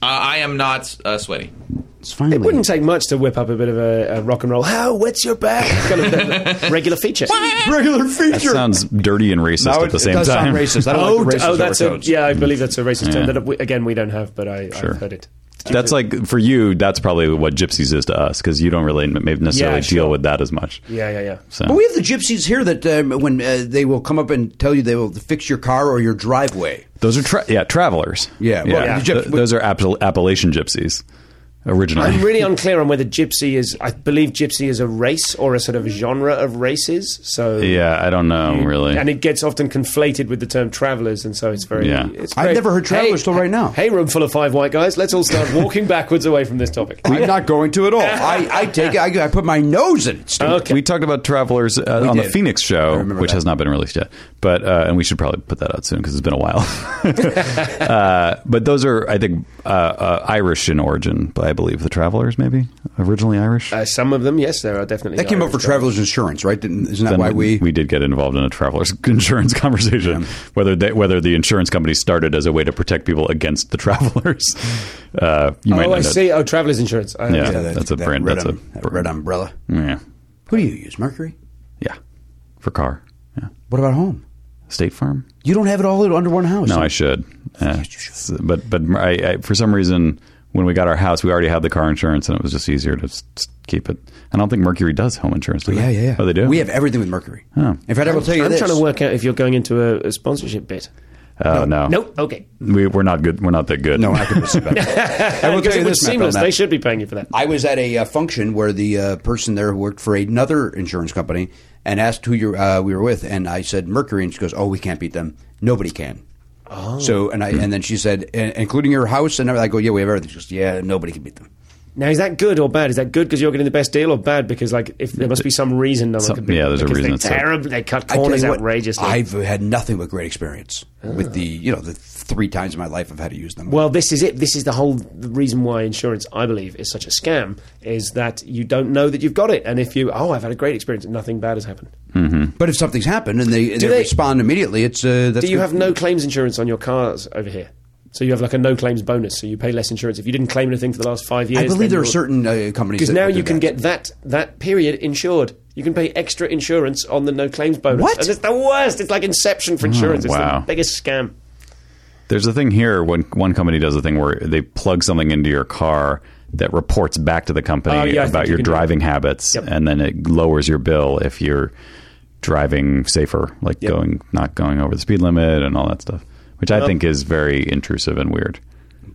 E: Uh, I am not uh, sweaty.
A: It's finally.
H: It wouldn't take much to whip up a bit of a, a rock and roll. How wet's your back? kind of regular feature.
A: regular
B: That
A: feature.
B: sounds dirty and racist
A: Now
B: at the
A: it
B: same
A: does
B: time.
A: sound racist. I don't
H: oh,
A: like
H: d-
A: the racist
H: oh, that's a,
A: overtones.
H: yeah. I believe that's a racist
B: Yeah.
H: term that we, again we don't have, but I,
B: Sure.
H: I've heard it.
B: that's like for you. That's probably what gypsies is to us because you don't really n- maybe necessarily
H: Yeah, sure.
B: deal with that as much.
H: Yeah, yeah, yeah.
B: So.
A: But we have the gypsies here that um, when uh, they will come up and tell you they will fix your car or your driveway.
B: Those are tra- yeah travelers.
A: Yeah, well, Yeah. gyp-
B: Th- those are Appal- Appalachian gypsies originally.
H: I'm really unclear on whether gypsy is. I believe gypsy is a race or a sort of genre of races. So
B: yeah, I don't know really.
H: and it gets often conflated with the term travelers, and so it's very.
B: Yeah.
H: it's
A: I've
H: very-
A: never heard travelers
H: hey,
A: till right now.
H: Hey, room full of five white guys, let's all start walking backwards away from this topic.
A: I'm not going to at all. I, I take it. I, I put my nose in it. Stupid.
B: We talked about travelers uh, on the
A: did.
B: Phoenix
A: I
B: show,
A: remember
B: which
A: that.
B: has not been released yet, but uh, and we should probably put that out soon because it's been a while. uh, but those are, I think, uh, uh, Irish in origin. I believe the travelers, maybe originally Irish.
H: Uh, some of them, yes, there are definitely.
A: That came up
H: Irish
A: for
H: travelers.
A: travelers insurance, right? Didn't, isn't that
B: Then
A: why we?
B: we did get involved in a travelers insurance conversation whether they, whether the insurance company started as a way to protect people against the travelers. Uh, you might
H: Oh,
B: know
H: I
B: that.
H: see. Oh, travelers insurance. I
B: Yeah.
H: yeah.
B: that's a brand-
A: Red,
B: that's a
A: um, that
B: br-
A: red umbrella.
B: Yeah,
A: Who do you use? Mercury.
B: yeah, for car. Yeah,
A: What about home?
B: State Farm.
A: You don't have it all under one house.
B: No, I should. Yeah. S- But but I, I, for some reason, when we got our house, we already had the car insurance, and it was just easier to s- s- keep it. I don't think Mercury does home insurance. Do
A: Yeah,
B: they?
A: yeah, yeah.
B: Oh, they do.
A: We have everything with Mercury.
B: Oh.
A: In fact, I will tell you
H: I'm
A: this.
H: trying to work out if you're going into a, a sponsorship bit.
B: Oh no.
H: Nope. Okay.
B: We, we're not good. We're not that good.
A: No, I can listen back. I will
H: Because
A: tell you this, Matt,
H: it was
A: Bell,
H: seamless.
A: Matt.
H: They should be paying you for that.
A: I was at a uh, function where the uh, person there who worked for another insurance company and asked who you uh, we were with, and I said Mercury, and she goes, "Oh, we can't beat them. Nobody can." Oh. So and I and then she said, "In- including your house and everything. I go, "Yeah, we have everything." She goes, "Yeah, nobody can beat them."
H: Now, is that good or bad? Is that good because you're getting the best deal, or bad because like if there must be some reason? No one
B: Some-
H: could be,
B: yeah, there's a
H: because
B: reason it's
H: They're
B: so-
H: terrible. They cut
A: I tell
H: corners
A: you what,
H: outrageously.
A: I've had nothing but great experience with the you know the three times in my life I've had to use them.
H: Ah. Well, this is it. This is the whole reason why insurance, I believe, is such a scam. Is that you don't know that you've got it, and if you, oh, I've had a great experience, and nothing bad has happened.
A: but if something's happened and they, and they,
H: they-
A: respond immediately, it's uh, that's
H: Do you
A: good.
H: have no claims insurance on your cars over here? So you have like a no claims bonus, so you pay less insurance if you didn't claim anything for the last five years.
A: I believe there are certain uh, companies
H: because
A: that
H: now
A: will do
H: you can
A: that.
H: get that that period insured. You can pay extra insurance on the no claims bonus.
A: What?
H: And it's the worst. It's like Inception for insurance.
B: Hmm, wow.
H: It's the biggest scam.
B: There's a thing here when one company does a thing where they plug something into your car that reports back to the company
H: Oh, yeah, I
B: about
H: think you
B: your
H: can do
B: driving habits,
H: Yep.
B: and then it lowers your bill if you're driving safer, like
H: Yep.
B: going not going over the speed limit and all that stuff, which I think is very intrusive and weird.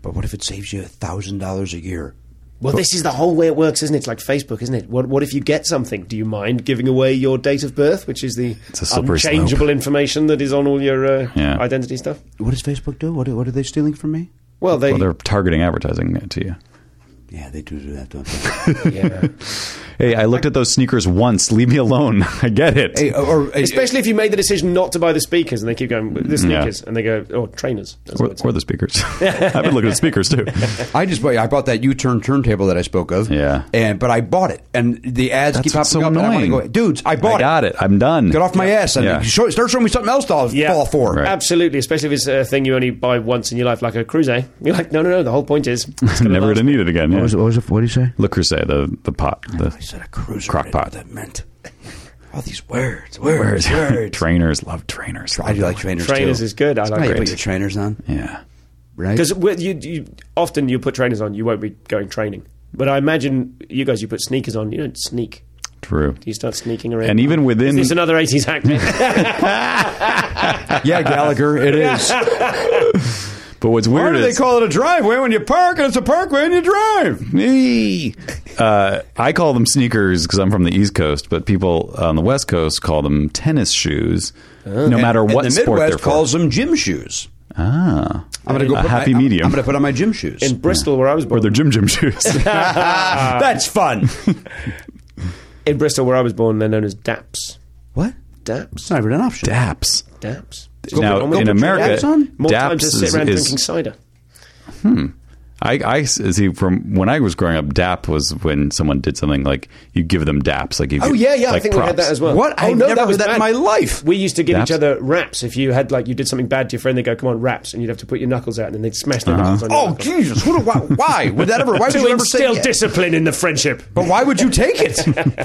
A: But what if it saves you thousand dollars a year?
H: Well, this is the whole way it works, isn't it? It's like Facebook, isn't it? What, what if you get something? Do you mind giving away your date of birth, which is the
B: a slippery slope.
H: unchangeable information that is on all your uh,
B: Yeah.
H: identity stuff?
A: What does Facebook do? What, what are they stealing from me?
H: Well, they.
B: Well, they're targeting advertising to you.
A: Yeah, they do do that, don't they?
H: yeah.
B: Hey, I looked at those sneakers once. Leave me alone. I get it.
A: Hey, oh, or, or-
H: Especially if you made the decision not to buy the speakers, and they keep going the sneakers, and they go, oh, trainers. That's
B: Mm. or,
H: what it's-
B: or the speakers. I've been looking at speakers too.
A: I just bought, I bought that U-turn turntable that I spoke of.
B: Yeah.
A: and but I bought it, and the ads
B: That's
A: keep popping
B: what's so
A: up. And I wanna
B: annoying,
A: go, Dudes, I bought
B: I got it. I'm done.
A: Get off my ass and
B: Yeah.
A: show, start showing me something else to I'll fall for.
B: Right.
H: Absolutely, especially if it's a thing you only buy once in your life, like a cruise. Eh? You're like, no, no, no. The whole point is it's gonna
B: Never
H: last.
B: to need it again. Yeah.
J: What was it? What was it? What did you say?
B: Le Creuset, the the pot, the
A: I said a cruiser.
B: Crock
A: I didn't know what
B: pot.
A: That meant all these words, words, words.
B: trainers love trainers.
A: I do like trainers.
H: Trainers
A: too.
H: is good. I
A: How you
H: like
A: put
H: it
A: your trainers on,
B: Yeah.
A: right?
H: because you, you often you put trainers on, you won't be going training. But I imagine you guys, you put sneakers on, you don't sneak.
B: True.
H: You start sneaking around,
B: And even within-
H: it's another eighties hack.
A: yeah, Gallagher, it is.
B: But what's
A: Why
B: weird
A: do they
B: is
A: call it a driveway when you park, and it's a parkway and you drive?
B: me. Uh, I call them sneakers because I'm from the East Coast, but people on the West Coast call them tennis shoes. no matter what
A: Oh, and the
B: sport
A: Midwest
B: they're
A: calls them gym shoes.
B: for. Ah,
A: I'm gonna go
B: a
A: put
B: happy
A: my, I'm-
B: medium,
A: I'm, gonna put on my gym shoes.
H: In Bristol, where I was born,
B: or their gym gym shoes.
A: That's fun.
H: in Bristol, where I was born, they're known as DAPs.
A: what?
H: DAPs,
A: It's not even an option.
B: Daps.
H: DAPs.
B: now
H: Go put
B: in
H: your
B: America,
H: DAPs on. more time
B: Daps
H: to
B: is,
H: sit around
B: is
H: drinking cider.
B: I, I see from when I was growing up, DAP was when someone did something like you give them DAPs, like you
H: Oh yeah, yeah. I
B: like
H: think we had
B: props.
H: that as well.
A: What?
H: Oh,
A: I've
H: no,
A: never
H: that was
A: heard that in
H: bad.
A: my life.
H: We used to give
B: Raps?
H: each other raps. If you had like you did something bad to your friend, they go, "Come on, raps," and you'd have to put your knuckles out, and then they'd smash their knuckles on your
A: Oh
H: knuckles.
A: Jesus! Who do, why, why would that ever? Why would
H: to
A: you ever say?
H: instill
A: that?
H: discipline in the friendship.
A: but why would you take it?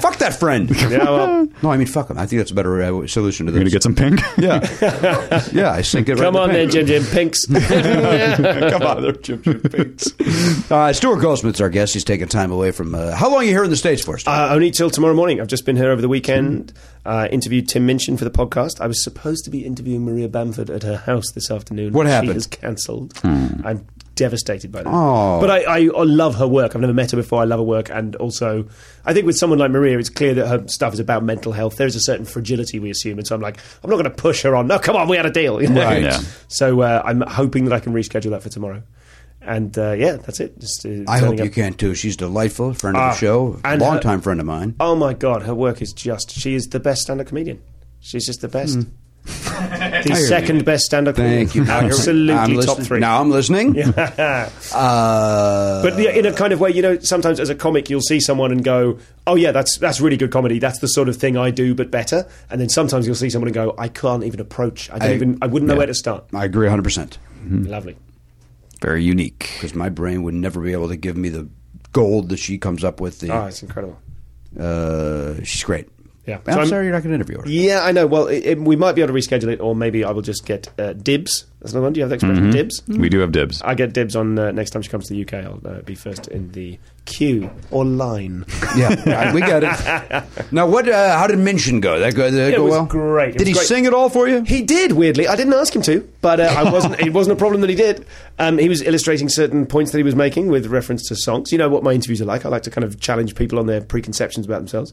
A: fuck that friend.
H: Yeah, well,
A: No, I mean fuck him. I think that's a better uh, solution to
B: You're gonna
A: this.
B: get some pink.
A: yeah, yeah. I think it.
H: come
A: right
H: on
A: in
H: then,
A: the
H: Jim Jim Pinks.
B: come on, they're gym gym pinks.
A: Uh, Stuart Goldsmith's our guest. He's taking time away from. Uh, how long are you here in the States for, Stuart?
H: Uh, only till tomorrow morning. I've just been here over the weekend.
A: Hmm.
H: Uh, interviewed Tim Minchin for the podcast. I was supposed to be interviewing Maria Bamford at her house this afternoon.
A: What
H: She
A: happened? Hmm.
H: has cancelled. I'm devastated by that.
A: Oh.
H: But I, I, I love her work. I've never met her before. I love her work. And also, I think with someone like Maria, it's clear that her stuff is about mental health. There is a certain fragility we assume. And so I'm like, I'm not going to push her on. No, come on, we had a deal. you know?
A: Right.
B: Yeah.
H: So uh, I'm hoping that I can reschedule that for tomorrow. And uh, yeah, that's it. Just uh,
A: I hope
H: turning
A: you
H: up.
A: can too. She's delightful, friend of
H: Ah,
A: the show,
H: and her-
A: longtime friend of mine.
H: Oh my god, her work is just. She is the best stand-up comedian. She's just the best. the second best stand-up
A: Hmm.
H: comedian.
A: Thank you. Now, here we- I'm
H: Absolutely top
A: listening.
H: three.
A: Now I'm listening. Uh,
H: But yeah, in a kind of way, you know, sometimes as a comic, you'll see someone and go, "Oh yeah, that's that's really good comedy. That's the sort of thing I do, but better." And then sometimes you'll see someone and go, "I can't even approach. I don't
A: I- Mm-hmm.
H: even. I wouldn't know where to start."
A: I agree 100 percent
H: Lovely.
B: Very unique.
A: because my brain would never be able to give me the gold that she comes up with. The,
H: Oh, it's incredible.
A: uh, she's great.
H: Yeah.
A: I'm,
H: So I'm-
A: sorry you're not going to interview her.
H: Yeah, I know. Well, it, it- we might be able to reschedule it, or maybe I will just get uh, dibs. That's another one. Do you have the
A: Mm-hmm.
H: expression dibs?
B: We do have dibs.
H: I get dibs on uh, next time she comes to the UK. I'll uh, be first in the queue or line.
A: Yeah, all right, we got it. Now, what? Uh, how did Minchin go? That go, did that
H: It
A: go
H: was
A: well?
H: great. It
A: did
H: was
A: he
H: great.
A: sing at all for you?
H: He did weirdly. I didn't ask him to, but uh, I wasn't. it wasn't a problem that he did. Um, he was illustrating certain points that he was making with reference to songs. You know what my interviews are like. I like to kind of challenge people on their preconceptions about themselves,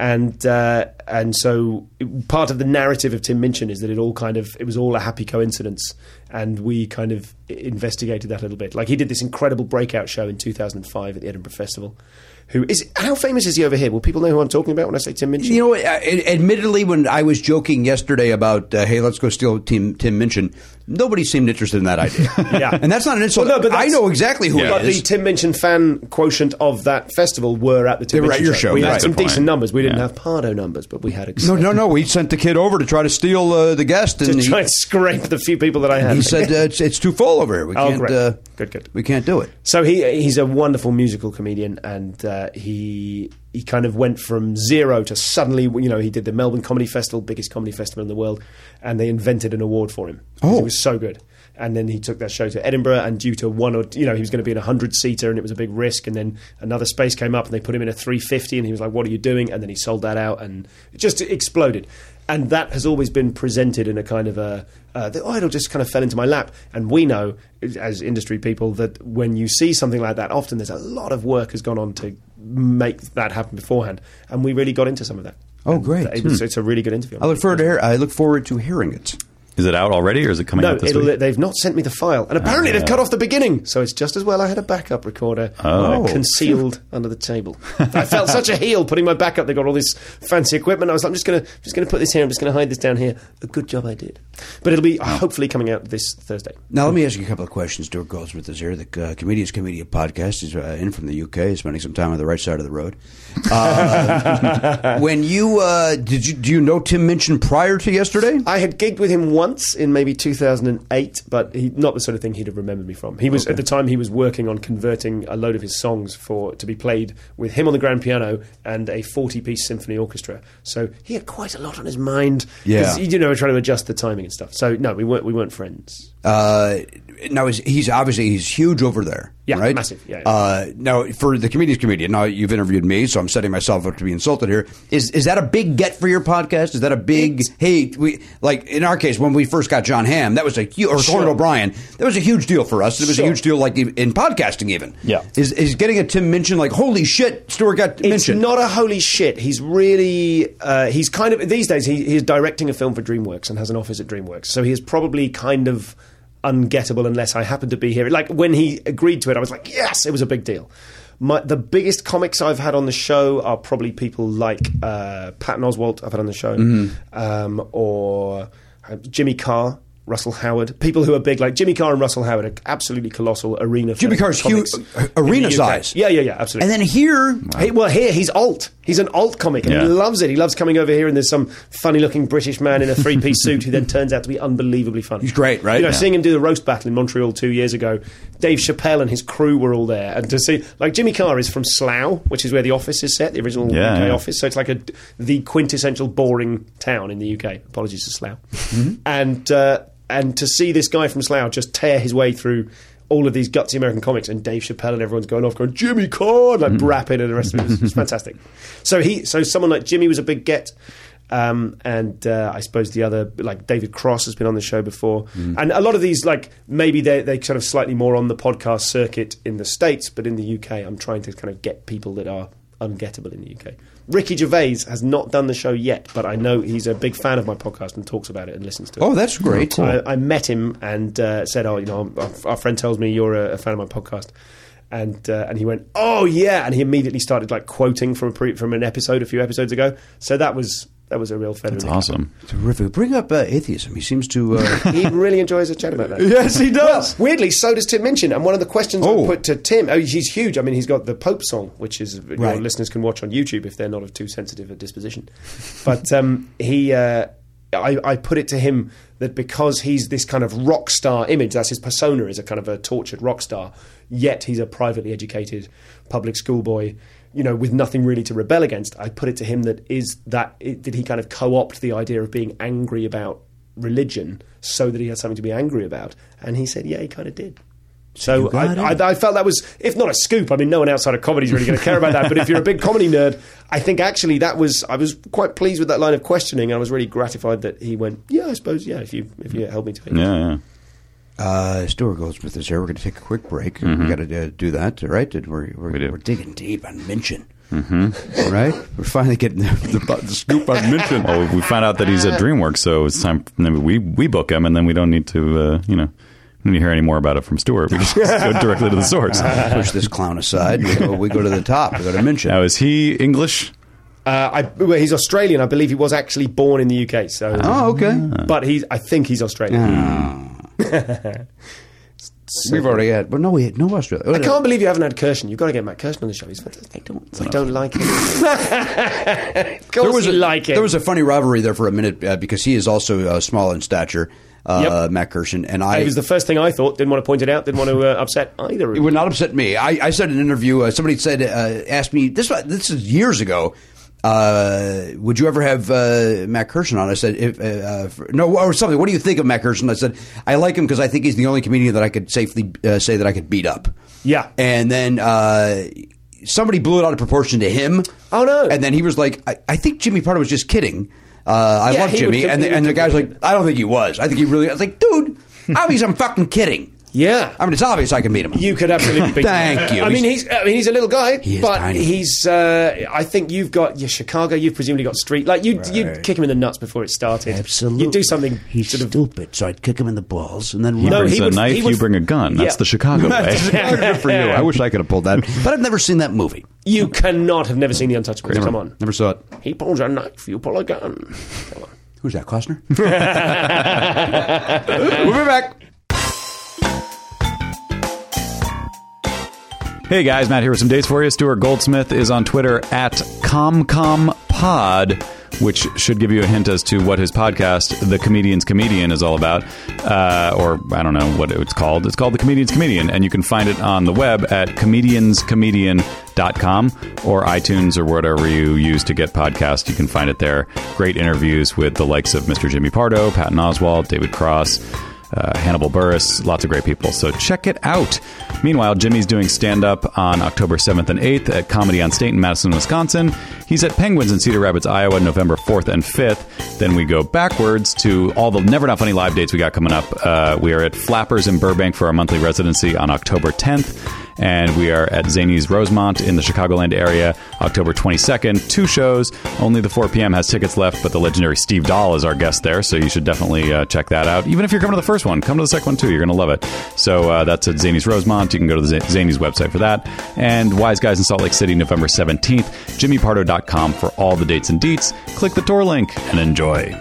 H: and uh, and so it- part of the narrative of Tim Minchin is that it all kind of it was all a happy coincidence, and we kind of i- investigated that a little bit. Like he did this incredible breakout show in 2005 at the Edinburgh Festival. Who is how famous is he over here? Will people know who I'm talking about when I say Tim Minchin?
A: You know, what, uh, ad- admittedly, when I was joking yesterday about, uh, hey, let's go steal Tim, Tim Minchin, nobody seemed interested in that idea.
H: Yeah.
A: And that's not an insult.
H: Well, no, but
A: I
H: that's-
A: know exactly who
H: But
A: it is.
H: the Tim Minchin fan quotient of that festival were at the
A: They
H: Tim
A: were at
H: Minchin
A: your show,
H: We had
A: that's
H: some
B: the point.
H: decent numbers. We didn't
B: Yeah.
H: have Pardo numbers, but we had a
A: no, no, no. We sent the kid over to try to steal uh, the guest.
H: to
A: And he,
H: try and scrape the few people that I had.
A: he said, uh, it's, it's too full over here. We
H: Oh,
A: can't,
H: great.
A: Uh,
H: Good, good.
A: We can't do it.
H: So he he's a wonderful musical comedian, and uh, he he kind of went from zero to suddenly, you know, he did the Melbourne Comedy Festival, biggest comedy festival in the world, and they invented an award for him. Oh, it was so good. And then he took that show to Edinburgh, and due to one or you know he was going to be in a hundred seater, and it was a big risk. And then another space came up, and they put him in a three fifty, and he was like, "What are you doing?" And then he sold that out, and it just exploded. And that has always been presented in a kind of a, uh, the idol just kind of fell into my lap. And we know, as industry people, that when you see something like that, often there's a lot of work has gone on to make that happen beforehand. And we really got into some of that.
A: Oh,
H: And
A: great.
H: It was, It's a really good interview.
A: I look forward to, hear, I look forward to hearing it.
B: Is it out already, or is it coming
H: No,
B: out this
H: it'll,
B: week? Uh,
H: they've not sent me the file. And apparently they've cut off the beginning. So it's just as well I had a backup recorder
B: Oh.
H: uh, concealed under the table. I felt such a heel putting my backup. They got all this fancy equipment. I was like, I'm just going to just gonna put this here. I'm just going to hide this down here. A good job I did. But it'll be hopefully coming out this Thursday.
A: Now, let me ask you a couple of questions. Stuart Goldsmith is here, the uh, Comedians Comedian podcast. He's uh, in from the UK, spending some time on the right side of the road. Uh, when you uh, did you do you know Tim Minchin prior to yesterday?
H: I had gigged with him once in maybe 2008, but he, not the sort of thing he'd have remembered me from. He was at the time he was working on converting a load of his songs for to be played with him on the grand piano and a 40-piece symphony orchestra. So he had quite a lot on his mind. 'cause,
A: Yeah.
H: you know, trying to adjust the timing and stuff. So no, we weren't we weren't friends.
A: Uh, now is, he's obviously he's huge over there,
H: Yeah,
A: right?
H: massive, yeah, yeah.
A: Uh, now for the comedians comedian, now you've interviewed me, so I'm setting myself up to be insulted here. Is is that a big get for your podcast? Is that a big hey? We like in our case when we first got John Hamm, that was a huge or Conan O'Brien, that was a huge deal for us. It was
H: Sure.
A: a huge deal, like in in podcasting, even.
H: Yeah.
A: is is getting a Tim Minchin like holy shit? Stuart got
H: It's
A: Minchin.
H: not a holy shit. He's really uh, he's kind of these days he, he's directing a film for DreamWorks and has an office at DreamWorks, so he is probably kind of ungettable unless I happen to be here. Like when he agreed to it, I was like, yes, it was a big deal. My, the biggest comics I've had on the show are probably people like uh, Patton Oswalt I've had on the show,
A: Mm-hmm.
H: um, or uh, Jimmy Carr. Russell Howard, people who are big like Jimmy Carr and Russell Howard are absolutely colossal arena.
A: Jimmy
H: film
A: Carr's huge- uh,
H: comics in the
A: arena
H: UK.
A: size.
H: Yeah, yeah, yeah, absolutely.
A: and then here,
H: He, well, here he's alt. He's an alt comic, and
B: Yeah.
H: he loves it. He loves coming over here, and there's some funny-looking British man in a three-piece suit who then turns out to be unbelievably funny.
A: He's great, right?
H: You know,
A: Yeah.
H: seeing him do the roast battle in Montreal two years ago, Dave Chappelle and his crew were all there, and to see like Jimmy Carr is from Slough, which is where the office is set, the original
B: Yeah,
H: UK
B: yeah.
H: office. So it's like a the quintessential boring town in the UK.
B: Mm-hmm.
H: Apologies to Slough, and uh, and to see this guy from Slough just tear his way through. all of these gutsy American comics, and Dave Chappelle and everyone's going off going Jimmy Card,
B: Mm-hmm.
H: like rapping and the rest of it. It's, it's fantastic. So he, so someone like Jimmy was a big get. Um, and uh, I suppose the other, like David Cross, has been on the show before,
A: Mm.
H: and a lot of these, like maybe they they kind of slightly more on the podcast circuit in the states, but in the UK, I'm trying to kind of get people that are ungettable in the UK. Ricky Gervais has not done the show yet, but I know he's a big fan of my podcast and talks about it and listens to it.
A: Oh, that's great.
H: I, I met him and uh, said, "Oh, you know, our, our friend tells me you're a, a fan of my podcast." And uh, and he went, "Oh yeah!" And he immediately started like quoting from a pre- from an episode a few episodes ago. So that was that was a real feather.
B: That's
H: in the cap.
B: awesome.
A: Terrific. Bring up uh, atheism. He seems to. Uh,
H: He really enjoys a chat about that.
A: yes, he does.
H: Weirdly, so does Tim Minchin. And one of the questions
A: Oh.
H: I put to Tim, oh, he's huge. I mean, he's got the Pope song, which is your
A: Right.
H: listeners can watch on YouTube if they're not of too sensitive a disposition. But um, he, uh, I, I put it to him that because he's this kind of rock star image, that's his persona, is a kind of a tortured rock star. Yet he's a privately educated public school boy. You know, with nothing really to rebel against, I put it to him that is that it, did he kind of co-opt the idea of being angry about religion so that he had something to be angry about. And he said, yeah, he kind of did. So I, I, I felt that was, if not a scoop, I mean, no one outside of comedy is really going to care about that. But if you're a big comedy nerd, I think actually that was, I was quite pleased with that line of questioning. And I was really gratified that he went, yeah, I suppose, yeah, if you, if you help me to it.
B: Yeah, yeah.
A: Uh, Stuart Goldsmith is here. We're going to take a quick break. we got to uh, do that, all right? And We're, we're,
B: Mm-hmm. We do.
A: are digging deep on Minchin. Mm-hmm. Right? We're finally getting the, the, the scoop on Minchin.
B: Well, Oh, we found out that he's at DreamWorks, so it's time. Maybe we we book him, and then we don't need to, uh, you know, we don't need to hear any more about it from Stuart. We just go directly to the source.
A: Push this clown aside. We go, we go to the top. We go to Minchin.
B: Now, is he English?
H: Uh, I, well, he's Australian. I believe he was actually born in the UK. So,
A: oh, okay. Ah,
H: but he's, I think he's Australian.
B: Mm.
A: We've already had, but no, we had no Australia.
H: I can't believe you haven't had Kirshen. You've got to get Matt Kirshen on the show. He's fantastic. I don't, I don't like him. of course, you like it.
A: There was a funny rivalry there for a minute uh, because he is also uh, small in stature, uh,
H: Yep.
A: Matt Kirshen, and I.
H: it was the first thing I thought. Didn't want to point it out. Didn't want to uh, upset either. of
A: it
H: you.
A: would not upset me. I, I said in an interview. Uh, somebody said, uh, asked me this. was- This is years ago. Uh, would you ever have uh, Matt Kirshen on? I said, if, uh, uh, for- no, or something. What do you think of Matt Kirshen? I said, I like him because I think he's the only comedian that I could safely uh, say that I could beat up.
H: Yeah.
A: And then uh, somebody blew it out of proportion to him.
H: Oh, no.
A: And then he was like, I, I think Jimmy Pardo was just kidding. Uh, I
H: Yeah,
A: love
H: he would
A: Jimmy.
H: com-
A: And
H: he
A: the,
H: would
A: and the guy's
H: completely-
A: like, I don't think he was. I think he really. I was like, dude, obviously I'm fucking kidding.
H: Yeah.
A: I mean, it's obvious I can beat him.
H: You could absolutely beat
A: Thank
H: him.
A: you.
H: I mean, he's I mean, he's a little guy,
A: He is
H: but
A: tiny.
H: he's. Uh, I think you've got your Chicago. You've presumably got street. Like you, would you'd kick him in the nuts before it started.
J: Absolutely.
H: You'd do something
J: He's
H: sort of.
J: stupid, so I'd kick him in the balls and then
B: He
H: No,
B: brings
H: he
B: a
H: would-
B: knife.
H: he would-
B: you bring a gun. That's
H: Yeah.
B: the Chicago way.
A: Good for you. I wish I could have pulled that, but I've never seen that movie.
H: You cannot have never seen the Untouchables. Come on.
A: Never saw it.
H: He pulls a knife. You pull a gun. Come on.
A: Who's that, Costner? we'll be back.
B: Hey guys, Matt here with some dates for you. Stuart Goldsmith is on Twitter at ComComPod, which should give you a hint as to what his podcast, The Comedian's Comedian, is all about. Uh, or I don't know what it's called. It's called The Comedian's Comedian, and you can find it on the web at comedianscomedian.com or iTunes or whatever you use to get podcasts. You can find it there. Great interviews with the likes of Mr. Jimmy Pardo, Patton Oswald, David Cross uh, Hannibal Burris, lots of great people. So check it out. Meanwhile, Jimmy's doing stand up on October 7th and 8th at Comedy on State in Madison, Wisconsin. He's at Penguins in Cedar Rapids, Iowa, November 4th and 5th. Then we go backwards to all the Never Not Funny live dates we got coming up. Uh, we are at Flappers in Burbank for our monthly residency on October 10th and we are at Zany's Rosemont in the Chicagoland area October 22nd. Two shows. Only the 4 p.m. has tickets left, but the legendary Steve Dahl is our guest there, so you should definitely uh, check that out. Even if you're coming to the first one, come to the second one too. You're going to love it. So uh, that's at Zany's Rosemont. You can go to the Z- Zany's website for that. And Wise Guys in Salt Lake City, November 17th. JimmyPardo.com for all the dates and deets. Click the tour link and enjoy.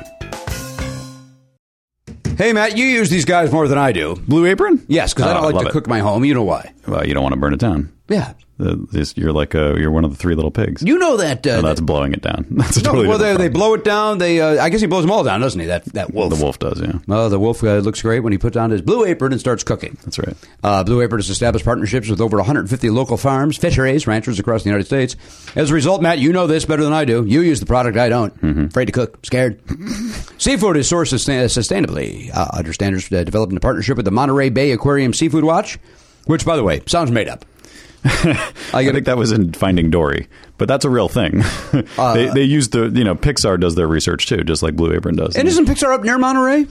A: Hey, Matt, you use these guys more than I do.
B: Blue Apron?
A: Yes, because
B: Oh,
A: I don't like
B: love
A: to
B: it.
A: cook my home. You know why?
B: Well, you don't want to burn it down.
A: Ah, Yeah,
B: Uh, this- You're like a, you're one of the three little pigs.
A: you know that. Uh,
B: No, that's blowing it down. That's a
A: no,
B: totally
A: well, they,
B: different
A: they
B: problem.
A: blow it down. They, uh, I guess he blows them all down, doesn't he? That that wolf.
B: The wolf does, yeah.
A: Oh, the wolf uh, looks great when he puts on his blue apron and starts cooking.
B: That's right.
A: Uh, Blue Apron has established partnerships with over 150 local farms, fisheries, ranchers across the United States.
B: Mm-hmm.
A: As a result, Matt, you know this better than I do. You use the product, I don't. Afraid to cook, scared. Seafood is sourced sustain- sustainably. Uh, under standards uh, developed in a partnership with the Monterey Bay Aquarium Seafood Watch, which, by the way, sounds made up. I
B: I
A: get
B: think that was in Finding Dory, but that's a real thing.
A: Uh,
B: they they use the you know Pixar does their research too, just like Blue Apron does.
A: And isn't Pixar up near Monterey?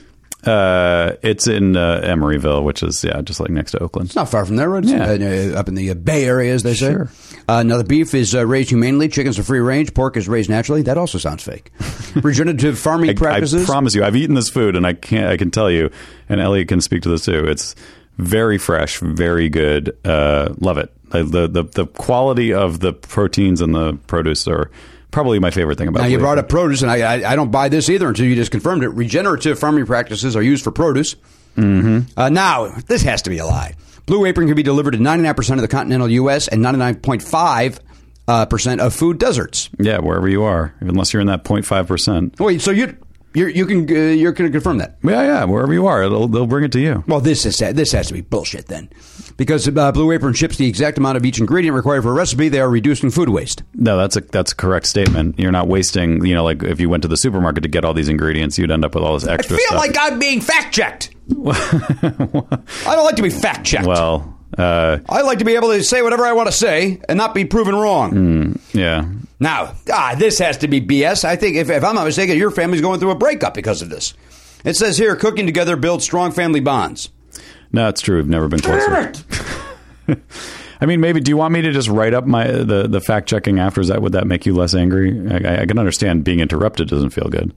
A: It's
B: uh, it's in uh, Emeryville, which is yeah, just like next to Oakland.
A: not far from there, right? It's,
B: Yeah.
A: uh, up in the uh, Bay Area, as they say.
B: Sure.
A: Uh, now, the beef is uh, raised humanely. Chickens are free range. Pork is raised naturally. That also sounds fake. Regenerative farming
B: I, I
A: practices.
B: promise you, I've eaten this food, and I can't. I can tell you, and Elliot can speak to this too. It's very fresh, very good. Uh, love it. I, the the the quality of the proteins and the produce are probably my favorite thing about.
A: Now you
B: Blue
A: brought
B: Apron.
A: up produce, and I, I I don't buy this either until you just confirmed it. Regenerative farming practices are used for produce. Mm-hmm. Uh, now this has to be a lie. Blue Apron can be delivered to 99% of the continental U.S. and 99.5 uh, percent of food deserts.
B: yeah, wherever you are, unless you're in that 05 percent.
A: Wait, so you you you can uh, you're going to confirm that?
B: Yeah, yeah, wherever you are, it'll, they'll bring it to you.
A: Well, this is this has to be bullshit then, because uh, Blue Apron ships the exact amount of each ingredient required for a recipe. They are reducing food waste.
B: No, that's a that's a correct statement. You're not wasting. You know, like if you went to the supermarket to get all these ingredients, you'd end up with all this
A: I
B: extra
A: feel
B: stuff.
A: like I'm being fact checked. I don't like to be fact checked.
B: well, uh,
A: I like to be able to say whatever I want to say and not be proven wrong.
B: yeah,
A: Now, ah, this has to be BS. I think, if, if I'm not mistaken, your family's going through a breakup because of this. It says here, cooking together builds strong family bonds.
B: no, it's true. We've never been closer. I mean, maybe. Do you want me to just write up my the, the fact checking after? Is that would that make you less angry? I, I can understand being interrupted doesn't feel good.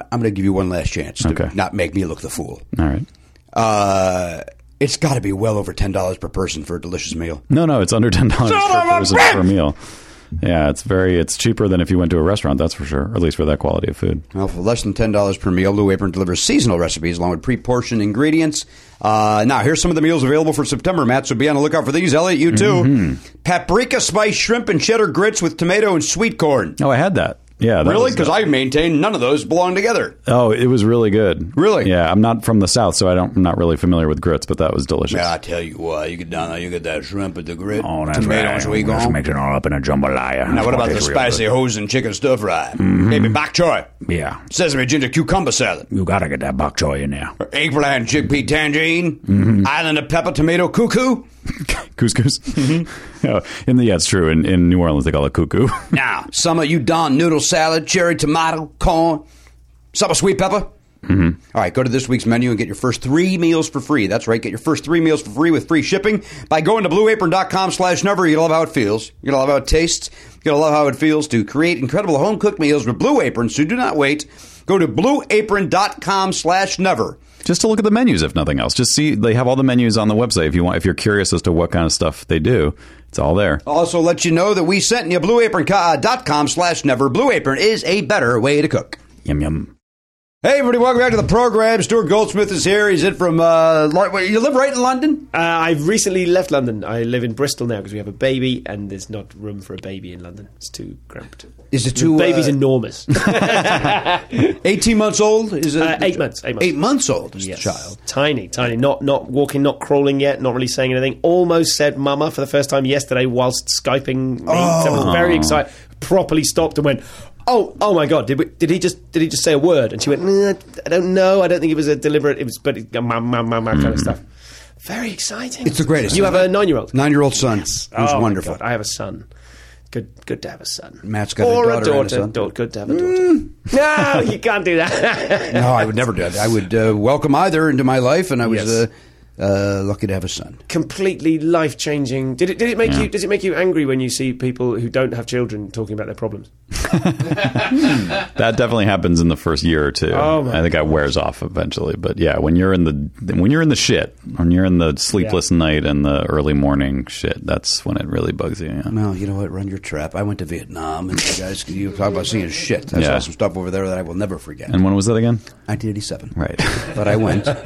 A: I'm going to give you one last chance to
B: Okay.
A: not make me look the fool.
B: All right.
A: Uh, it's got to be well over $10 per person for a delicious meal.
B: No, no, it's under ten dollars
A: Son of
B: per
A: a
B: person
A: bitch!
B: per meal. Yeah, it's very. It's cheaper than if you went to a restaurant. That's for sure. Or at least for that quality of food.
A: Well, for less than $10 per meal, Blue Apron delivers seasonal recipes along with pre portioned ingredients. Uh, now, here's some of the meals available for September, Matt, so be on the lookout for these. Elliot, you too.
B: Mm-hmm.
A: Paprika spice shrimp and cheddar grits with tomato and sweet corn.
B: Oh, I had that. Yeah, that
A: Really?
B: was-
A: Because I maintain none of those belong together.
B: Oh, it was really good.
A: Really?
B: Yeah, I'm not from the south, so I don't. I'm not really familiar with grits, but that was delicious.
A: Yeah, I tell you what, you get down there, you get that shrimp with the grit,
B: Oh, that's
A: tomato
B: right.
A: and sweet
B: Just
A: corn.
B: mix it all up in a jambalaya.
A: Now, what about the
B: It's real
A: spicy hose and chicken stir fry? Maybe bok choy,
B: good. Yeah,
A: sesame ginger cucumber salad,
B: you gotta get that bok choy in there.
A: eggplant chickpea tangerine,
B: Mm-hmm.
A: island of pepper tomato cuckoo.
B: Couscous.
A: Mm-hmm.
B: oh, in the, yeah, it's true. In, in New Orleans, they call it cuckoo.
A: Now, summer you don noodle salad, cherry tomato, corn, summer sweet pepper. Mm-hmm. right, go to this week's menu and get your first three meals for free. That's right, get your first three meals for free with free shipping by going to blueapron.com slash never. You'll love how it feels. You're going to love how it tastes. You're going to love how it feels to create incredible home-cooked meals with Blue Apron, so do not wait. Go to blueapron.com slash never.
B: just to look at the menus, if nothing else. Just see they have all the menus on the website. If you want, if you're curious as to what kind of stuff they do, it's all there.
A: Also let you know that we sent you blueapron.com slash never. Blue Apron is a better way to cook.
B: Yum yum.
A: Hey, everybody, welcome back to the program. Stuart Goldsmith is here. He's in from, uh, Lo- wait, you live right in London?
H: Uh, I've recently left London. I live in Bristol now because we have a baby, and there's not room for a baby in London. It's too cramped.
A: Is it too,
H: The baby's
A: uh,
H: enormous. uh,
A: 18 months old? Is it?
H: eight months. Eight months.
A: Eight months old is
H: Yes.
A: the child.
H: Tiny, tiny. Not not walking, not crawling yet. Not really saying anything. Almost said "mama" for the first time yesterday whilst skyping me. So
A: Oh.
H: I was very excited. Properly stopped and went. Oh, oh my God! Did, we, did he just did he just say a word? And she went, "Nah, I don't know. I don't think it was a deliberate. It was, but it, ma, ma, ma, ma kind of stuff. Very exciting.
A: Mm. It's the greatest.
H: You have a nine-year-old.
A: Nine-year-old son.
H: Yes.
A: Who's
H: oh my
A: wonderful.
H: God, I have a son. Good, good to have a son.
A: Matt's got a
H: or
A: daughter and a son. Mm.
H: Daugh- Good to have a daughter. No, you can't do that.
A: No, I would never do that. I would uh, welcome either into my life, and I was
H: Yes.
A: uh, uh, lucky to have a son.
H: completely life changing. Did it? Did it make you? Does it make you angry when you see people who don't have children talking about their problems?
B: That definitely happens in the first year or two.
H: Oh, my
B: I think that wears off eventually. But yeah, when you're in the when you're in the shit, when you're in the sleepless night and the early morning shit, that's when it really bugs you. Yeah.
A: Well, you know what? Run your trap. I went to Vietnam, and you guys, you talk about seeing shit. I saw
B: Yeah.
A: some stuff over there that I will never forget.
B: And when was that again?
A: 1987.
B: Right.
A: But I went, and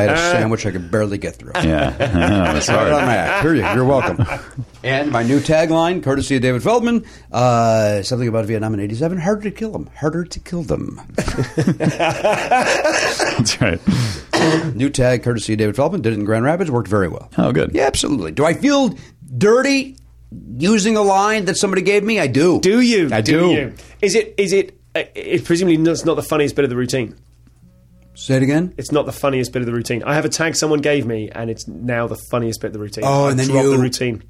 A: I had a sandwich I could barely get through.
B: Yeah, I know, it's
A: Right on
B: hard.
A: my act. Here you, you're welcome. And my new tagline, courtesy of David Feldman, uh, something about Vietnam in '87: harder to kill them, harder to kill them.
B: That's right.
A: new tag, courtesy of David Feldman, did it in Grand Rapids, worked very well.
B: Oh, good.
A: Yeah, absolutely. Do I feel dirty using a line that somebody gave me? I do.
H: Do you?
A: I do.
H: you? Is it? Is it? it, it presumably it's not the funniest bit of the routine.
A: Say it again.
H: It's not the funniest bit of the routine. I have a tag someone gave me, and it's now the funniest bit of the routine.
A: Oh,
H: I've
A: and then
H: dropped
A: you-
H: the routine.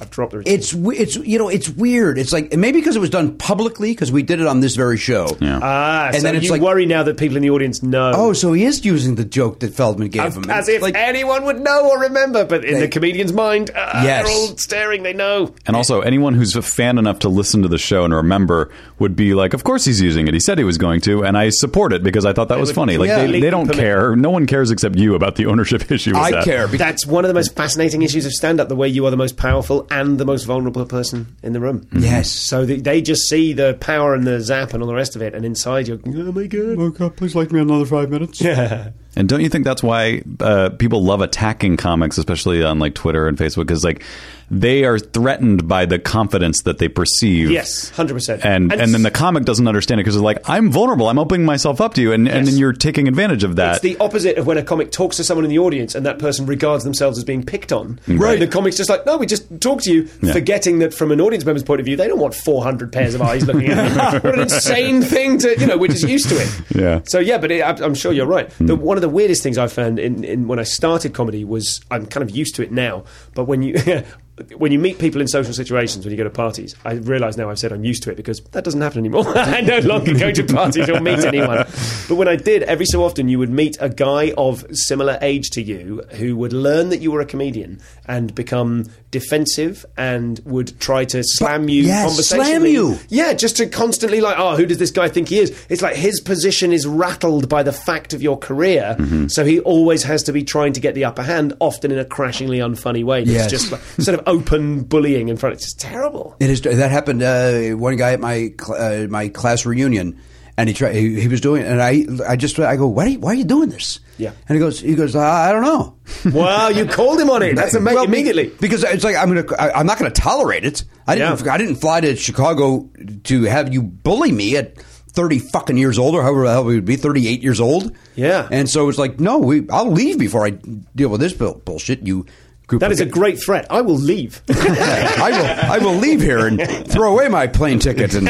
H: I've dropped the routine.
A: It's we- it's you know it's weird. It's like maybe because it was done publicly because we did it on this very show. Yeah.
H: ah,
A: and
H: so
A: then it's
H: you
A: like-
H: worry now that people in the audience know.
A: oh, so he is using the joke that Feldman gave him. And
H: as
A: it's
H: if
A: like,
H: anyone would know or remember, but in
A: They-
H: the comedian's mind, ah,
A: Yes.
H: they're all staring. They know.
B: And also, anyone who's a fan enough to listen to the show and remember would be like, "Of course he's using it. He said he was going to, and I support it because I thought that was
H: would
B: funny." Like they,
H: completely
B: they don't
H: permit-
B: care. No one cares except you about the ownership issue. with
A: I
B: that.
A: care. Because
H: That's one of the most fascinating issues of stand-up: the way you are the most powerful and the most vulnerable person in the room.
B: Mm-hmm.
A: Yes.
H: So the, they just see the power and the zap and all the rest of it, and inside you're, oh my god.
F: Oh God, please like me another five minutes. Yeah.
B: And don't you think that's why uh, people love attacking comics, especially on like Twitter and Facebook, because like they are threatened by the confidence that they perceive.
H: Yes, 100%.
B: And and,
H: And
B: then the comic doesn't understand it because they're like, I'm vulnerable. I'm opening myself up to you, and and
H: Yes.
B: then you're taking advantage of that.
H: It's the opposite of when a comic talks to someone in the audience and that person regards themselves as being picked on.
B: Right.
H: The comic's just like, no, we just talk to you,
B: Yeah.
H: forgetting that from an audience member's point of view, they don't want 400 pairs of eyes looking at them. what an insane thing to, you know, we're just used to it.
B: Yeah.
H: So, yeah, but it, I, I'm sure you're right. The,
A: Hmm.
H: one of the weirdest things I found in, in when I started comedy was I'm kind of used to it now, but when you. When you meet people in social situations, when you go to parties, I realise now I've said I'm used to it because that doesn't happen anymore. I no longer go to parties or meet anyone. But when I did, every so often you would meet a guy of similar age to you who would learn that you were a comedian and become defensive and would try to slam you
A: yeah,
H: conversationally.
A: slam you.
H: Yeah, just to constantly like, oh, who does this guy think he is? It's like his position is rattled by the fact of your career,
A: Mm-hmm.
H: so he always has to be trying to get the upper hand, often in a crashingly unfunny way. It's
A: Yes.
H: just like, sort of open bullying in front. It's just terrible.
A: It is that happened. Uh, one guy at my cl- uh, my class reunion, and he tried. He, he was doing, it, and I I just I go, why are you, why are you doing this?
H: Yeah.
A: and he goes, he goes, I, I don't know.
H: wow, you called him on it. That's amazing.
A: Well, be-
H: Immediately.
A: because it's like I'm gonna I, I'm not gonna tolerate it. I didn't
H: Yeah.
A: I didn't fly to Chicago to have you bully me at. 30 fucking years old or however the hell we would be 38 years old
H: Yeah.
A: and so it's like no we I'll leave before I deal with this bull- bullshit you group of
H: That is a
A: guys."
H: great threat. I will leave.
A: I will I will leave here and throw away my plane ticket and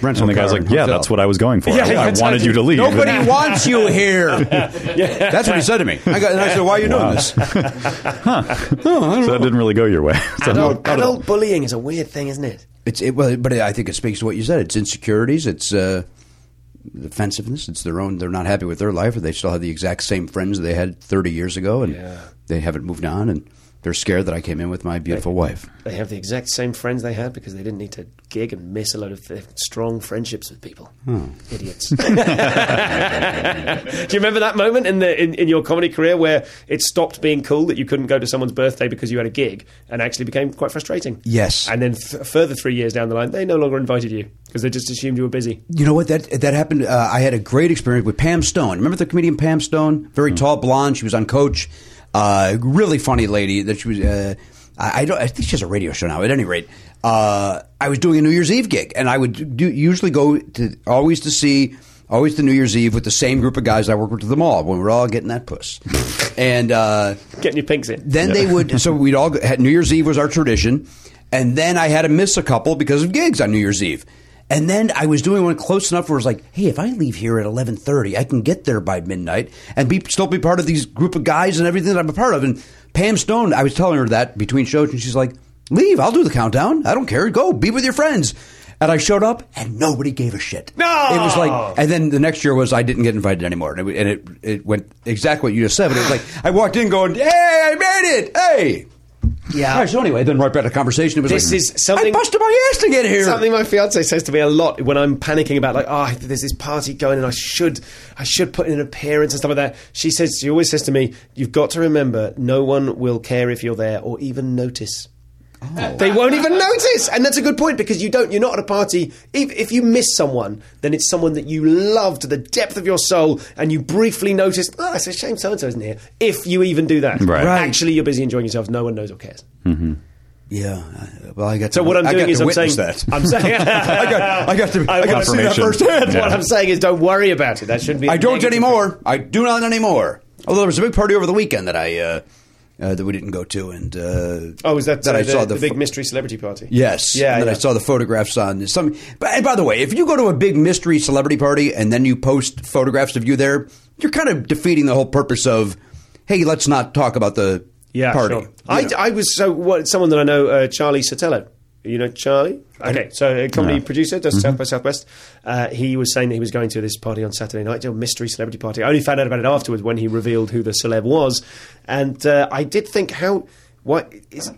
A: rental
B: And the guy's
A: car
B: like, "Yeah, that's what I was going for.
H: Yeah,
B: I, I
H: exactly.
B: wanted you to leave."
A: Nobody wants you here. That's what he said to me. I, got, and I said, "Why are you doing this?"
B: so that didn't really go your way. So-
H: adult, adult bullying is a weird thing, isn't it?
A: It's it, well, but I think it speaks to what you said. It's insecurities. It's uh, defensiveness. It's their own. They're not happy with their life, or they still have the exact same friends they had 30 years ago, and
H: Yeah.
A: they haven't moved on, and they're scared that I came in with my beautiful wife.
H: They have the exact same friends they had because they didn't need to gig and miss a load of th- strong friendships with people.
A: Hmm.
H: Idiots. Do you remember that moment in, the, in, in your comedy career where it stopped being cool that you couldn't go to someone's birthday because you had a gig and actually became quite frustrating?
A: Yes.
H: And then th- further three years down the line, they no longer invited you because they just assumed you were busy.
A: You know what that that happened? Uh, I had a great experience with Pam Stone. Remember the comedian Pam Stone? Very tall, blonde. She was on Coach. Uh, really funny lady. That she was. Uh, I, I don't. I think she has a radio show now. At any rate, uh, I was doing a New Year's Eve gig, and I would do, usually go to always to see always to New Year's Eve with the same group of guys I worked with at the mall when we were all getting that puss, and. Uh,
H: Getting your pinks in.
A: then they would. So we'd all had New Year's Eve was our tradition, and then I had to miss a couple because of gigs on New Year's Eve. And then I was doing one close enough where it was like, hey, if I leave here at eleven thirty, I can get there by midnight and be still be part of these group of guys and everything that I'm a part of. And Pam Stone, I was telling her that between shows, and she's like, leave, I'll do the countdown. I don't care. Go, be with your friends. And I showed up, and nobody gave a shit.
H: No!
A: it was
H: Oh.
A: like, and then the next year was I didn't get invited anymore, and it, and it, it went exactly what you just said. But it was like I walked in going, "Hey, I made it! Hey, yeah." so anyway, then right back to conversation. It was
H: This
A: like,
H: is something-
A: I busted my ass to get here.
H: Something my fiance says to me a lot when I'm panicking about like, oh, there's this party going and I should, I should put in an appearance and stuff like that. She says, she always says to me, you've got to remember, no one will care if you're there or even notice. They won't even notice, and that's a good point because you don't. You're not at a party. If, if you miss someone, then it's someone that you love to the depth of your soul, and you briefly notice. Oh, it's a shame so and so isn't here. If you even do that,
B: Right. Right.
H: actually, you're busy enjoying yourself. No one knows or cares.
A: Yeah. I- Well, I got.
H: So
A: to,
H: what I'm
A: I
H: doing
A: got
H: is
A: to
H: I'm saying
A: witness that.
H: I'm saying
A: I got. I got to. I, got to see that
B: Confirmation.
A: firsthand.
H: What I'm saying is don't worry about it. That shouldn't be. a
A: I don't
H: negative-
A: anymore. I do not anymore. Although there was a big party over the weekend that I uh, uh, that we didn't go to, and uh,
H: Oh, is that,
A: that
H: uh,
A: I
H: the,
A: saw
H: the,
A: the
H: big
A: fo-
H: mystery celebrity party?
A: Yes.
H: Yeah,
A: And then
H: yeah.
A: I saw the photographs on some. But and by the way, if you go to a big mystery celebrity party and then you post photographs of you there, you're kind of defeating the whole purpose of, hey, let's not talk about the
H: Yeah,
A: party.
H: sure.
A: You
H: I,
A: know.
H: I was so what someone that I know, uh, Charlie Sotelo. You know Charlie? Okay, so a comedy producer does South by Southwest. Uh, he was saying that he was going to this party on Saturday night, a mystery celebrity party. I only found out about it afterwards when he revealed who the celeb was, and uh, I did think how. What is,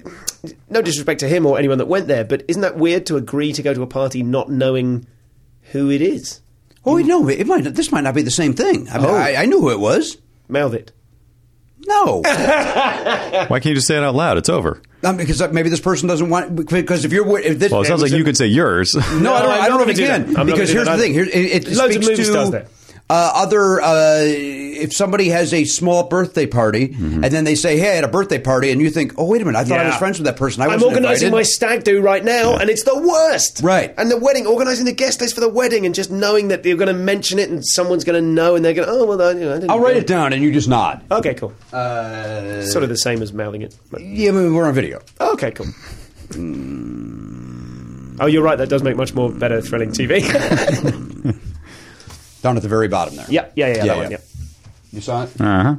H: no disrespect to him or anyone that went there, but isn't that weird to agree to go to a party not knowing who it is?
A: oh, wait, no, it might, this might not be the same thing. I, mean,
H: Oh.
A: I, I knew who it was.
H: Mouth it.
A: No.
B: Why can't you just say it out loud? It's over.
A: Um, because maybe this person doesn't want. Because if you're. If this,
B: Well, it sounds like you could say yours.
A: No, I don't,
H: No, I'm
A: I don't
H: not
A: know if it
H: gonna do
A: can.
H: that. I'm not
A: because
H: gonna do
A: here's
H: that
A: the thing: here,
H: either.
A: it, it
H: Loads of
A: speaks
H: movies
A: to
H: does that.
A: Uh, other. Uh, if somebody has a small birthday party and then they say, "Hey, I had a birthday party," and you think, "Oh, wait a minute, I thought I was
H: Mm-hmm. Yeah.
A: friends with that person. I
H: I'm
A: wasn't
H: organising
A: invited."
H: my stag do right now, and it's the worst.
A: Right.
H: And the wedding, organising the guest list for the wedding, and just knowing that you're going to mention it, and someone's going to know, and they're going, to, oh well, I, you know, I didn't.
A: I'll write
H: go."
A: it down, Uh, and you just nod.
H: Okay, cool. sort of the same as mouthing it. but-
A: Yeah, I mean, we're on video.
H: Okay, cool. Oh, you're right. That does make much more better thrilling TV.
A: Down at the very bottom there.
H: yeah, yeah, yeah, yeah,
A: Yeah,
H: that one.
A: yeah.
H: Yeah.
A: You saw it.
B: Uh-huh.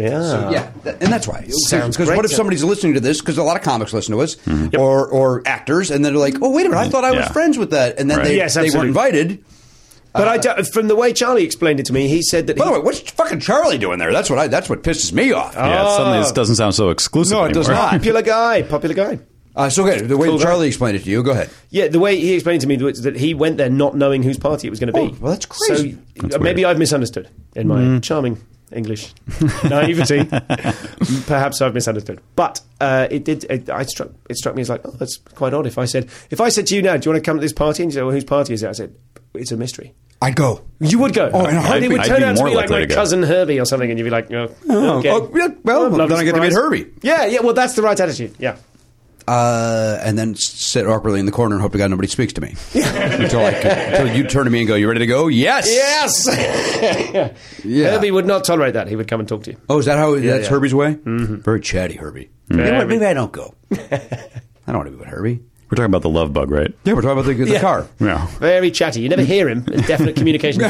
H: Yeah.
A: yeah, th- and that's why.
H: Sounds
A: Because
H: great Mm-hmm.
A: what if
H: to-
A: somebody's listening to this? Because a lot of comics listen to us, or or actors, and then they're like, "Oh, wait a minute, I thought I was
B: Yeah.
A: friends with that," and then
B: Right.
A: they
H: Yes,
A: they weren't
H: absolutely.
A: invited.
H: But I do, from the way Charlie explained it to me, he said that.
A: Uh, By the
H: he,
A: way, what's fucking Charlie doing there? That's what I. That's what pisses me off.
H: Oh,
B: Yeah, suddenly this doesn't sound so exclusive
A: No, it does
B: anymore.
A: not.
H: popular guy, popular guy.
A: Uh, so okay, the way
H: Cool,
A: that
H: right?
A: Charlie explained it to you, go ahead.
H: Yeah, the way he explained to me was that he went there not knowing whose party it was going to be.
A: Oh, well, that's crazy. Mm.
H: So uh,
B: That's
H: maybe
B: weird.
H: I've misunderstood in my charming English naivety. Perhaps I've misunderstood, but uh, it did. It, I struck. It struck me as like, oh, that's quite odd. If I said, if I said to you now, do you want to come to this party? And you said, well, whose party is it? I said, it's a mystery.
A: I go.
H: You would go.
A: Oh, I know.
H: and
B: I'd
H: it
B: be-
H: would
B: I'd
H: turn
B: be
H: out to
B: more
H: be like
B: likely
H: my
B: to go.
H: cousin Herbie or something, and you'd be like, oh, okay.
A: oh, yeah, well,
H: Love
A: then
H: and
A: I get to meet
H: surprise.
A: Herbie.
H: Yeah, yeah. Well, that's the right attitude. Yeah.
A: Uh, and then sit awkwardly in the corner and hope to God nobody speaks to me until I can, until you turn to me and go, "You ready to go?" Yes.
H: Yes.
A: Yeah.
H: Herbie would not tolerate that. He would come and talk to you.
A: Oh, is that how? that's
H: yeah.
A: Herbie's way. Mm-hmm. Very chatty, Herbie. You know what? Maybe I don't go. I don't want to be with Herbie.
B: We're talking about the love bug, right?
A: Yeah, we're talking about the, the car.
B: Yeah.
H: Very chatty. You never hear him. It's definite communication.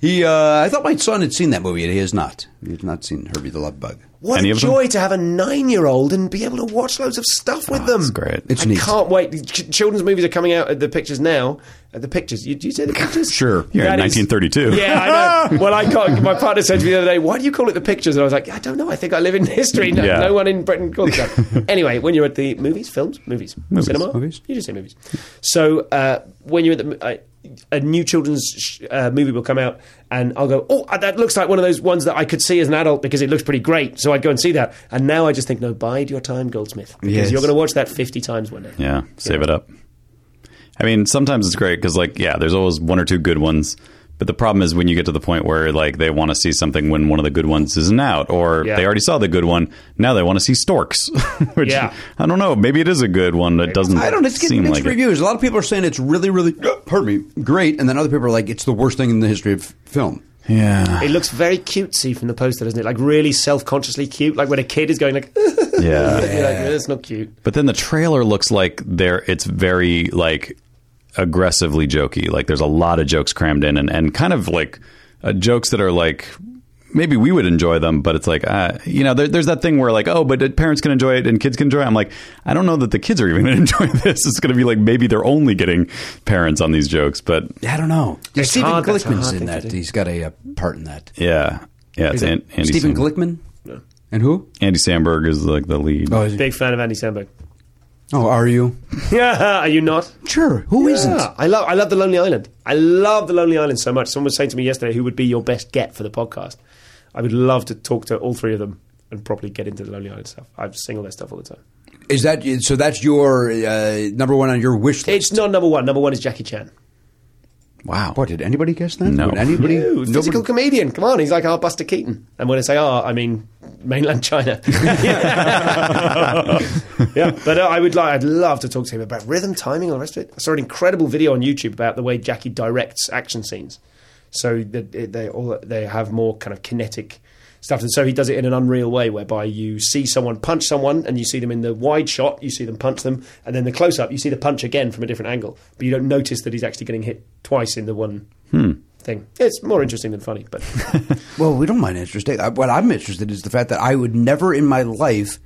A: he, uh, I thought my son had seen that movie, and he has not. He has not seen Herbie the Love Bug.
H: What
B: Any
H: a
B: of them?
H: joy to have a nine-year-old and be able to watch loads of stuff with them.
B: that's great.
A: It's
H: I
A: neat.
H: can't wait. Ch- children's movies are coming out at the pictures now. At the pictures, you, you say the pictures?
A: Sure.
B: You're in
H: That is-
B: 1932.
H: Yeah, I know. well, I got my partner said to me the other day, "Why do you call it the pictures?" And I was like, "I don't know. I think I live in history. No,
B: Yeah.
H: no one in Britain calls it that." anyway, when you're at the movies, films, movies,
B: Movies,
H: cinema,
A: movies.
H: you just say movies. So uh, when you're at the uh, a new children's sh- uh, movie will come out, and I'll go, "Oh, uh, that looks like one of those ones that I could see as an adult because it looks pretty great." So I'd go and see that, and now I just think, "No, bide your time, Goldsmith, because
A: Yes.
H: you're going to watch that 50 times one day."
B: Yeah, save it up. I mean, sometimes it's great because, like, yeah, there's always one or two good ones. But the problem is when you get to the point where, like, they want to see something when one of the good ones isn't out, or
H: Yeah.
B: they already saw the good one. Now they want to see Storks, which
H: Yeah.
B: I don't know. Maybe it is a good one that doesn't
A: I don't. It's getting
B: seem
A: mixed
B: like it.
A: reviews. A lot of people are saying it's really, really, pardon me, great, and then other people are like, it's the worst thing in the history of film.
B: Yeah,
H: It looks very cutesy from the poster, doesn't it? Like really self-consciously cute, like when a kid is going like,
B: Oh, yeah.
H: You're like, that's not cute.
B: But then the trailer looks like there it's very like aggressively jokey. Like there's a lot of jokes crammed in and, and kind of like uh, jokes that are like maybe we would enjoy them, but it's like uh, you know there, there's that thing where like oh but parents can enjoy it and kids can enjoy it. I'm like I don't know that the kids are even going to enjoy this. It's going to be like maybe they're only getting parents on these jokes, but
A: I don't know.
H: It's
A: Stephen
H: hard, that's a
A: Glickman's
H: hard
A: in
H: thing to
A: that.
H: do.
A: He's got a, uh part in that.
B: yeah, yeah. It's An- Andy
A: Stephen
B: Sam-
A: Glickman. And who?
B: Andy Samberg is like the lead.
A: Oh, is he?
H: Big fan of Andy Samberg.
A: oh, are you?
H: Yeah, are you not?
A: Sure. Who not
H: Yeah, I love I love the Lonely Island. I love the Lonely Island so much. Someone was saying to me yesterday, who would be your best get for the podcast? I would love to talk to all three of them and properly get into the Lonely Island stuff. I sing all their stuff all the time.
A: Is that so? That's your uh, number one on your wish list.
H: It's not number one. Number one is Jackie Chan.
A: Wow. What did anybody guess that?
B: No.
A: Would anybody?
H: Ooh, physical comedian. Come on, he's like our Buster Keaton. And when I say "our," I mean mainland China. yeah, but uh, I would like, I'd love to talk to him about rhythm, timing, all the rest of it. I saw an incredible video on YouTube about the way Jackie directs action scenes. So that it- they all they have more kind of kinetic. stuff. And so he does it in an unreal way, whereby you see someone punch someone, and you see them in the wide shot, you see them punch them, and then the close up, you see the punch again from a different angle, but you don't notice that he's actually getting hit twice in the one
B: Hmm.
H: thing. It's more interesting than funny, but
A: Well, we don't mind interesting. I- What I'm interested is the fact that I would never in my life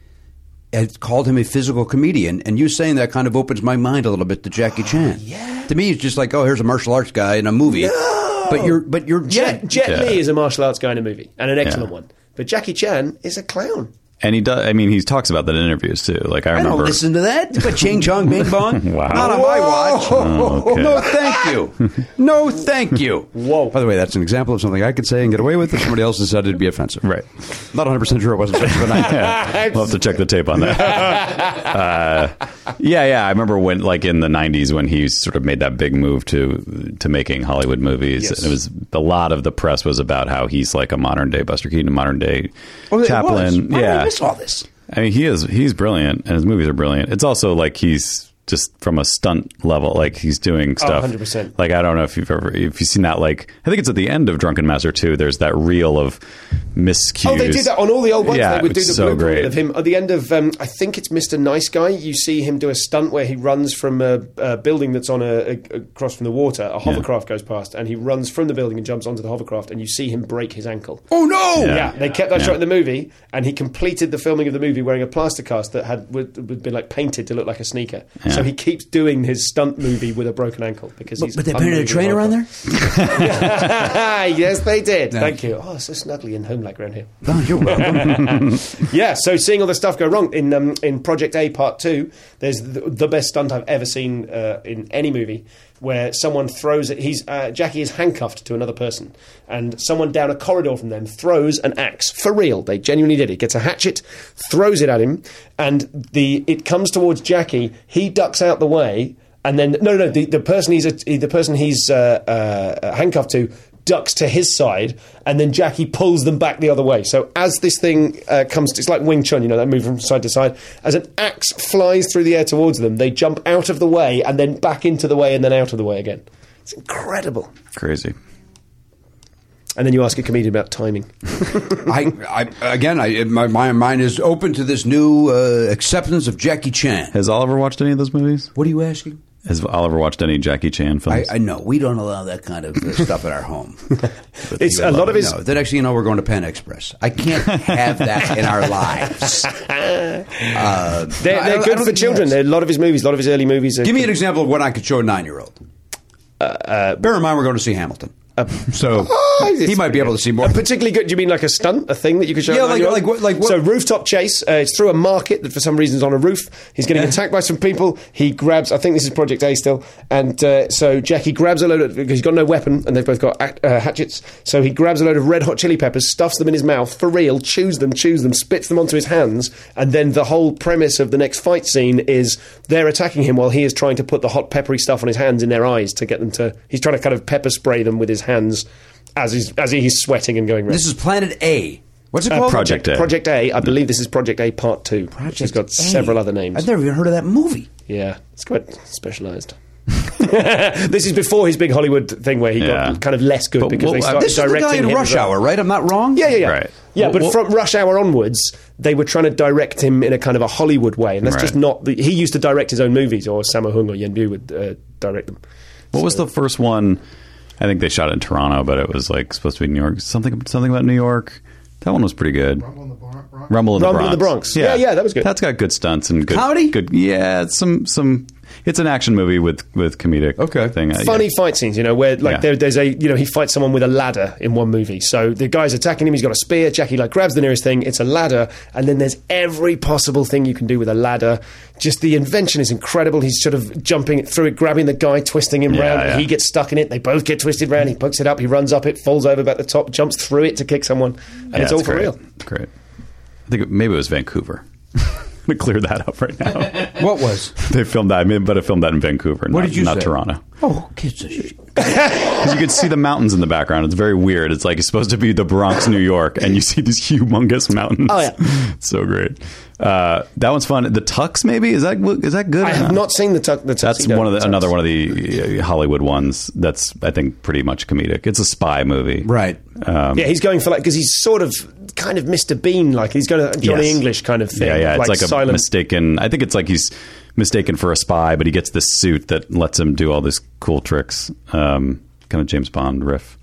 A: had called him a physical comedian, and you saying that kind of opens my mind a little bit to Jackie Chan. yeah. To me, it's just like, oh, here's a martial arts guy in a movie. But you're, but you're,
H: Jet,
A: Jet-
H: Jet
B: Yeah.
H: Li is a martial arts guy in a movie, and an excellent
B: Yeah.
H: one. But Jackie Chan is a clown.
B: And he does. I mean, he talks about that in interviews too. Like I
A: I
B: remember.
A: don't listen to that. But Ching Chong Bing Bong.
B: Wow.
A: Not on my watch.
B: okay.
A: No, thank you. No, thank you.
H: Whoa.
A: By the way, that's an example of something I could say and get away with if somebody else decided to be offensive.
B: Right.
A: Not 100% sure it wasn't offensive, but I-
B: we'll have to check the tape on that. uh, yeah, yeah. I remember when, like in the '90s, when he sort of made that big move to to making Hollywood movies,
H: Yes.
B: and it was a lot of the press was about how he's like a modern day Buster Keaton, a modern day
A: Oh, it was.
B: Chaplin.
A: Why did I
B: yeah,
A: miss all this?
B: I mean, he is he's brilliant, and his movies are brilliant. It's also like he's just from a stunt level, like he's doing stuff.
H: 100%.
B: Like I don't know if you've ever if you've seen that. Like I think it's at the end of Drunken Master Two. There's that reel of miscues.
H: Oh, they did that on all the old ones.
B: Yeah,
H: they would do the
B: it's so
H: blueprint
B: great.
H: of him at the end of. Um, I think it's Mr. Nice Guy. You see him do a stunt where he runs from a, a building that's on a, a across from the water. A hovercraft goes past, and he runs from the building and jumps onto the hovercraft, and you see him break his ankle.
A: Oh, no.
B: Yeah.
H: Yeah, they kept that
B: Yeah.
H: shot in the movie, and he completed the filming of the movie wearing a plaster cast that had would, would been like painted to look like a sneaker. So he keeps doing his stunt movie with a broken ankle because
A: But,
H: he's.
A: but they painted a train around there?
H: there. yes, they did. Thank you. Oh, it's so snuggly and homelike around here.
A: Oh, you're welcome.
H: Yeah, so seeing all the stuff go wrong in um, in Project A Part Two, there's the, the best stunt I've ever seen uh, in any movie, where someone throws it. He's uh, Jackie is handcuffed to another person, and someone down a corridor from them throws an axe for real. They genuinely did it. Gets a hatchet, throws it at him, and the it comes towards Jackie. He ducks out the way, and then no, no, no, the, the person he's the person he's uh, uh, handcuffed to ducks to his side, and then Jackie pulls them back the other way. So as this thing uh, comes, to, it's like Wing Chun, you know, that move from side to side. As an axe flies through the air towards them, they jump out of the way and then back into the way and then out of the way again. It's incredible.
B: Crazy.
H: And then you ask a comedian about timing.
A: I, I, again, I, my, my mind is open to this new uh, acceptance of Jackie Chan.
B: Has Oliver watched any of those movies?
A: What are you asking?
B: Has Oliver watched any Jackie Chan
A: I,
B: films?
A: I know we don't allow that kind of uh, stuff at our home.
H: It's a lot of his.
A: No, the next thing you know, we're going to Pan Express. I can't have that in our lives. Uh,
H: They're,
A: I
H: they're
A: don't- I
H: good
A: don't
H: for
A: think he
H: children.
A: has.
H: A lot of his movies, a lot of his early movies. Are
A: Give me an example of what I could show a nine-year-old.
H: Uh,
A: Bear in mind, we're going to see Hamilton, so he might be able to see more.
H: A Ah, particularly good. Do you mean like a stunt, a thing that you could show?
A: Yeah,
H: a
A: like-
H: nine-year-old?
A: like what- like what-
H: So rooftop chase. Uh, it's through a market that for some reason is on a roof. He's getting attacked by some people. He grabs. I think this is Project A still. And uh, so Jackie grabs a load of because he's got no weapon and they've both got ac- uh, hatchets. So he grabs a load of red hot chili peppers, stuffs them in his mouth for real, chews them, chews them, spits them onto his hands, and then the whole premise of the next fight scene is they're attacking him while he is trying to put the hot peppery stuff on his hands in their eyes to get them to. He's trying to kind of pepper spray them with his hands. As he's, as he's sweating and going red.
A: This is Planet A. What's it called?
B: Project A.
H: Uh, Project A, I believe this is Project A Part Two. which has got
A: A.
H: several other names.
A: I've never even heard of that movie.
H: yeah, it's quite specialised. this is before his big Hollywood thing where he
B: Yeah.
H: got kind of less good
B: But
H: because
B: what-
H: they
B: uh,
H: started
B: But
A: This is the
H: Oh, directing
A: guy in
H: him
A: Rush
H: as well.
A: Hour, right? I'm not wrong.
H: Yeah, yeah, yeah.
B: Right.
H: Yeah,
B: Well,
H: but
B: well-
H: from Rush Hour onwards, they were trying to direct him in a kind of a Hollywood way, and that's
B: Right.
H: just not. The, he used to direct his own movies, or Sammo Hung or Yen Bu would uh, direct them.
B: what was the first one? I think they shot it in Toronto, but it was like supposed to be New York. Something something about New York. That one was pretty good.
F: Rumble in the Bron- Bronx.
B: Rumble in the
H: Rumble
B: Bronx.
H: in the Bronx. Yeah, yeah, that was good.
B: That's got good stunts and good
A: Comedy?
B: Good, yeah, it's some some. It's an action movie with with comedic
A: Okay.
B: thing. Uh,
H: funny
B: yeah.
H: fight scenes, you know, where like
B: Yeah.
H: there, there's a you know he fights someone with a ladder in one movie. So the guy's attacking him. He's got a spear. Jackie like grabs the nearest thing. It's a ladder, and then there's every possible thing you can do with a ladder. Just the invention is incredible. He's sort of jumping through it, grabbing the guy, twisting him
B: Yeah,
H: round.
B: yeah.
H: He gets stuck in it. They both get twisted round. He pokes it up. He runs up it, falls over about the top, jumps through it to kick someone, and
B: Yeah,
H: it's all for
B: great.
H: real.
B: It's great. I think it- maybe it was Vancouver. I'm gonna clear that up right now.
A: What was?
B: they filmed that, I mean, but I filmed that in Vancouver,
A: What
B: not,
A: did you
B: not
A: say?
B: Toronto.
J: Oh, who gives a shit?
B: Because you could see the mountains in the background. It's very weird. It's like it's supposed to be the Bronx, New York, and you see these humongous mountains.
H: Oh, yeah.
B: so great. Uh, that one's fun. The Tux, maybe is that is that good?
H: I have not seen the tuck. The
B: That's
H: tuxedo
B: one of the,
H: tux.
B: another one of the uh, Hollywood ones. That's I think pretty much comedic. It's a spy movie,
A: Right.
H: Yeah, he's going for like because he's sort of kind of Mr. Bean like. He's going to Johnny
B: Yes.
H: English kind of thing.
B: Yeah, yeah. It's like, a
H: silent.
B: mistaken. I think it's like he's mistaken for a spy, but he gets this suit that lets him do all these cool tricks. Um, kind of James Bond riff.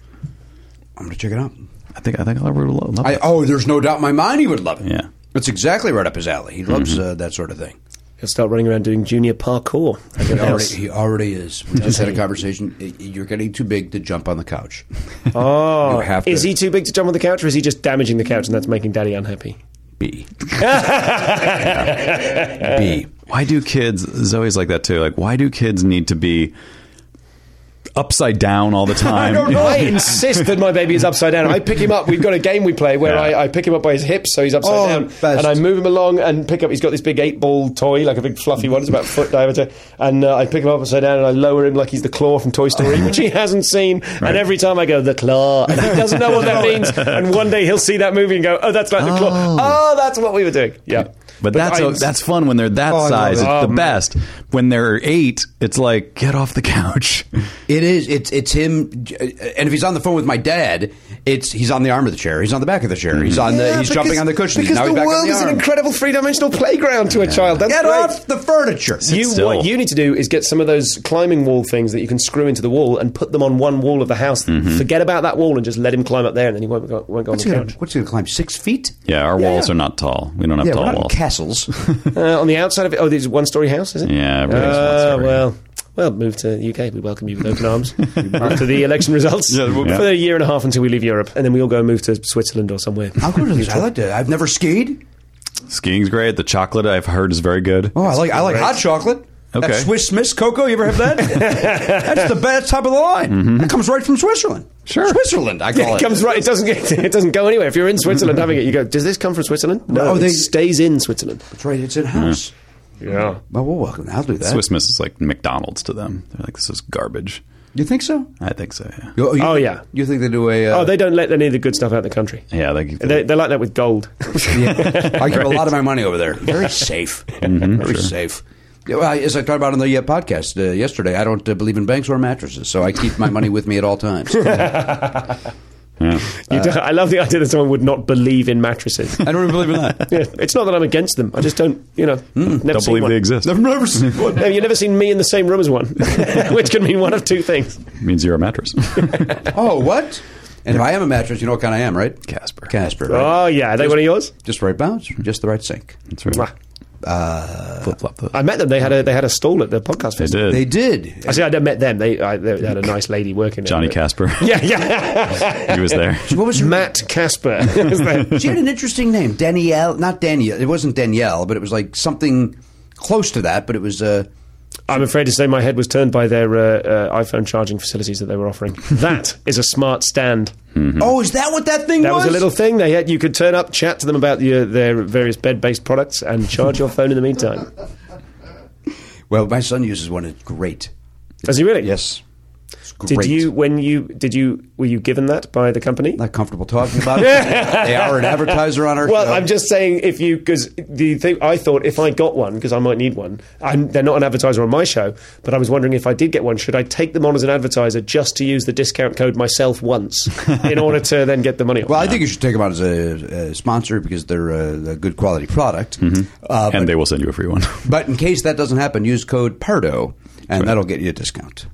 A: I'm gonna check it out.
B: I think I think I would love. love
A: I
B: it.
A: oh, there's no doubt in my mind he would love it.
B: Yeah.
A: That's exactly right up his alley. He loves
H: Mm-hmm.
A: uh, that sort of thing.
H: He'll start running around doing junior parkour. at the
A: He
H: house.
A: already, he already is. We just had a conversation. Y- You're getting too big to jump on the couch.
H: Oh,
A: You have to-
H: is he too big to jump on the couch, or is he just damaging the couch, and that's making Daddy unhappy?
B: B.
A: B.
B: Why do kids? Zoe's like that too. Like, why do kids need to be upside down all the time?
H: I insist that my baby is upside down. I pick him up. We've got a game we play where
B: Yeah.
H: I, I pick him up by his hips, so he's upside
A: Oh,
H: down,
A: best.
H: and I move him along and pick up. He's got this big eight ball toy, like a big fluffy one. It's about a foot diameter, and uh, I pick him up upside down and I lower him like he's the claw from Toy Story, which he hasn't seen. And every time I go the claw, and he doesn't know what that means. And one day he'll see that movie and go, oh, that's like the claw. Oh, that's what we were doing. Yeah,
B: But, that's
H: I-
B: a, that's fun when they're that
A: I love
B: size.
A: it. Um,
B: It's
H: Oh,
B: the
H: man.
B: best. When they're eight, it's like get off the couch.
A: It is. It's it's him. uh, And if he's on the phone with my dad, it's he's on the arm of the chair. He's on the back of the chair. He's on the.
H: Mm-hmm. Yeah,
A: uh, he's
H: because-
A: jumping on the cushion.
H: Because
A: now
H: the
A: he's back
H: world
A: on the
H: is an
A: arm.
H: incredible three-dimensional playground to a child. That's
A: Get
H: great.
A: off the furniture.
H: You,
B: still.
H: what you need to do is get some of those climbing wall things that you can screw into the wall and put them on one wall of the house.
B: Mm-hmm.
H: Forget about that wall and just let him climb up there, and then he won't go, won't go on
A: What's
H: the
A: he, gonna,
H: couch.
A: what's he gonna climb? Six feet?
B: Yeah, our walls are not tall. We don't have
A: Yeah,
B: tall
A: we're not in
B: walls.
A: castles.
H: Uh, on the outside of it, oh, there's a one-story house, is it?
B: Yeah, everything's
H: Uh,
B: one-story.
H: well, well, move to the UK. We welcome you with open arms after the election results
B: Yeah, we'll-
H: for a year and a half until we leave Europe, and then we all go and move to Switzerland or somewhere.
A: I'll go to this. I like to. I've never skied.
B: Skiing's great. The chocolate I've heard is very good.
A: Oh, I like I like hot chocolate.
B: Okay.
A: That Swiss Miss cocoa, you ever have that? That's the best top of the line. That comes right from Switzerland. Sure, Switzerland. I call
H: Mm-hmm. It comes right. It doesn't. Get, it doesn't go anywhere. If you're in Switzerland having it, you go. Does this come from Switzerland? No,
A: No, oh, they-
H: it stays in Switzerland.
A: That's right. It's in house.
H: Mm. Yeah.
A: Well, we'll welcome. I'll do that.
B: Swiss Miss is like McDonald's to them. They're like, this is garbage.
A: You think so?
B: I think so. Yeah,
A: You- you-
H: Oh, yeah.
A: You think they do a? Uh,
H: Oh, they don't let any of the good stuff out of the country.
B: yeah they, they,
H: They, they're like that with gold.
A: I give a lot of my money over there. Very safe.
H: Mm-hmm,
A: Very safe. Yeah, well, I- as I talked about on the uh, podcast uh, yesterday, I don't uh, believe in banks or mattresses, so I keep my money with me at all times. I
H: You don't- I love the idea that someone would not believe in mattresses.
A: don't even believe in that.
H: Yeah, it's not that I'm against them. I just don't, you know, never
B: Hmm, don't
H: seen
B: believe
H: one.
B: they exist.
A: I've never seen one.
H: No, you've never seen me in the same room as one, which can mean one of two things.
B: means you're a mattress.
A: Oh, what? And if I am a mattress, you know what kind I am, right?
B: Casper.
A: Casper. Right?
H: Oh, yeah. Are they one of yours?
A: just the right bounce, just the right sink. Uh,
B: That's right.
H: Mwah.
B: Flip flop. the-
H: I met them. They had a they had a stall at the podcast
B: They
H: festival.
B: did.
A: They did.
H: I see. I met them. They, I, they had a nice lady working there.
B: Johnny
H: but-
B: Casper.
H: Yeah, yeah.
B: he was there.
A: What was her?
H: Matt Casper. was there.
A: She had an interesting name, Danielle. Not Danielle. It wasn't Danielle, but it was like something close to that. But it was. Uh,
H: I'm afraid to say my head was turned by their uh, uh, iPhone charging facilities that they were offering. That is a smart stand.
A: Oh, is that what that thing
H: Mm-hmm. That
A: was?
H: was a little thing they had. You could turn up, chat to them about your, their various bed-based products, and charge your phone in the meantime.
A: Well, my son uses one. It's great.
H: Does he really?
A: Yes. It's
H: Did
A: great.
H: you when you did you were you given that by the company?
A: Not comfortable talking about it. they are an advertiser on our
H: Well,
A: show.
H: I'm just saying if you because the thing I thought if I got one because I might need one. I'm, they're not an advertiser on my show, but I was wondering if I did get one, should I take them on as an advertiser just to use the discount code myself once in order to then get the money? Off?
A: Well, I think you should take them on as a, a sponsor because they're uh, a, a good quality product.
H: Mm-hmm.
A: Uh,
B: and they will send you a free one.
A: but in case that doesn't happen, use code Pardo, and that'll get you a discount.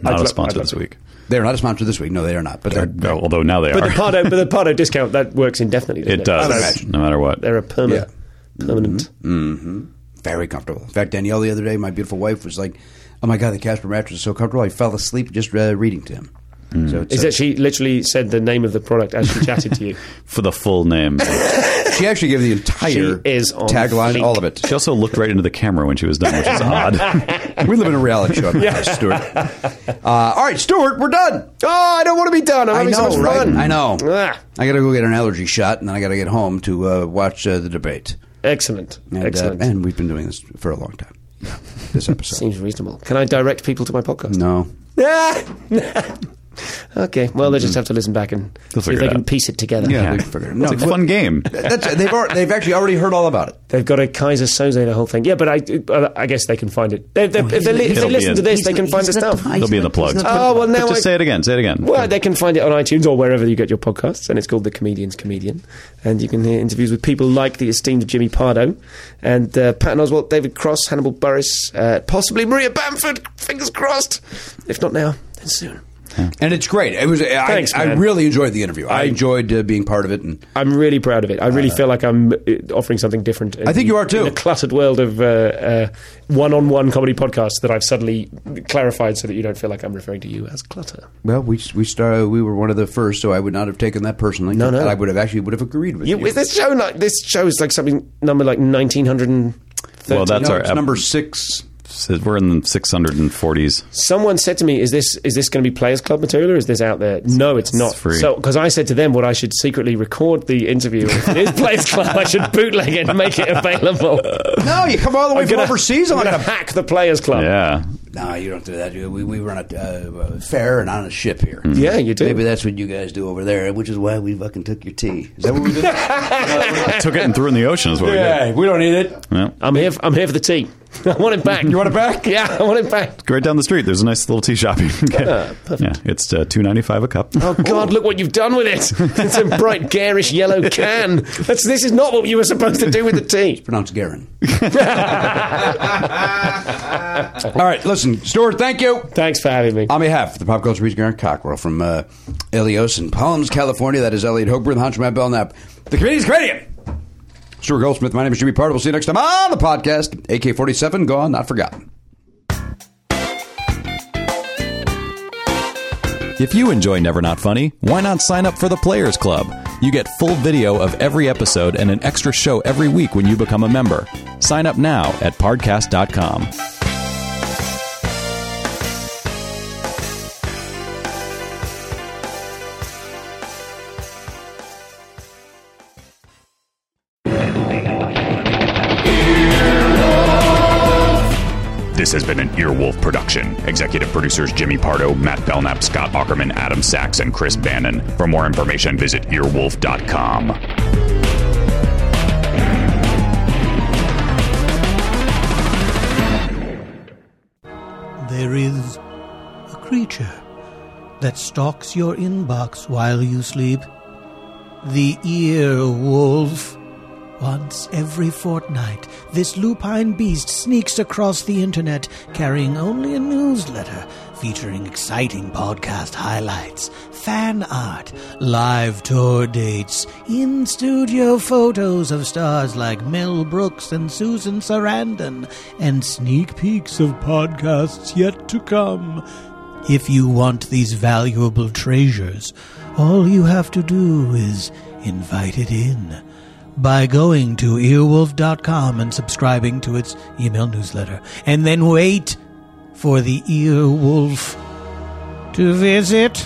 B: Not
H: I'd
B: a
H: lo-
B: sponsor
H: I'd
B: this
H: love
B: week.
A: They're not a sponsor this week. No, they are not. But they're,
B: No, although now they
H: but
B: are.
H: the Pardo but the Pardo discount that works indefinitely.
B: it
H: doesn't it
B: does. No matter what.
H: They're a permanent. Permanent.
A: Mm-hmm. very comfortable. In fact, Danielle the other day, my beautiful wife, was like, "Oh my god, the Casper mattress is so comfortable. I fell asleep just uh, reading to him." So it's,
H: Mm. Is
A: uh,
H: that she literally said the name of the product as she chatted to you?
B: For the full name.
A: she actually gave the entire
H: She is on
A: tagline,
H: fleek.
A: all of it.
B: She also looked right into the camera when she was done, which is odd.
A: We live in a reality show, yeah. Stuart. Uh, all right, Stuart, we're done.
H: Oh, I don't want to be done. I'm
A: I
H: having
A: know,
H: so much
A: right?
H: fun.
A: I know.
H: Ah,
A: I got to go get an allergy shot, and then I got to get home to uh, watch uh, the debate.
H: excellent.
A: And, uh,
H: excellent.
A: and we've been doing this for a long time. This episode.
B: Mm.
H: Seems reasonable. Can I direct people to my podcast?
A: no.
H: Ah! okay, well, they just have to listen back and see
B: Mm. figure
H: if
B: it
H: they can
B: out.
H: piece it together.
A: Yeah, we figured. No,
B: It's a fun game.
A: that's they've already, they've actually already heard all about it.
H: They've got a Kaiser Soze, the whole thing. Yeah, but I, I guess they can find it. They, they, if they, li- if
B: It'll Oh,
H: they
B: be
H: listen
B: in-
H: to this, they can find the stuff.
B: They'll be in the plugs.
H: Oh, well, now
B: But just
H: I-
B: say it again. Say it again.
H: Well, they can find it on iTunes or wherever you get your podcasts, and it's called The Comedian's Comedian. And you can hear interviews with people like the esteemed Jimmy Pardo and uh, Patton Oswalt, David Cross, Hannibal Burris, uh, possibly Maria Bamford. Fingers crossed. If not now, then soon.
A: And it's great. It was. I,
H: Thanks,
A: I
H: man.
A: really enjoyed the interview. I, enjoyed uh, being part of it. And
H: I'm really proud of it. I really feel like I'm uh, offering something different. in
A: I think
H: the-
A: you are too.
H: In the cluttered world of uh, uh, one-on-one comedy podcasts that I've suddenly clarified so that you don't feel like I'm referring to you as clutter.
A: well, we we started. We were one of the first, so I would not have taken that personally.
H: No, no.
A: I would have actually would have agreed with you.
H: You, is this show like this show is like something number like 1900 and
B: Well, that's
A: no,
B: our
A: it's
B: ep-
A: number six.
B: So We're in the 640s.
H: someone said to me, "Is this is this going to be Players Club material, or is this out there?" No, it's not.
B: free.
H: So, because I said to them, "What I should secretly record the interview if it is Players Club. I should bootleg it and make it available."
A: No, you come all the way
H: I'm
A: from
H: gonna-
A: overseas
H: I'm
A: on
H: going to
A: it.
H: hack the Players Club.
B: Yeah.
A: No, you don't do that. We, we run a uh, fair and honest ship here.
H: Yeah, you do.
A: Maybe that's what you guys do over there, which is why we fucking took your tea. Is that what we did?
B: Took it and threw it in the ocean is what
A: yeah, we don't need it.
B: we did. Yeah.
H: I'm here. For, I'm here for the tea. I want it back. You
A: want it back?
H: Yeah, I want it back.
B: Go Right down the street, there's a nice little tea shop. You can get.
H: Ah,
B: yeah, it's uh, two ninety five a cup.
H: Oh God! Look what you've done with it. It's a bright garish yellow can. That's, this is not what you were supposed to do with the tea.
A: Pronounce Garin. all right, listen, Stuart. Thank you.
H: Thanks for having me.
A: On behalf of the Pop Culture Beach Garden Cockrell from uh, Elios in Palms, California, that is Elliot Hope and Hunchback Belknap, the comedian's comedian. Stuart Goldsmith, my name is Jimmy Pardo. We'll see you next time on the podcast. AK 47, gone, not forgotten.
I: If you enjoy Never Not Funny, why not sign up for the Players Club? You get full video of every episode and an extra show every week when you become a member. Sign up now at podcast.com.
K: This has been an Earwolf production. Executive producers Jimmy Pardo, Matt Belknap, Scott Ackerman, Adam Sachs, and Chris Bannon. For more information, visit earwolf.com.
L: There is a creature that stalks your inbox while you sleep. The ear wolf. Once every fortnight, this lupine beast sneaks across the internet carrying only a newsletter featuring exciting podcast highlights, fan art, live tour dates, in studio photos of stars like Mel Brooks and Susan Sarandon, and sneak peeks of podcasts yet to come. If you want these valuable treasures, all you have to do is invite it in by going to earwolf.com and subscribing to its email newsletter, and then wait for the earwolf to visit.